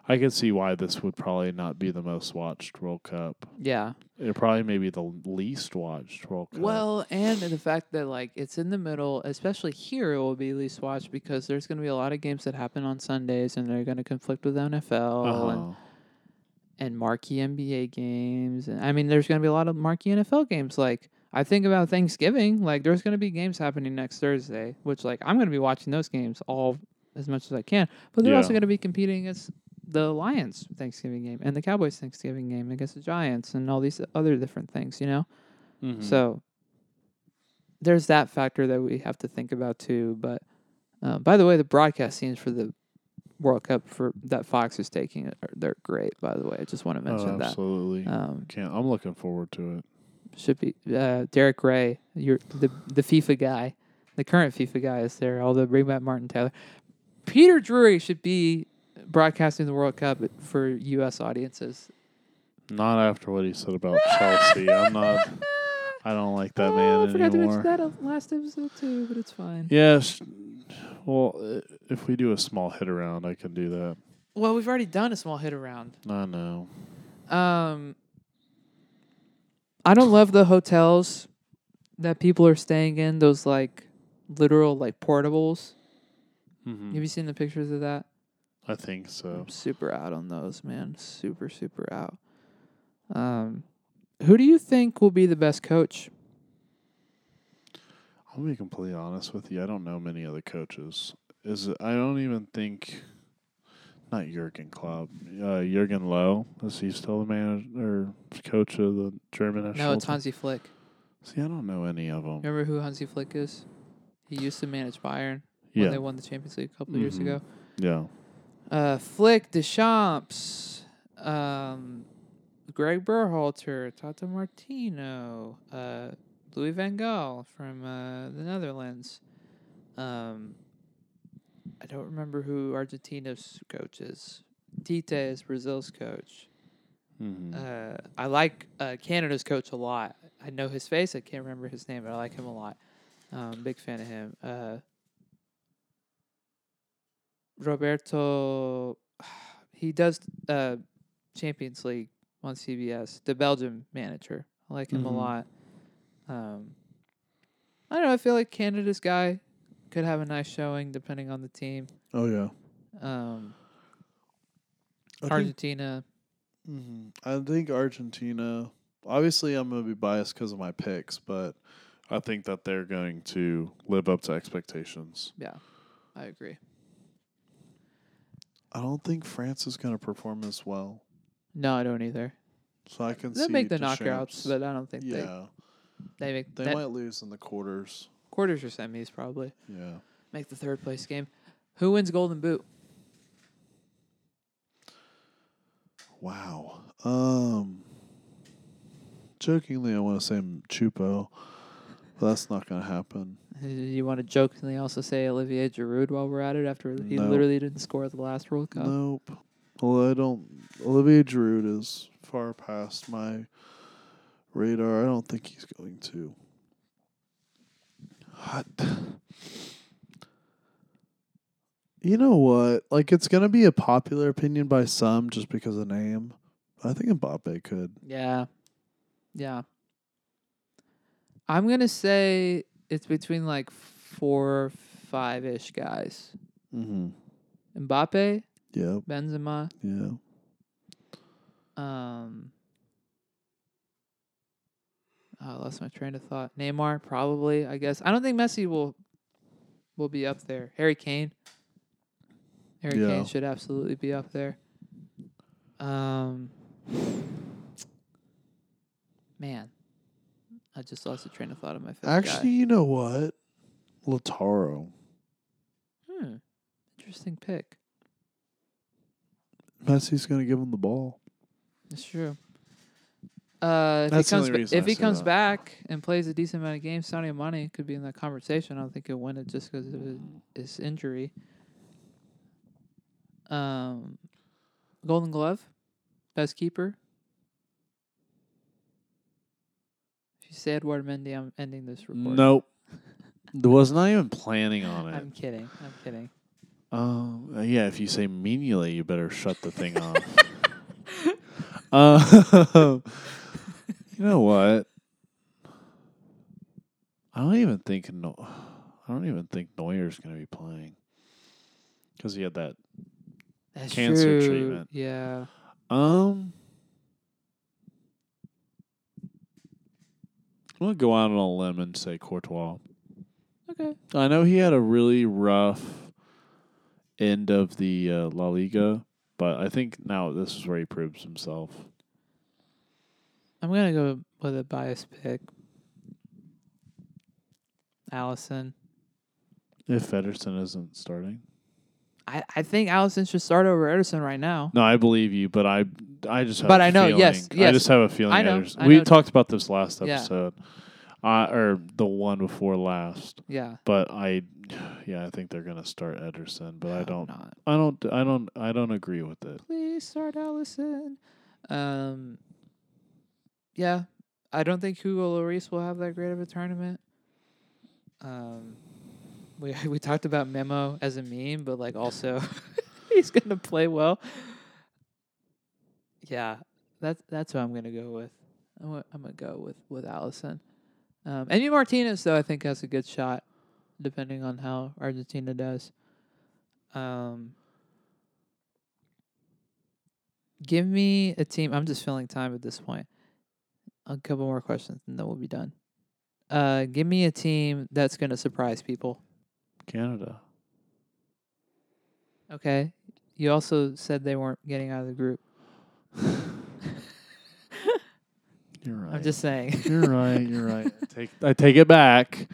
[SPEAKER 3] I can see why this would probably not be the most watched World Cup.
[SPEAKER 2] Yeah.
[SPEAKER 3] It probably may be the least watched World Cup.
[SPEAKER 2] Well, and the fact that like it's in the middle, especially here, it will be least watched because there's going to be a lot of games that happen on Sundays, and they're going to conflict with NFL and,
[SPEAKER 3] uh
[SPEAKER 2] and marquee NBA games. And I mean, there's going to be a lot of marquee NFL games. Like I think about Thanksgiving, like there's going to be games happening next Thursday, which like I'm going to be watching those games all as much as I can. But they're also
[SPEAKER 3] Yeah.
[SPEAKER 2] going to be competing against the Lions Thanksgiving game and the Cowboys Thanksgiving game against the Giants and all these other different things, you know.
[SPEAKER 3] Mm-hmm.
[SPEAKER 2] So um, there's that factor that we have to think about too. But uh, by the way, the broadcast scenes for the World Cup for that Fox is taking. are- They're great, by the way. I just want to mention
[SPEAKER 3] Oh,
[SPEAKER 2] that.
[SPEAKER 3] absolutely.
[SPEAKER 2] Um,
[SPEAKER 3] Can't. I'm looking forward to it.
[SPEAKER 2] should be uh, Derek Ray, your the the FIFA guy, the current FIFA guy is there. Although bring back Martin Taylor, Peter Drury should be broadcasting the World Cup for U.S. audiences.
[SPEAKER 3] Not after what he said about Chelsea. I'm not. I don't like that
[SPEAKER 2] oh, I
[SPEAKER 3] man
[SPEAKER 2] forgot
[SPEAKER 3] anymore.
[SPEAKER 2] to mention that last episode too, but it's fine.
[SPEAKER 3] Yes. Well, i- if we do a small hit around, I can do that.
[SPEAKER 2] Well, we've already done a small hit around.
[SPEAKER 3] I know.
[SPEAKER 2] Um, I don't love the hotels that people are staying in. Those like literal like portables.
[SPEAKER 3] hmm
[SPEAKER 2] Have you seen the pictures of that?
[SPEAKER 3] I think so.
[SPEAKER 2] I'm super out on those, man. Super, super out. Um, who do you think will be the best coach?
[SPEAKER 3] I'll be completely honest with you. I don't know many other coaches. Is it, I don't even think. Not Jurgen Klopp. Uh, Jurgen Low. Is he still the manager or coach of the German national?
[SPEAKER 2] No, it's
[SPEAKER 3] team?
[SPEAKER 2] Hansi Flick.
[SPEAKER 3] See, I don't know any of them.
[SPEAKER 2] Remember who Hansi Flick is? He used to manage Bayern when
[SPEAKER 3] Yeah,
[SPEAKER 2] they won the Champions League a couple of years
[SPEAKER 3] Mhm.
[SPEAKER 2] ago.
[SPEAKER 3] yeah.
[SPEAKER 2] Uh, Flick, Deschamps, um, Greg Berhalter, Tata Martino, uh, Louis Van Gaal from uh, the Netherlands. Um, I don't remember who Argentina's coach is. Tite is Brazil's coach.
[SPEAKER 3] hmm
[SPEAKER 2] Uh, I like uh, Canada's coach a lot. I know his face. I can't remember his name, but I like him a lot. Um, big fan of him. Uh, Roberto, he does uh, Champions League on CBS. The Belgium manager, I like him
[SPEAKER 3] Mhm.
[SPEAKER 2] a lot. Um, I don't know. I feel like Canada's guy could have a nice showing depending on the team.
[SPEAKER 3] oh yeah.
[SPEAKER 2] Um,
[SPEAKER 3] I think,
[SPEAKER 2] Argentina,
[SPEAKER 4] Mhm. I think Argentina. Obviously, I'm going to be biased because of my picks, but
[SPEAKER 3] I think that they're going to live up to expectations.
[SPEAKER 2] yeah, I agree.
[SPEAKER 4] I don't think France is going to perform as well.
[SPEAKER 2] No, I don't either.
[SPEAKER 4] So I can
[SPEAKER 2] They
[SPEAKER 4] see
[SPEAKER 2] make the
[SPEAKER 4] Deschamps.
[SPEAKER 2] knockouts, but I don't think
[SPEAKER 4] yeah,
[SPEAKER 2] they they make
[SPEAKER 4] they
[SPEAKER 2] that-
[SPEAKER 4] might lose in the quarters.
[SPEAKER 2] quarters or semis probably
[SPEAKER 4] Yeah,
[SPEAKER 2] make the third place game. Who wins Golden Boot?
[SPEAKER 4] Wow. Um, jokingly, I want to say M- Chupo, but that's not going to happen.
[SPEAKER 2] Uh, You want to jokingly also say Olivier Giroud while we're at it after he
[SPEAKER 4] No.
[SPEAKER 2] literally didn't score the last World Cup.
[SPEAKER 4] Nope. Well, I don't. Olivier Giroud is far past my radar. I don't think he's going to. Hot. You know what? Like, it's going to be a popular opinion by some just because of name. I think Mbappe could.
[SPEAKER 2] Yeah. Yeah. I'm going to say it's between like four, five ish guys
[SPEAKER 4] Mm-hmm.
[SPEAKER 2] Mbappe,
[SPEAKER 4] Yep.
[SPEAKER 2] Benzema,
[SPEAKER 4] Yeah.
[SPEAKER 2] um, oh, I lost my train of thought. Neymar, probably, I guess. I don't think Messi will will be up there. Harry Kane. Harry
[SPEAKER 4] Yeah.
[SPEAKER 2] Kane should absolutely be up there. Um Man. I just lost the train of thought in my fifth guy.
[SPEAKER 4] Actually, you know what? Lataro.
[SPEAKER 2] Hmm. Interesting pick.
[SPEAKER 4] Messi's going to give him the ball.
[SPEAKER 2] It's true. Uh,
[SPEAKER 4] That's
[SPEAKER 2] if he
[SPEAKER 4] the
[SPEAKER 2] comes,
[SPEAKER 4] only
[SPEAKER 2] ba-
[SPEAKER 4] reason
[SPEAKER 2] if
[SPEAKER 4] I
[SPEAKER 2] he
[SPEAKER 4] say
[SPEAKER 2] comes
[SPEAKER 4] that.
[SPEAKER 2] back and plays a decent amount of games, Sadio Mane could be in that conversation. I don't think he'll win it just because of his- his injury. Um, Golden Glove, best keeper. If you say Edward Mendy, I'm ending this report.
[SPEAKER 3] Nope. There was not even planning on it.
[SPEAKER 2] I'm kidding. I'm kidding.
[SPEAKER 3] Um. uh, yeah. If you say menially, you better shut the thing off. Uh, you know what? I don't even think no. I don't even think Neuer's going to be playing because he had that.
[SPEAKER 2] That's
[SPEAKER 3] Cancer
[SPEAKER 2] true.
[SPEAKER 3] treatment.
[SPEAKER 2] Yeah.
[SPEAKER 3] Um. I'm gonna go out on a limb and say Courtois.
[SPEAKER 2] Okay.
[SPEAKER 3] I know he had a really rough end of the uh, La Liga, but I think now this is where he proves himself.
[SPEAKER 2] I'm gonna go with a biased pick. Allison.
[SPEAKER 3] If Federson isn't starting,
[SPEAKER 2] I, I think Allison should start over Ederson right now.
[SPEAKER 3] No, I believe you, but I I just have
[SPEAKER 2] But
[SPEAKER 3] I
[SPEAKER 2] I know, yes,
[SPEAKER 3] I
[SPEAKER 2] yes.
[SPEAKER 3] just have a feeling.
[SPEAKER 2] I know,
[SPEAKER 3] Ederson-
[SPEAKER 2] I
[SPEAKER 3] we
[SPEAKER 2] know.
[SPEAKER 3] talked about this last
[SPEAKER 2] Yeah.
[SPEAKER 3] episode, uh, or the one before last.
[SPEAKER 2] Yeah.
[SPEAKER 3] But I, yeah, I think they're gonna start Ederson, but I
[SPEAKER 2] Hope
[SPEAKER 3] don't,
[SPEAKER 2] Not.
[SPEAKER 3] I don't, I don't, I don't agree with it.
[SPEAKER 2] Please start Allison. Um. Yeah, I don't think Hugo Lloris will have that great of a tournament. Um, we we talked about Memo as a meme, but like also he's gonna play well. Yeah, that's that's who I'm gonna go with. I'm gonna, I'm gonna go with with Allison. Um, Amy Martinez though I think has a good shot, depending on how Argentina does. Um, give me a team. I'm just filling time at this point. A couple more questions and then we'll be done. Uh, give me a team that's gonna surprise people.
[SPEAKER 3] Canada.
[SPEAKER 2] Okay. You also said they weren't getting out of the group.
[SPEAKER 3] You're right.
[SPEAKER 2] I'm just saying.
[SPEAKER 3] You're right. You're right. I take I take it back.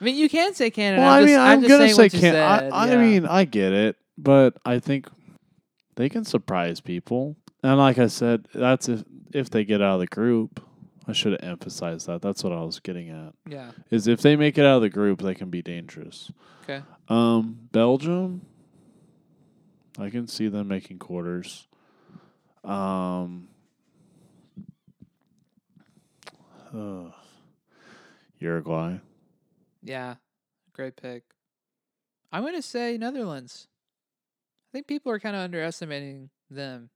[SPEAKER 2] I mean, you can say Canada.
[SPEAKER 3] Well, I mean, I'm,
[SPEAKER 2] just
[SPEAKER 3] gonna
[SPEAKER 2] saying
[SPEAKER 3] say
[SPEAKER 2] what you
[SPEAKER 3] can.
[SPEAKER 2] said,
[SPEAKER 3] I, I
[SPEAKER 2] yeah.
[SPEAKER 3] mean, I get it, but I think they can surprise people. And like I said, that's if if they get out of the group. I should have emphasized that. That's what I was getting at.
[SPEAKER 2] yeah.
[SPEAKER 3] Is if they make it out of the group, they can be dangerous.
[SPEAKER 2] Okay.
[SPEAKER 3] Um, Belgium, I can see them making quarters. Um, ugh. Uruguay.
[SPEAKER 2] Yeah. Great pick. I'm gonna say Netherlands. I think people are kind of underestimating them.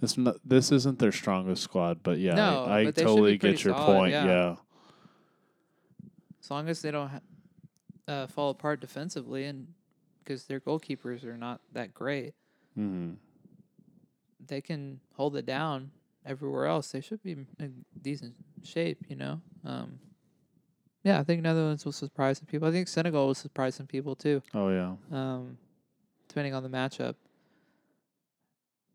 [SPEAKER 3] It's not, this isn't their strongest squad, but yeah,
[SPEAKER 2] No,
[SPEAKER 3] I, I
[SPEAKER 2] but they should be
[SPEAKER 3] totally
[SPEAKER 2] pretty
[SPEAKER 3] get your
[SPEAKER 2] solid,
[SPEAKER 3] point.
[SPEAKER 2] yeah.
[SPEAKER 3] Yeah.
[SPEAKER 2] As long as they don't ha- uh, fall apart defensively, and because their goalkeepers are not that great,
[SPEAKER 3] hmm
[SPEAKER 2] they can hold it down everywhere else. They should be in decent shape, you know. Um, yeah, I think Netherlands will surprise some people. I think Senegal will surprise some people too,
[SPEAKER 3] Oh yeah.
[SPEAKER 2] um, depending on the matchup.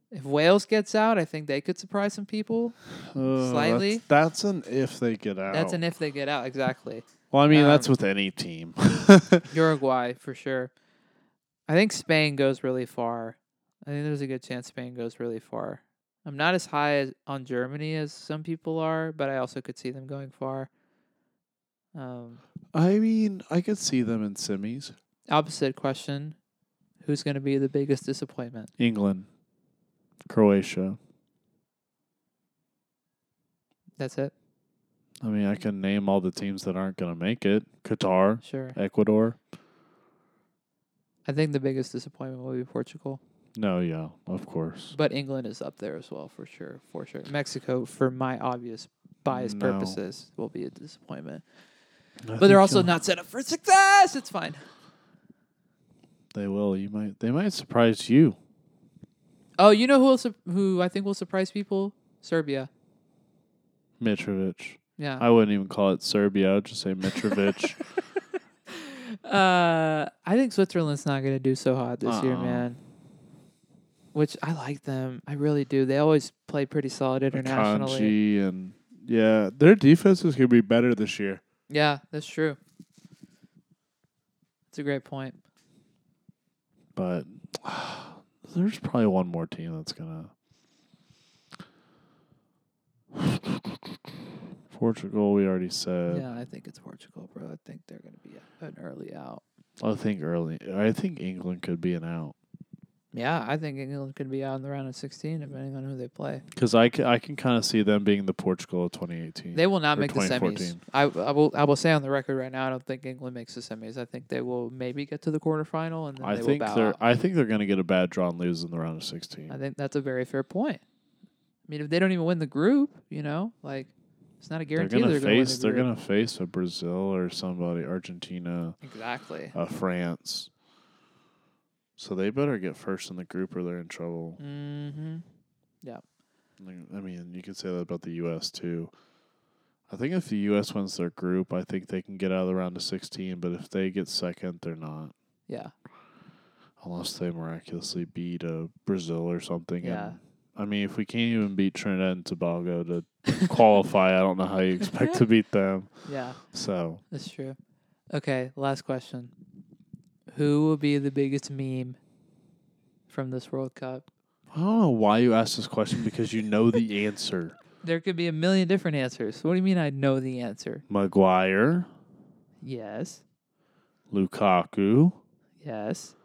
[SPEAKER 2] If Wales gets out, I think they could surprise some people.
[SPEAKER 3] Uh,
[SPEAKER 2] Slightly?
[SPEAKER 3] That's, that's an if they get out.
[SPEAKER 2] That's an if they get out, exactly.
[SPEAKER 3] Well, I mean, that's
[SPEAKER 2] um,
[SPEAKER 3] with any team.
[SPEAKER 2] Uruguay for sure. I think Spain goes really far. I think there's a good chance Spain goes really far. I'm not as high as, on Germany as some people are, but I also could see them going far. Um,
[SPEAKER 3] I mean, I could see them in semis.
[SPEAKER 2] opposite question: Who's going to be the biggest disappointment?
[SPEAKER 3] England, Croatia.
[SPEAKER 2] That's it.
[SPEAKER 3] I mean, I can name all the teams that aren't going to make it. Qatar,
[SPEAKER 2] Sure.
[SPEAKER 3] Ecuador.
[SPEAKER 2] I think the biggest disappointment will be Portugal,
[SPEAKER 3] No, yeah, of course.
[SPEAKER 2] but England is up there as well for sure. For sure, Mexico, for my obvious bias
[SPEAKER 3] No.
[SPEAKER 2] purposes, will be a disappointment. But they're also not set up for success. It's fine.
[SPEAKER 3] They will. You might. They might surprise you.
[SPEAKER 2] Oh, you know who will sur- who I think will surprise people? Serbia.
[SPEAKER 3] Mitrovic.
[SPEAKER 2] Yeah.
[SPEAKER 3] I wouldn't even call it Serbia. I'd just say Mitrovic.
[SPEAKER 2] uh, I think Switzerland's not going to do so hot this year,
[SPEAKER 3] Uh-uh.
[SPEAKER 2] man. Which I like them. I really do. They always play pretty solid internationally.
[SPEAKER 3] Kanji and yeah, their defense is gonna be better this year.
[SPEAKER 2] Yeah, that's true. That's a great point.
[SPEAKER 3] But there's probably one more team that's gonna. Portugal, we already said.
[SPEAKER 2] yeah, I think it's Portugal, bro. I think they're going to be a- an early out.
[SPEAKER 3] I think early. I think England could be an out
[SPEAKER 2] Yeah, I think England could be out in the round of 16, depending on who they play.
[SPEAKER 3] because I, ca- I can kind of see them being the Portugal of 2018.
[SPEAKER 2] They will not
[SPEAKER 3] Or
[SPEAKER 2] make the semis.
[SPEAKER 3] 2014.
[SPEAKER 2] I, I will. I will say on the record right now, I don't think England makes the semis. I think they will maybe get to the quarterfinal, and then
[SPEAKER 3] I
[SPEAKER 2] they
[SPEAKER 3] think
[SPEAKER 2] will bow
[SPEAKER 3] they're.
[SPEAKER 2] out.
[SPEAKER 3] I think they're going to get a bad draw and lose in the round of 16.
[SPEAKER 2] I think that's a very fair point. I mean, if they don't even win the group, you know, like it's not a
[SPEAKER 3] they're
[SPEAKER 2] guarantee
[SPEAKER 3] going
[SPEAKER 2] they're
[SPEAKER 3] to
[SPEAKER 2] going to
[SPEAKER 3] face. They're going to face a Brazil or somebody, Argentina,
[SPEAKER 2] exactly.
[SPEAKER 3] uh, France. So they better get first in the group or they're in trouble.
[SPEAKER 2] Mm-hmm. Mm.
[SPEAKER 3] I mean, you could say that about the U.S. too. I think if the U.S. wins their group, I think they can get out of the round of 16. But if they get second, they're not.
[SPEAKER 2] Yeah,
[SPEAKER 3] Unless they miraculously beat uh, Brazil or something.
[SPEAKER 2] Yeah.
[SPEAKER 3] And, I mean, if we can't even beat Trinidad and Tobago to qualify, I don't know how you expect to beat them.
[SPEAKER 2] yeah,
[SPEAKER 3] So,
[SPEAKER 2] that's true. Okay, last question: Who will be the biggest meme from this World Cup?
[SPEAKER 3] I don't know why you asked this question because you know the answer.
[SPEAKER 2] There could be a million different answers. What do you mean I know the answer?
[SPEAKER 3] Maguire,
[SPEAKER 2] Yes.
[SPEAKER 3] Lukaku,
[SPEAKER 2] Yes.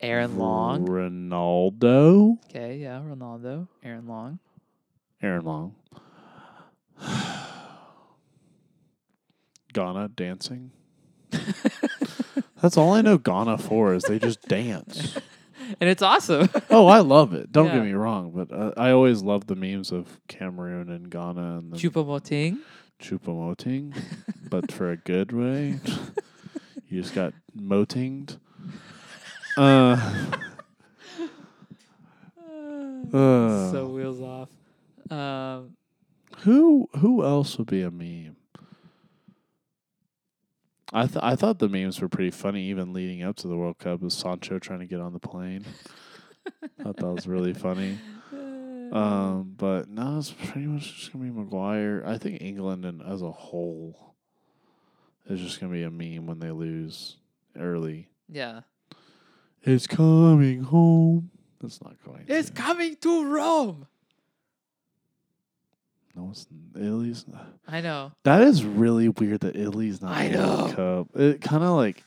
[SPEAKER 2] Aaron Long.
[SPEAKER 3] Ronaldo,
[SPEAKER 2] Okay, yeah, Ronaldo. Aaron Long.
[SPEAKER 3] Aaron Long, Ghana dancing. That's all I know Ghana for is they just dance.
[SPEAKER 2] And it's awesome.
[SPEAKER 3] Oh, I love it. Don't
[SPEAKER 2] Yeah.
[SPEAKER 3] get me wrong, but uh, I always love the memes of Cameroon and Ghana and the
[SPEAKER 2] Chupa Moting.
[SPEAKER 3] chupamoting, but for a good way. you just got motinged. Uh, uh,
[SPEAKER 2] so wheels off. Um,
[SPEAKER 3] who who else would be a meme? I th- I thought the memes were pretty funny, even leading up to the World Cup. With Sancho trying to get on the plane, thought that was really funny. Um, but no, it's pretty much just gonna be Maguire. I think England and as a whole is just gonna be a meme when they lose early.
[SPEAKER 2] yeah.
[SPEAKER 3] It's coming home. That's not going.
[SPEAKER 2] It's
[SPEAKER 3] to.
[SPEAKER 2] coming to Rome.
[SPEAKER 3] no, it's Italy's.
[SPEAKER 2] I know.
[SPEAKER 3] That is really weird that Italy's not
[SPEAKER 2] I
[SPEAKER 3] in the World Cup. It kind of like,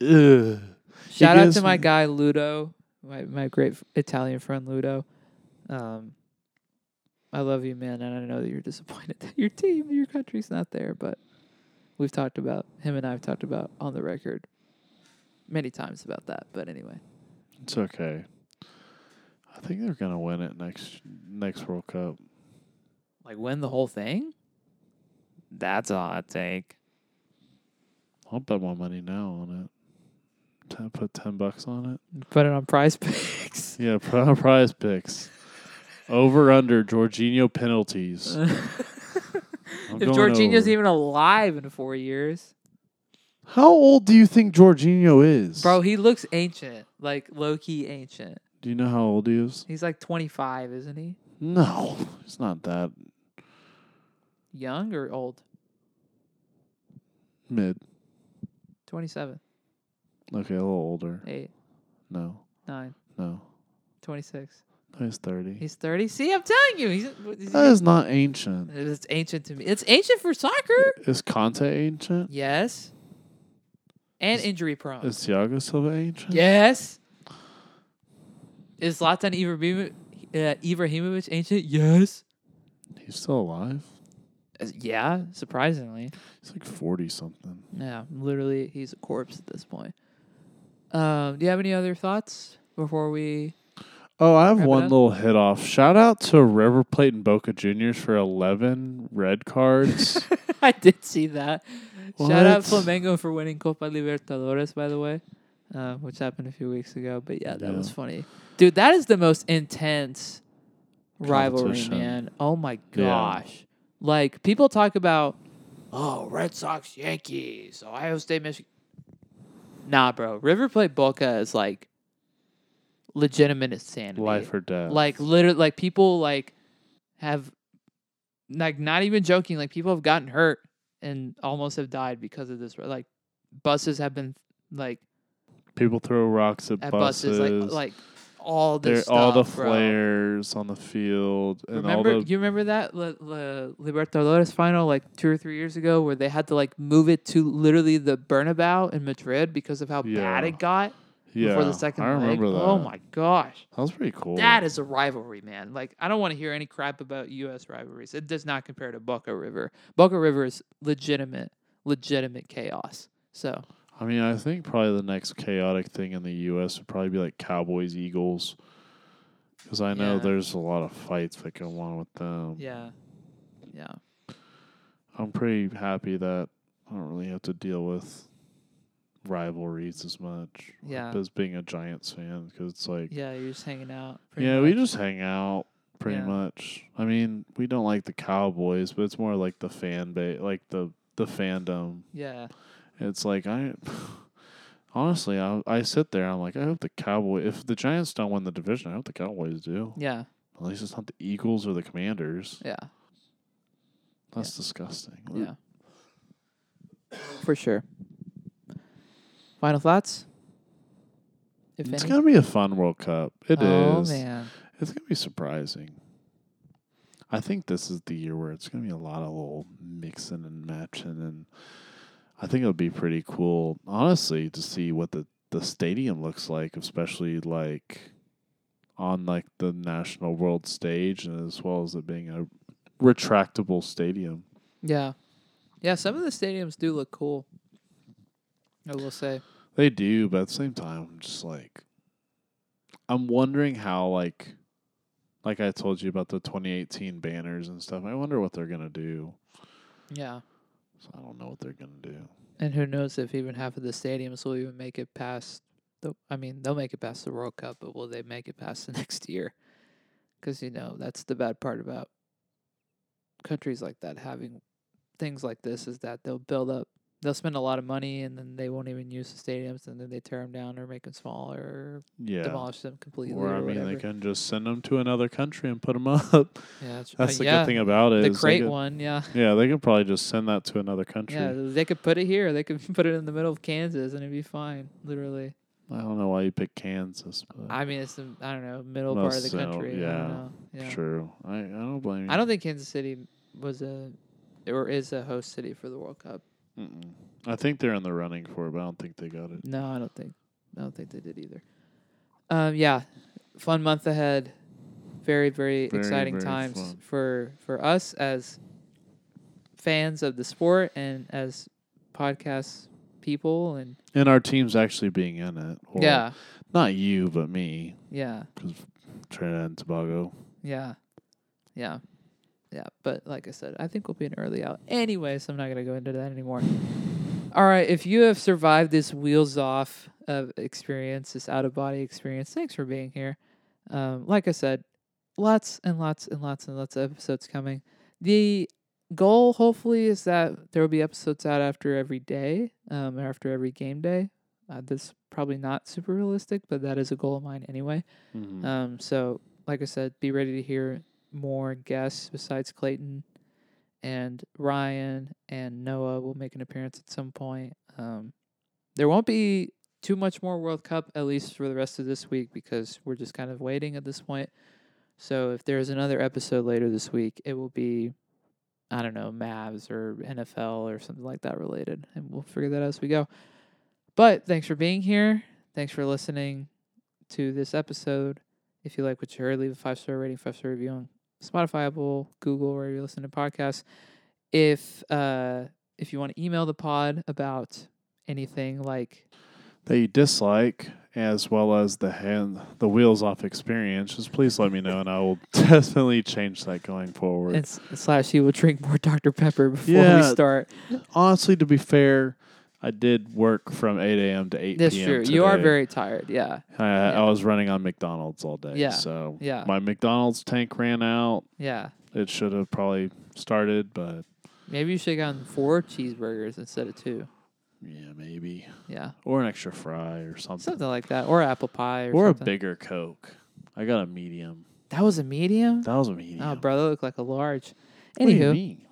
[SPEAKER 3] ugh.
[SPEAKER 2] Shout out
[SPEAKER 3] gives
[SPEAKER 2] to my
[SPEAKER 3] me-
[SPEAKER 2] guy Ludo, my my great Italian friend Ludo. Um, I love you, man, and I know that you're disappointed that your team, your country's not there. But we've talked about him and I've talked about on the record many times about that. But anyway,
[SPEAKER 3] It's okay. I think they're gonna win it next next World Cup.
[SPEAKER 2] like win the whole thing. That's a hot take.
[SPEAKER 3] I'll bet my money now on it. Ten, put ten bucks on it.
[SPEAKER 2] Put it on Prize Picks.
[SPEAKER 3] Yeah, pri- prize picks. Over under Jorginho penalties. I'm
[SPEAKER 2] if
[SPEAKER 3] going
[SPEAKER 2] Jorginho's
[SPEAKER 3] over.
[SPEAKER 2] even alive in four years,
[SPEAKER 3] How old do you think Jorginho is?
[SPEAKER 2] bro, he looks ancient, like low key ancient.
[SPEAKER 3] Do you know how old he is?
[SPEAKER 2] He's like 25, isn't he?
[SPEAKER 3] No. He's not that
[SPEAKER 2] Young or old?
[SPEAKER 3] mid.
[SPEAKER 2] 27,
[SPEAKER 3] Okay, a little older.
[SPEAKER 2] 8,
[SPEAKER 3] No.
[SPEAKER 2] 9,
[SPEAKER 3] No.
[SPEAKER 2] 26.
[SPEAKER 3] No, he's thirty.
[SPEAKER 2] He's 30. See, I'm telling you. He's, what is
[SPEAKER 3] that
[SPEAKER 2] he-
[SPEAKER 3] is not ancient.
[SPEAKER 2] it's ancient to me. It's ancient for soccer.
[SPEAKER 3] Is Conte ancient?
[SPEAKER 2] Yes. And injury prone.
[SPEAKER 3] Is Thiago Silva ancient?
[SPEAKER 2] yes. Is Zlatan Ibrahimovic, uh, Ibrahimovic ancient? Yes.
[SPEAKER 3] He's still alive.
[SPEAKER 2] Uh, Yeah, surprisingly.
[SPEAKER 3] He's like forty something.
[SPEAKER 2] Yeah, literally, he's a corpse at this point. Um, do you have any other thoughts before we
[SPEAKER 3] Oh, I have
[SPEAKER 2] Wrap it
[SPEAKER 3] one
[SPEAKER 2] up?
[SPEAKER 3] little hit off. Shout out to River Plate and Boca Juniors for eleven red cards.
[SPEAKER 2] I did see that. Shout out
[SPEAKER 3] What?
[SPEAKER 2] Flamengo for winning Copa Libertadores, by the way, uh, which happened a few weeks ago. But yeah, that
[SPEAKER 3] Yeah.
[SPEAKER 2] was funny, dude. That is the most intense rivalry,
[SPEAKER 3] Competition.
[SPEAKER 2] man. Oh my gosh! Like people talk about, oh Red Sox, Yankees, Ohio State, Michigan. Nah, bro. River Plate Boca is like legitimate insanity
[SPEAKER 3] Life or death.
[SPEAKER 2] like literally like people like have like not even joking like people have gotten hurt and almost have died because of this like buses have been like
[SPEAKER 3] people throw rocks at,
[SPEAKER 2] at
[SPEAKER 3] buses,
[SPEAKER 2] buses, like like all
[SPEAKER 3] They're-
[SPEAKER 2] this
[SPEAKER 3] all the
[SPEAKER 2] stuff, bro.
[SPEAKER 3] flares on the field and
[SPEAKER 2] remember
[SPEAKER 3] all the
[SPEAKER 2] you remember that La, La Libertadores final like two or three years ago where they had to like move it to literally the Bernabeu in Madrid because of how bad
[SPEAKER 3] Yeah.
[SPEAKER 2] it got
[SPEAKER 3] yeah.
[SPEAKER 2] before the second
[SPEAKER 3] I
[SPEAKER 2] leg.
[SPEAKER 3] remember that.
[SPEAKER 2] Oh my gosh.
[SPEAKER 3] that was pretty cool.
[SPEAKER 2] That is a rivalry, man. Like I don't want to hear any crap about U.S. rivalries. It does not compare to Boca River. Boca River is legitimate, legitimate chaos. So
[SPEAKER 3] I mean, I think probably the next chaotic thing in the U.S. would probably be like Cowboys Eagles, because I know
[SPEAKER 2] Yeah.
[SPEAKER 3] there's a lot of fights that go on with them.
[SPEAKER 2] yeah, yeah,
[SPEAKER 3] I'm pretty happy that I don't really have to deal with rivalries as much.
[SPEAKER 2] Yeah.
[SPEAKER 3] as being a Giants fan, because it's like,
[SPEAKER 2] yeah. You're just hanging out. pretty
[SPEAKER 3] yeah, we
[SPEAKER 2] much.
[SPEAKER 3] just hang out pretty
[SPEAKER 2] Yeah.
[SPEAKER 3] much. I mean, we don't like the Cowboys, but it's more like the fan base, like the the fandom.
[SPEAKER 2] yeah.
[SPEAKER 3] It's like I honestly, I I sit there. I'm like, I hope the Cowboy. If the Giants don't win the division, I hope the Cowboys do.
[SPEAKER 2] Yeah,
[SPEAKER 3] At least it's not the Eagles or the Commanders.
[SPEAKER 2] yeah,
[SPEAKER 3] That's disgusting.
[SPEAKER 2] yeah. For sure. Final thoughts. if
[SPEAKER 3] It's
[SPEAKER 2] any.
[SPEAKER 3] gonna be a fun World Cup. It is.
[SPEAKER 2] oh man,
[SPEAKER 3] It's gonna be surprising. I think this is the year where it's gonna be a lot of little mixing and matching, and I think it'll be pretty cool, honestly, to see what the the stadium looks like, especially like on like the national world stage, and as well as it being a retractable stadium.
[SPEAKER 2] yeah, yeah. Some of the stadiums do look cool. I will say,
[SPEAKER 3] They do, but at the same time, I'm just like, I'm wondering how like, like I told you about the 2018 banners and stuff. I wonder what they're gonna do.
[SPEAKER 2] yeah.
[SPEAKER 3] So I don't know what they're gonna do.
[SPEAKER 2] And who knows if even half of the stadiums will even make it past the. I mean, they'll make it past the World Cup, but will they make it past the next year? Because you know that's the bad part about countries like that having things like this is that they'll build up, they'll spend a lot of money, and then they won't even use the stadiums, and then they tear them down or make them smaller, or
[SPEAKER 3] Yeah.
[SPEAKER 2] demolish them completely.
[SPEAKER 3] Or
[SPEAKER 2] or
[SPEAKER 3] I mean,
[SPEAKER 2] whatever.
[SPEAKER 3] they can just send them to another country and put them up.
[SPEAKER 2] Yeah, that's, uh,
[SPEAKER 3] That's the
[SPEAKER 2] yeah,
[SPEAKER 3] good thing about it.
[SPEAKER 2] The
[SPEAKER 3] is they
[SPEAKER 2] crate
[SPEAKER 3] could-
[SPEAKER 2] one, yeah,
[SPEAKER 3] Yeah, they could probably just send that to another country.
[SPEAKER 2] yeah. They could put it here. They could put it in the middle of Kansas, and it'd be fine. Literally.
[SPEAKER 3] I don't know why you picked Kansas, but
[SPEAKER 2] I mean, it's the I don't know middle part of the
[SPEAKER 3] Most so,
[SPEAKER 2] country. I
[SPEAKER 3] yeah,
[SPEAKER 2] don't know. Yeah.
[SPEAKER 3] true. I, I don't blame you.
[SPEAKER 2] I don't think Kansas City was a or is a host city for the World Cup.
[SPEAKER 3] Mm-mm. I think they're in the running for it, but I don't think they got it.
[SPEAKER 2] No, I don't think. I don't think they did either. Um, yeah, fun month ahead. Very, very,
[SPEAKER 3] Very,
[SPEAKER 2] exciting
[SPEAKER 3] very
[SPEAKER 2] times
[SPEAKER 3] fun.
[SPEAKER 2] for for us as fans of the sport and as podcast people and
[SPEAKER 3] And our team's actually being in it. or-
[SPEAKER 2] yeah,
[SPEAKER 3] Not you, but me,
[SPEAKER 2] yeah,
[SPEAKER 3] because Trinidad and Tobago.
[SPEAKER 2] yeah, yeah, yeah. But like I said, I think we'll be an early out. Anyways, I'm not gonna go into that anymore. All right, if you have survived this wheels off of experience, this out of body experience, thanks for being here. Um, like I said, lots and lots and lots and lots of episodes coming. The goal, hopefully, is that there will be episodes out after every day, um, or after every game day. Uh, that's probably not super realistic, but that is a goal of mine anyway.
[SPEAKER 3] Mhm.
[SPEAKER 2] Um, so, like I said, be ready to hear more guests besides Clayton and Ryan and Noah will make an appearance at some point. Um, there won't be too much more World Cup, at least for the rest of this week, because we're just kind of waiting at this point. So, if there's another episode later this week, it will be, I don't know, Mavs or NFL or something like that related. And we'll figure that out as we go. But thanks for being here. Thanks for listening to this episode. If you like what you heard, leave a five star rating, five star review on Spotify, Apple, Google, wherever you listen to podcasts. If uh, if you want to email the pod about anything like
[SPEAKER 3] that you dislike, as well as the hand, the wheels off experience, just please let me know, and I will definitely change that going forward.
[SPEAKER 2] and s- slash, you will drink more Dr Pepper before we
[SPEAKER 3] Yeah,
[SPEAKER 2] start.
[SPEAKER 3] Honestly, to be fair, I did work from eight a.m. to eight
[SPEAKER 2] That's
[SPEAKER 3] p.m.
[SPEAKER 2] true. You are
[SPEAKER 3] today.
[SPEAKER 2] very tired. Yeah,
[SPEAKER 3] I, I was running on McDonald's all day.
[SPEAKER 2] Yeah,
[SPEAKER 3] So
[SPEAKER 2] yeah.
[SPEAKER 3] my McDonald's tank ran out.
[SPEAKER 2] yeah.
[SPEAKER 3] It should have probably started, but
[SPEAKER 2] Maybe you should have gotten four cheeseburgers instead of two.
[SPEAKER 3] yeah, maybe
[SPEAKER 2] Yeah,
[SPEAKER 3] or an extra fry or something,
[SPEAKER 2] something like that, or apple pie, or,
[SPEAKER 3] or a
[SPEAKER 2] something.
[SPEAKER 3] bigger Coke. I got a medium.
[SPEAKER 2] That was a medium.
[SPEAKER 3] That was a medium.
[SPEAKER 2] Oh, bro, that looked like a large.
[SPEAKER 3] What do you
[SPEAKER 2] Anywho,
[SPEAKER 3] mean?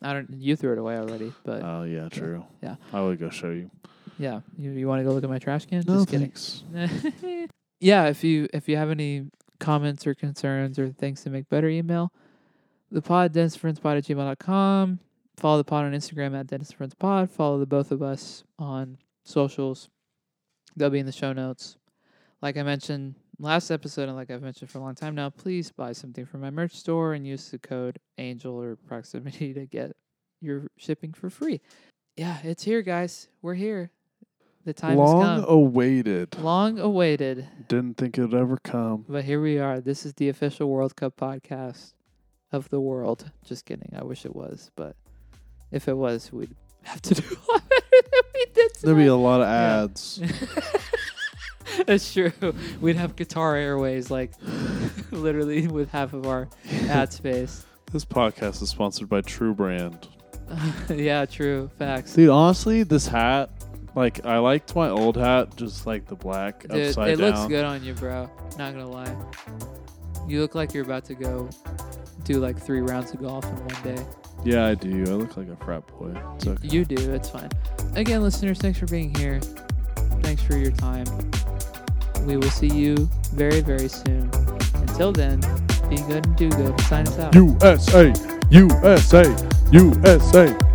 [SPEAKER 2] I don't. You threw it away already, but
[SPEAKER 3] Oh yeah, true.
[SPEAKER 2] Yeah.
[SPEAKER 3] I would go show you.
[SPEAKER 2] Yeah, you, you want to go look at my trash can?
[SPEAKER 3] No,
[SPEAKER 2] Just kidding.
[SPEAKER 3] thanks.
[SPEAKER 2] yeah, if you if you have any comments or concerns or things to make better, email the pod densefriendspod at gmail.com. Follow the pod on Instagram at densefriendspod. Follow the both of us on socials. They'll be in the show notes. Like I mentioned last episode, and like I've mentioned for a long time now, please buy something from my merch store and use the code ANGEL or proximity to get your shipping for free. Yeah, it's here, guys. We're here. The time has come
[SPEAKER 3] Long awaited.
[SPEAKER 2] long awaited,
[SPEAKER 3] Didn't think it'd ever come.
[SPEAKER 2] but here we are. This is the official World Cup podcast of the world. Just kidding. I wish it was, but if it was, we'd have to do a lot better than we did.
[SPEAKER 4] There'd be a
[SPEAKER 2] tonight.
[SPEAKER 4] lot of
[SPEAKER 2] Yeah.
[SPEAKER 4] ads.
[SPEAKER 2] That's true. We'd have Qatar Airways like literally with half of our ad space.
[SPEAKER 3] This podcast is sponsored by True Brand.
[SPEAKER 2] yeah, true. Facts.
[SPEAKER 3] Dude, honestly, this hat, like I liked my old hat, just like the black
[SPEAKER 2] Dude, it
[SPEAKER 3] upside down.
[SPEAKER 2] looks good on you, bro. Not gonna lie. You look like you're about to go do like three rounds of golf in one day.
[SPEAKER 3] Yeah, I do. I look like a frat boy. It's okay.
[SPEAKER 2] You do. It's fine. Again, listeners, thanks for being here. Thanks for your time. We will see you very, very soon. Until then, be good and do good. Sign us out.
[SPEAKER 3] USA, USA, USA.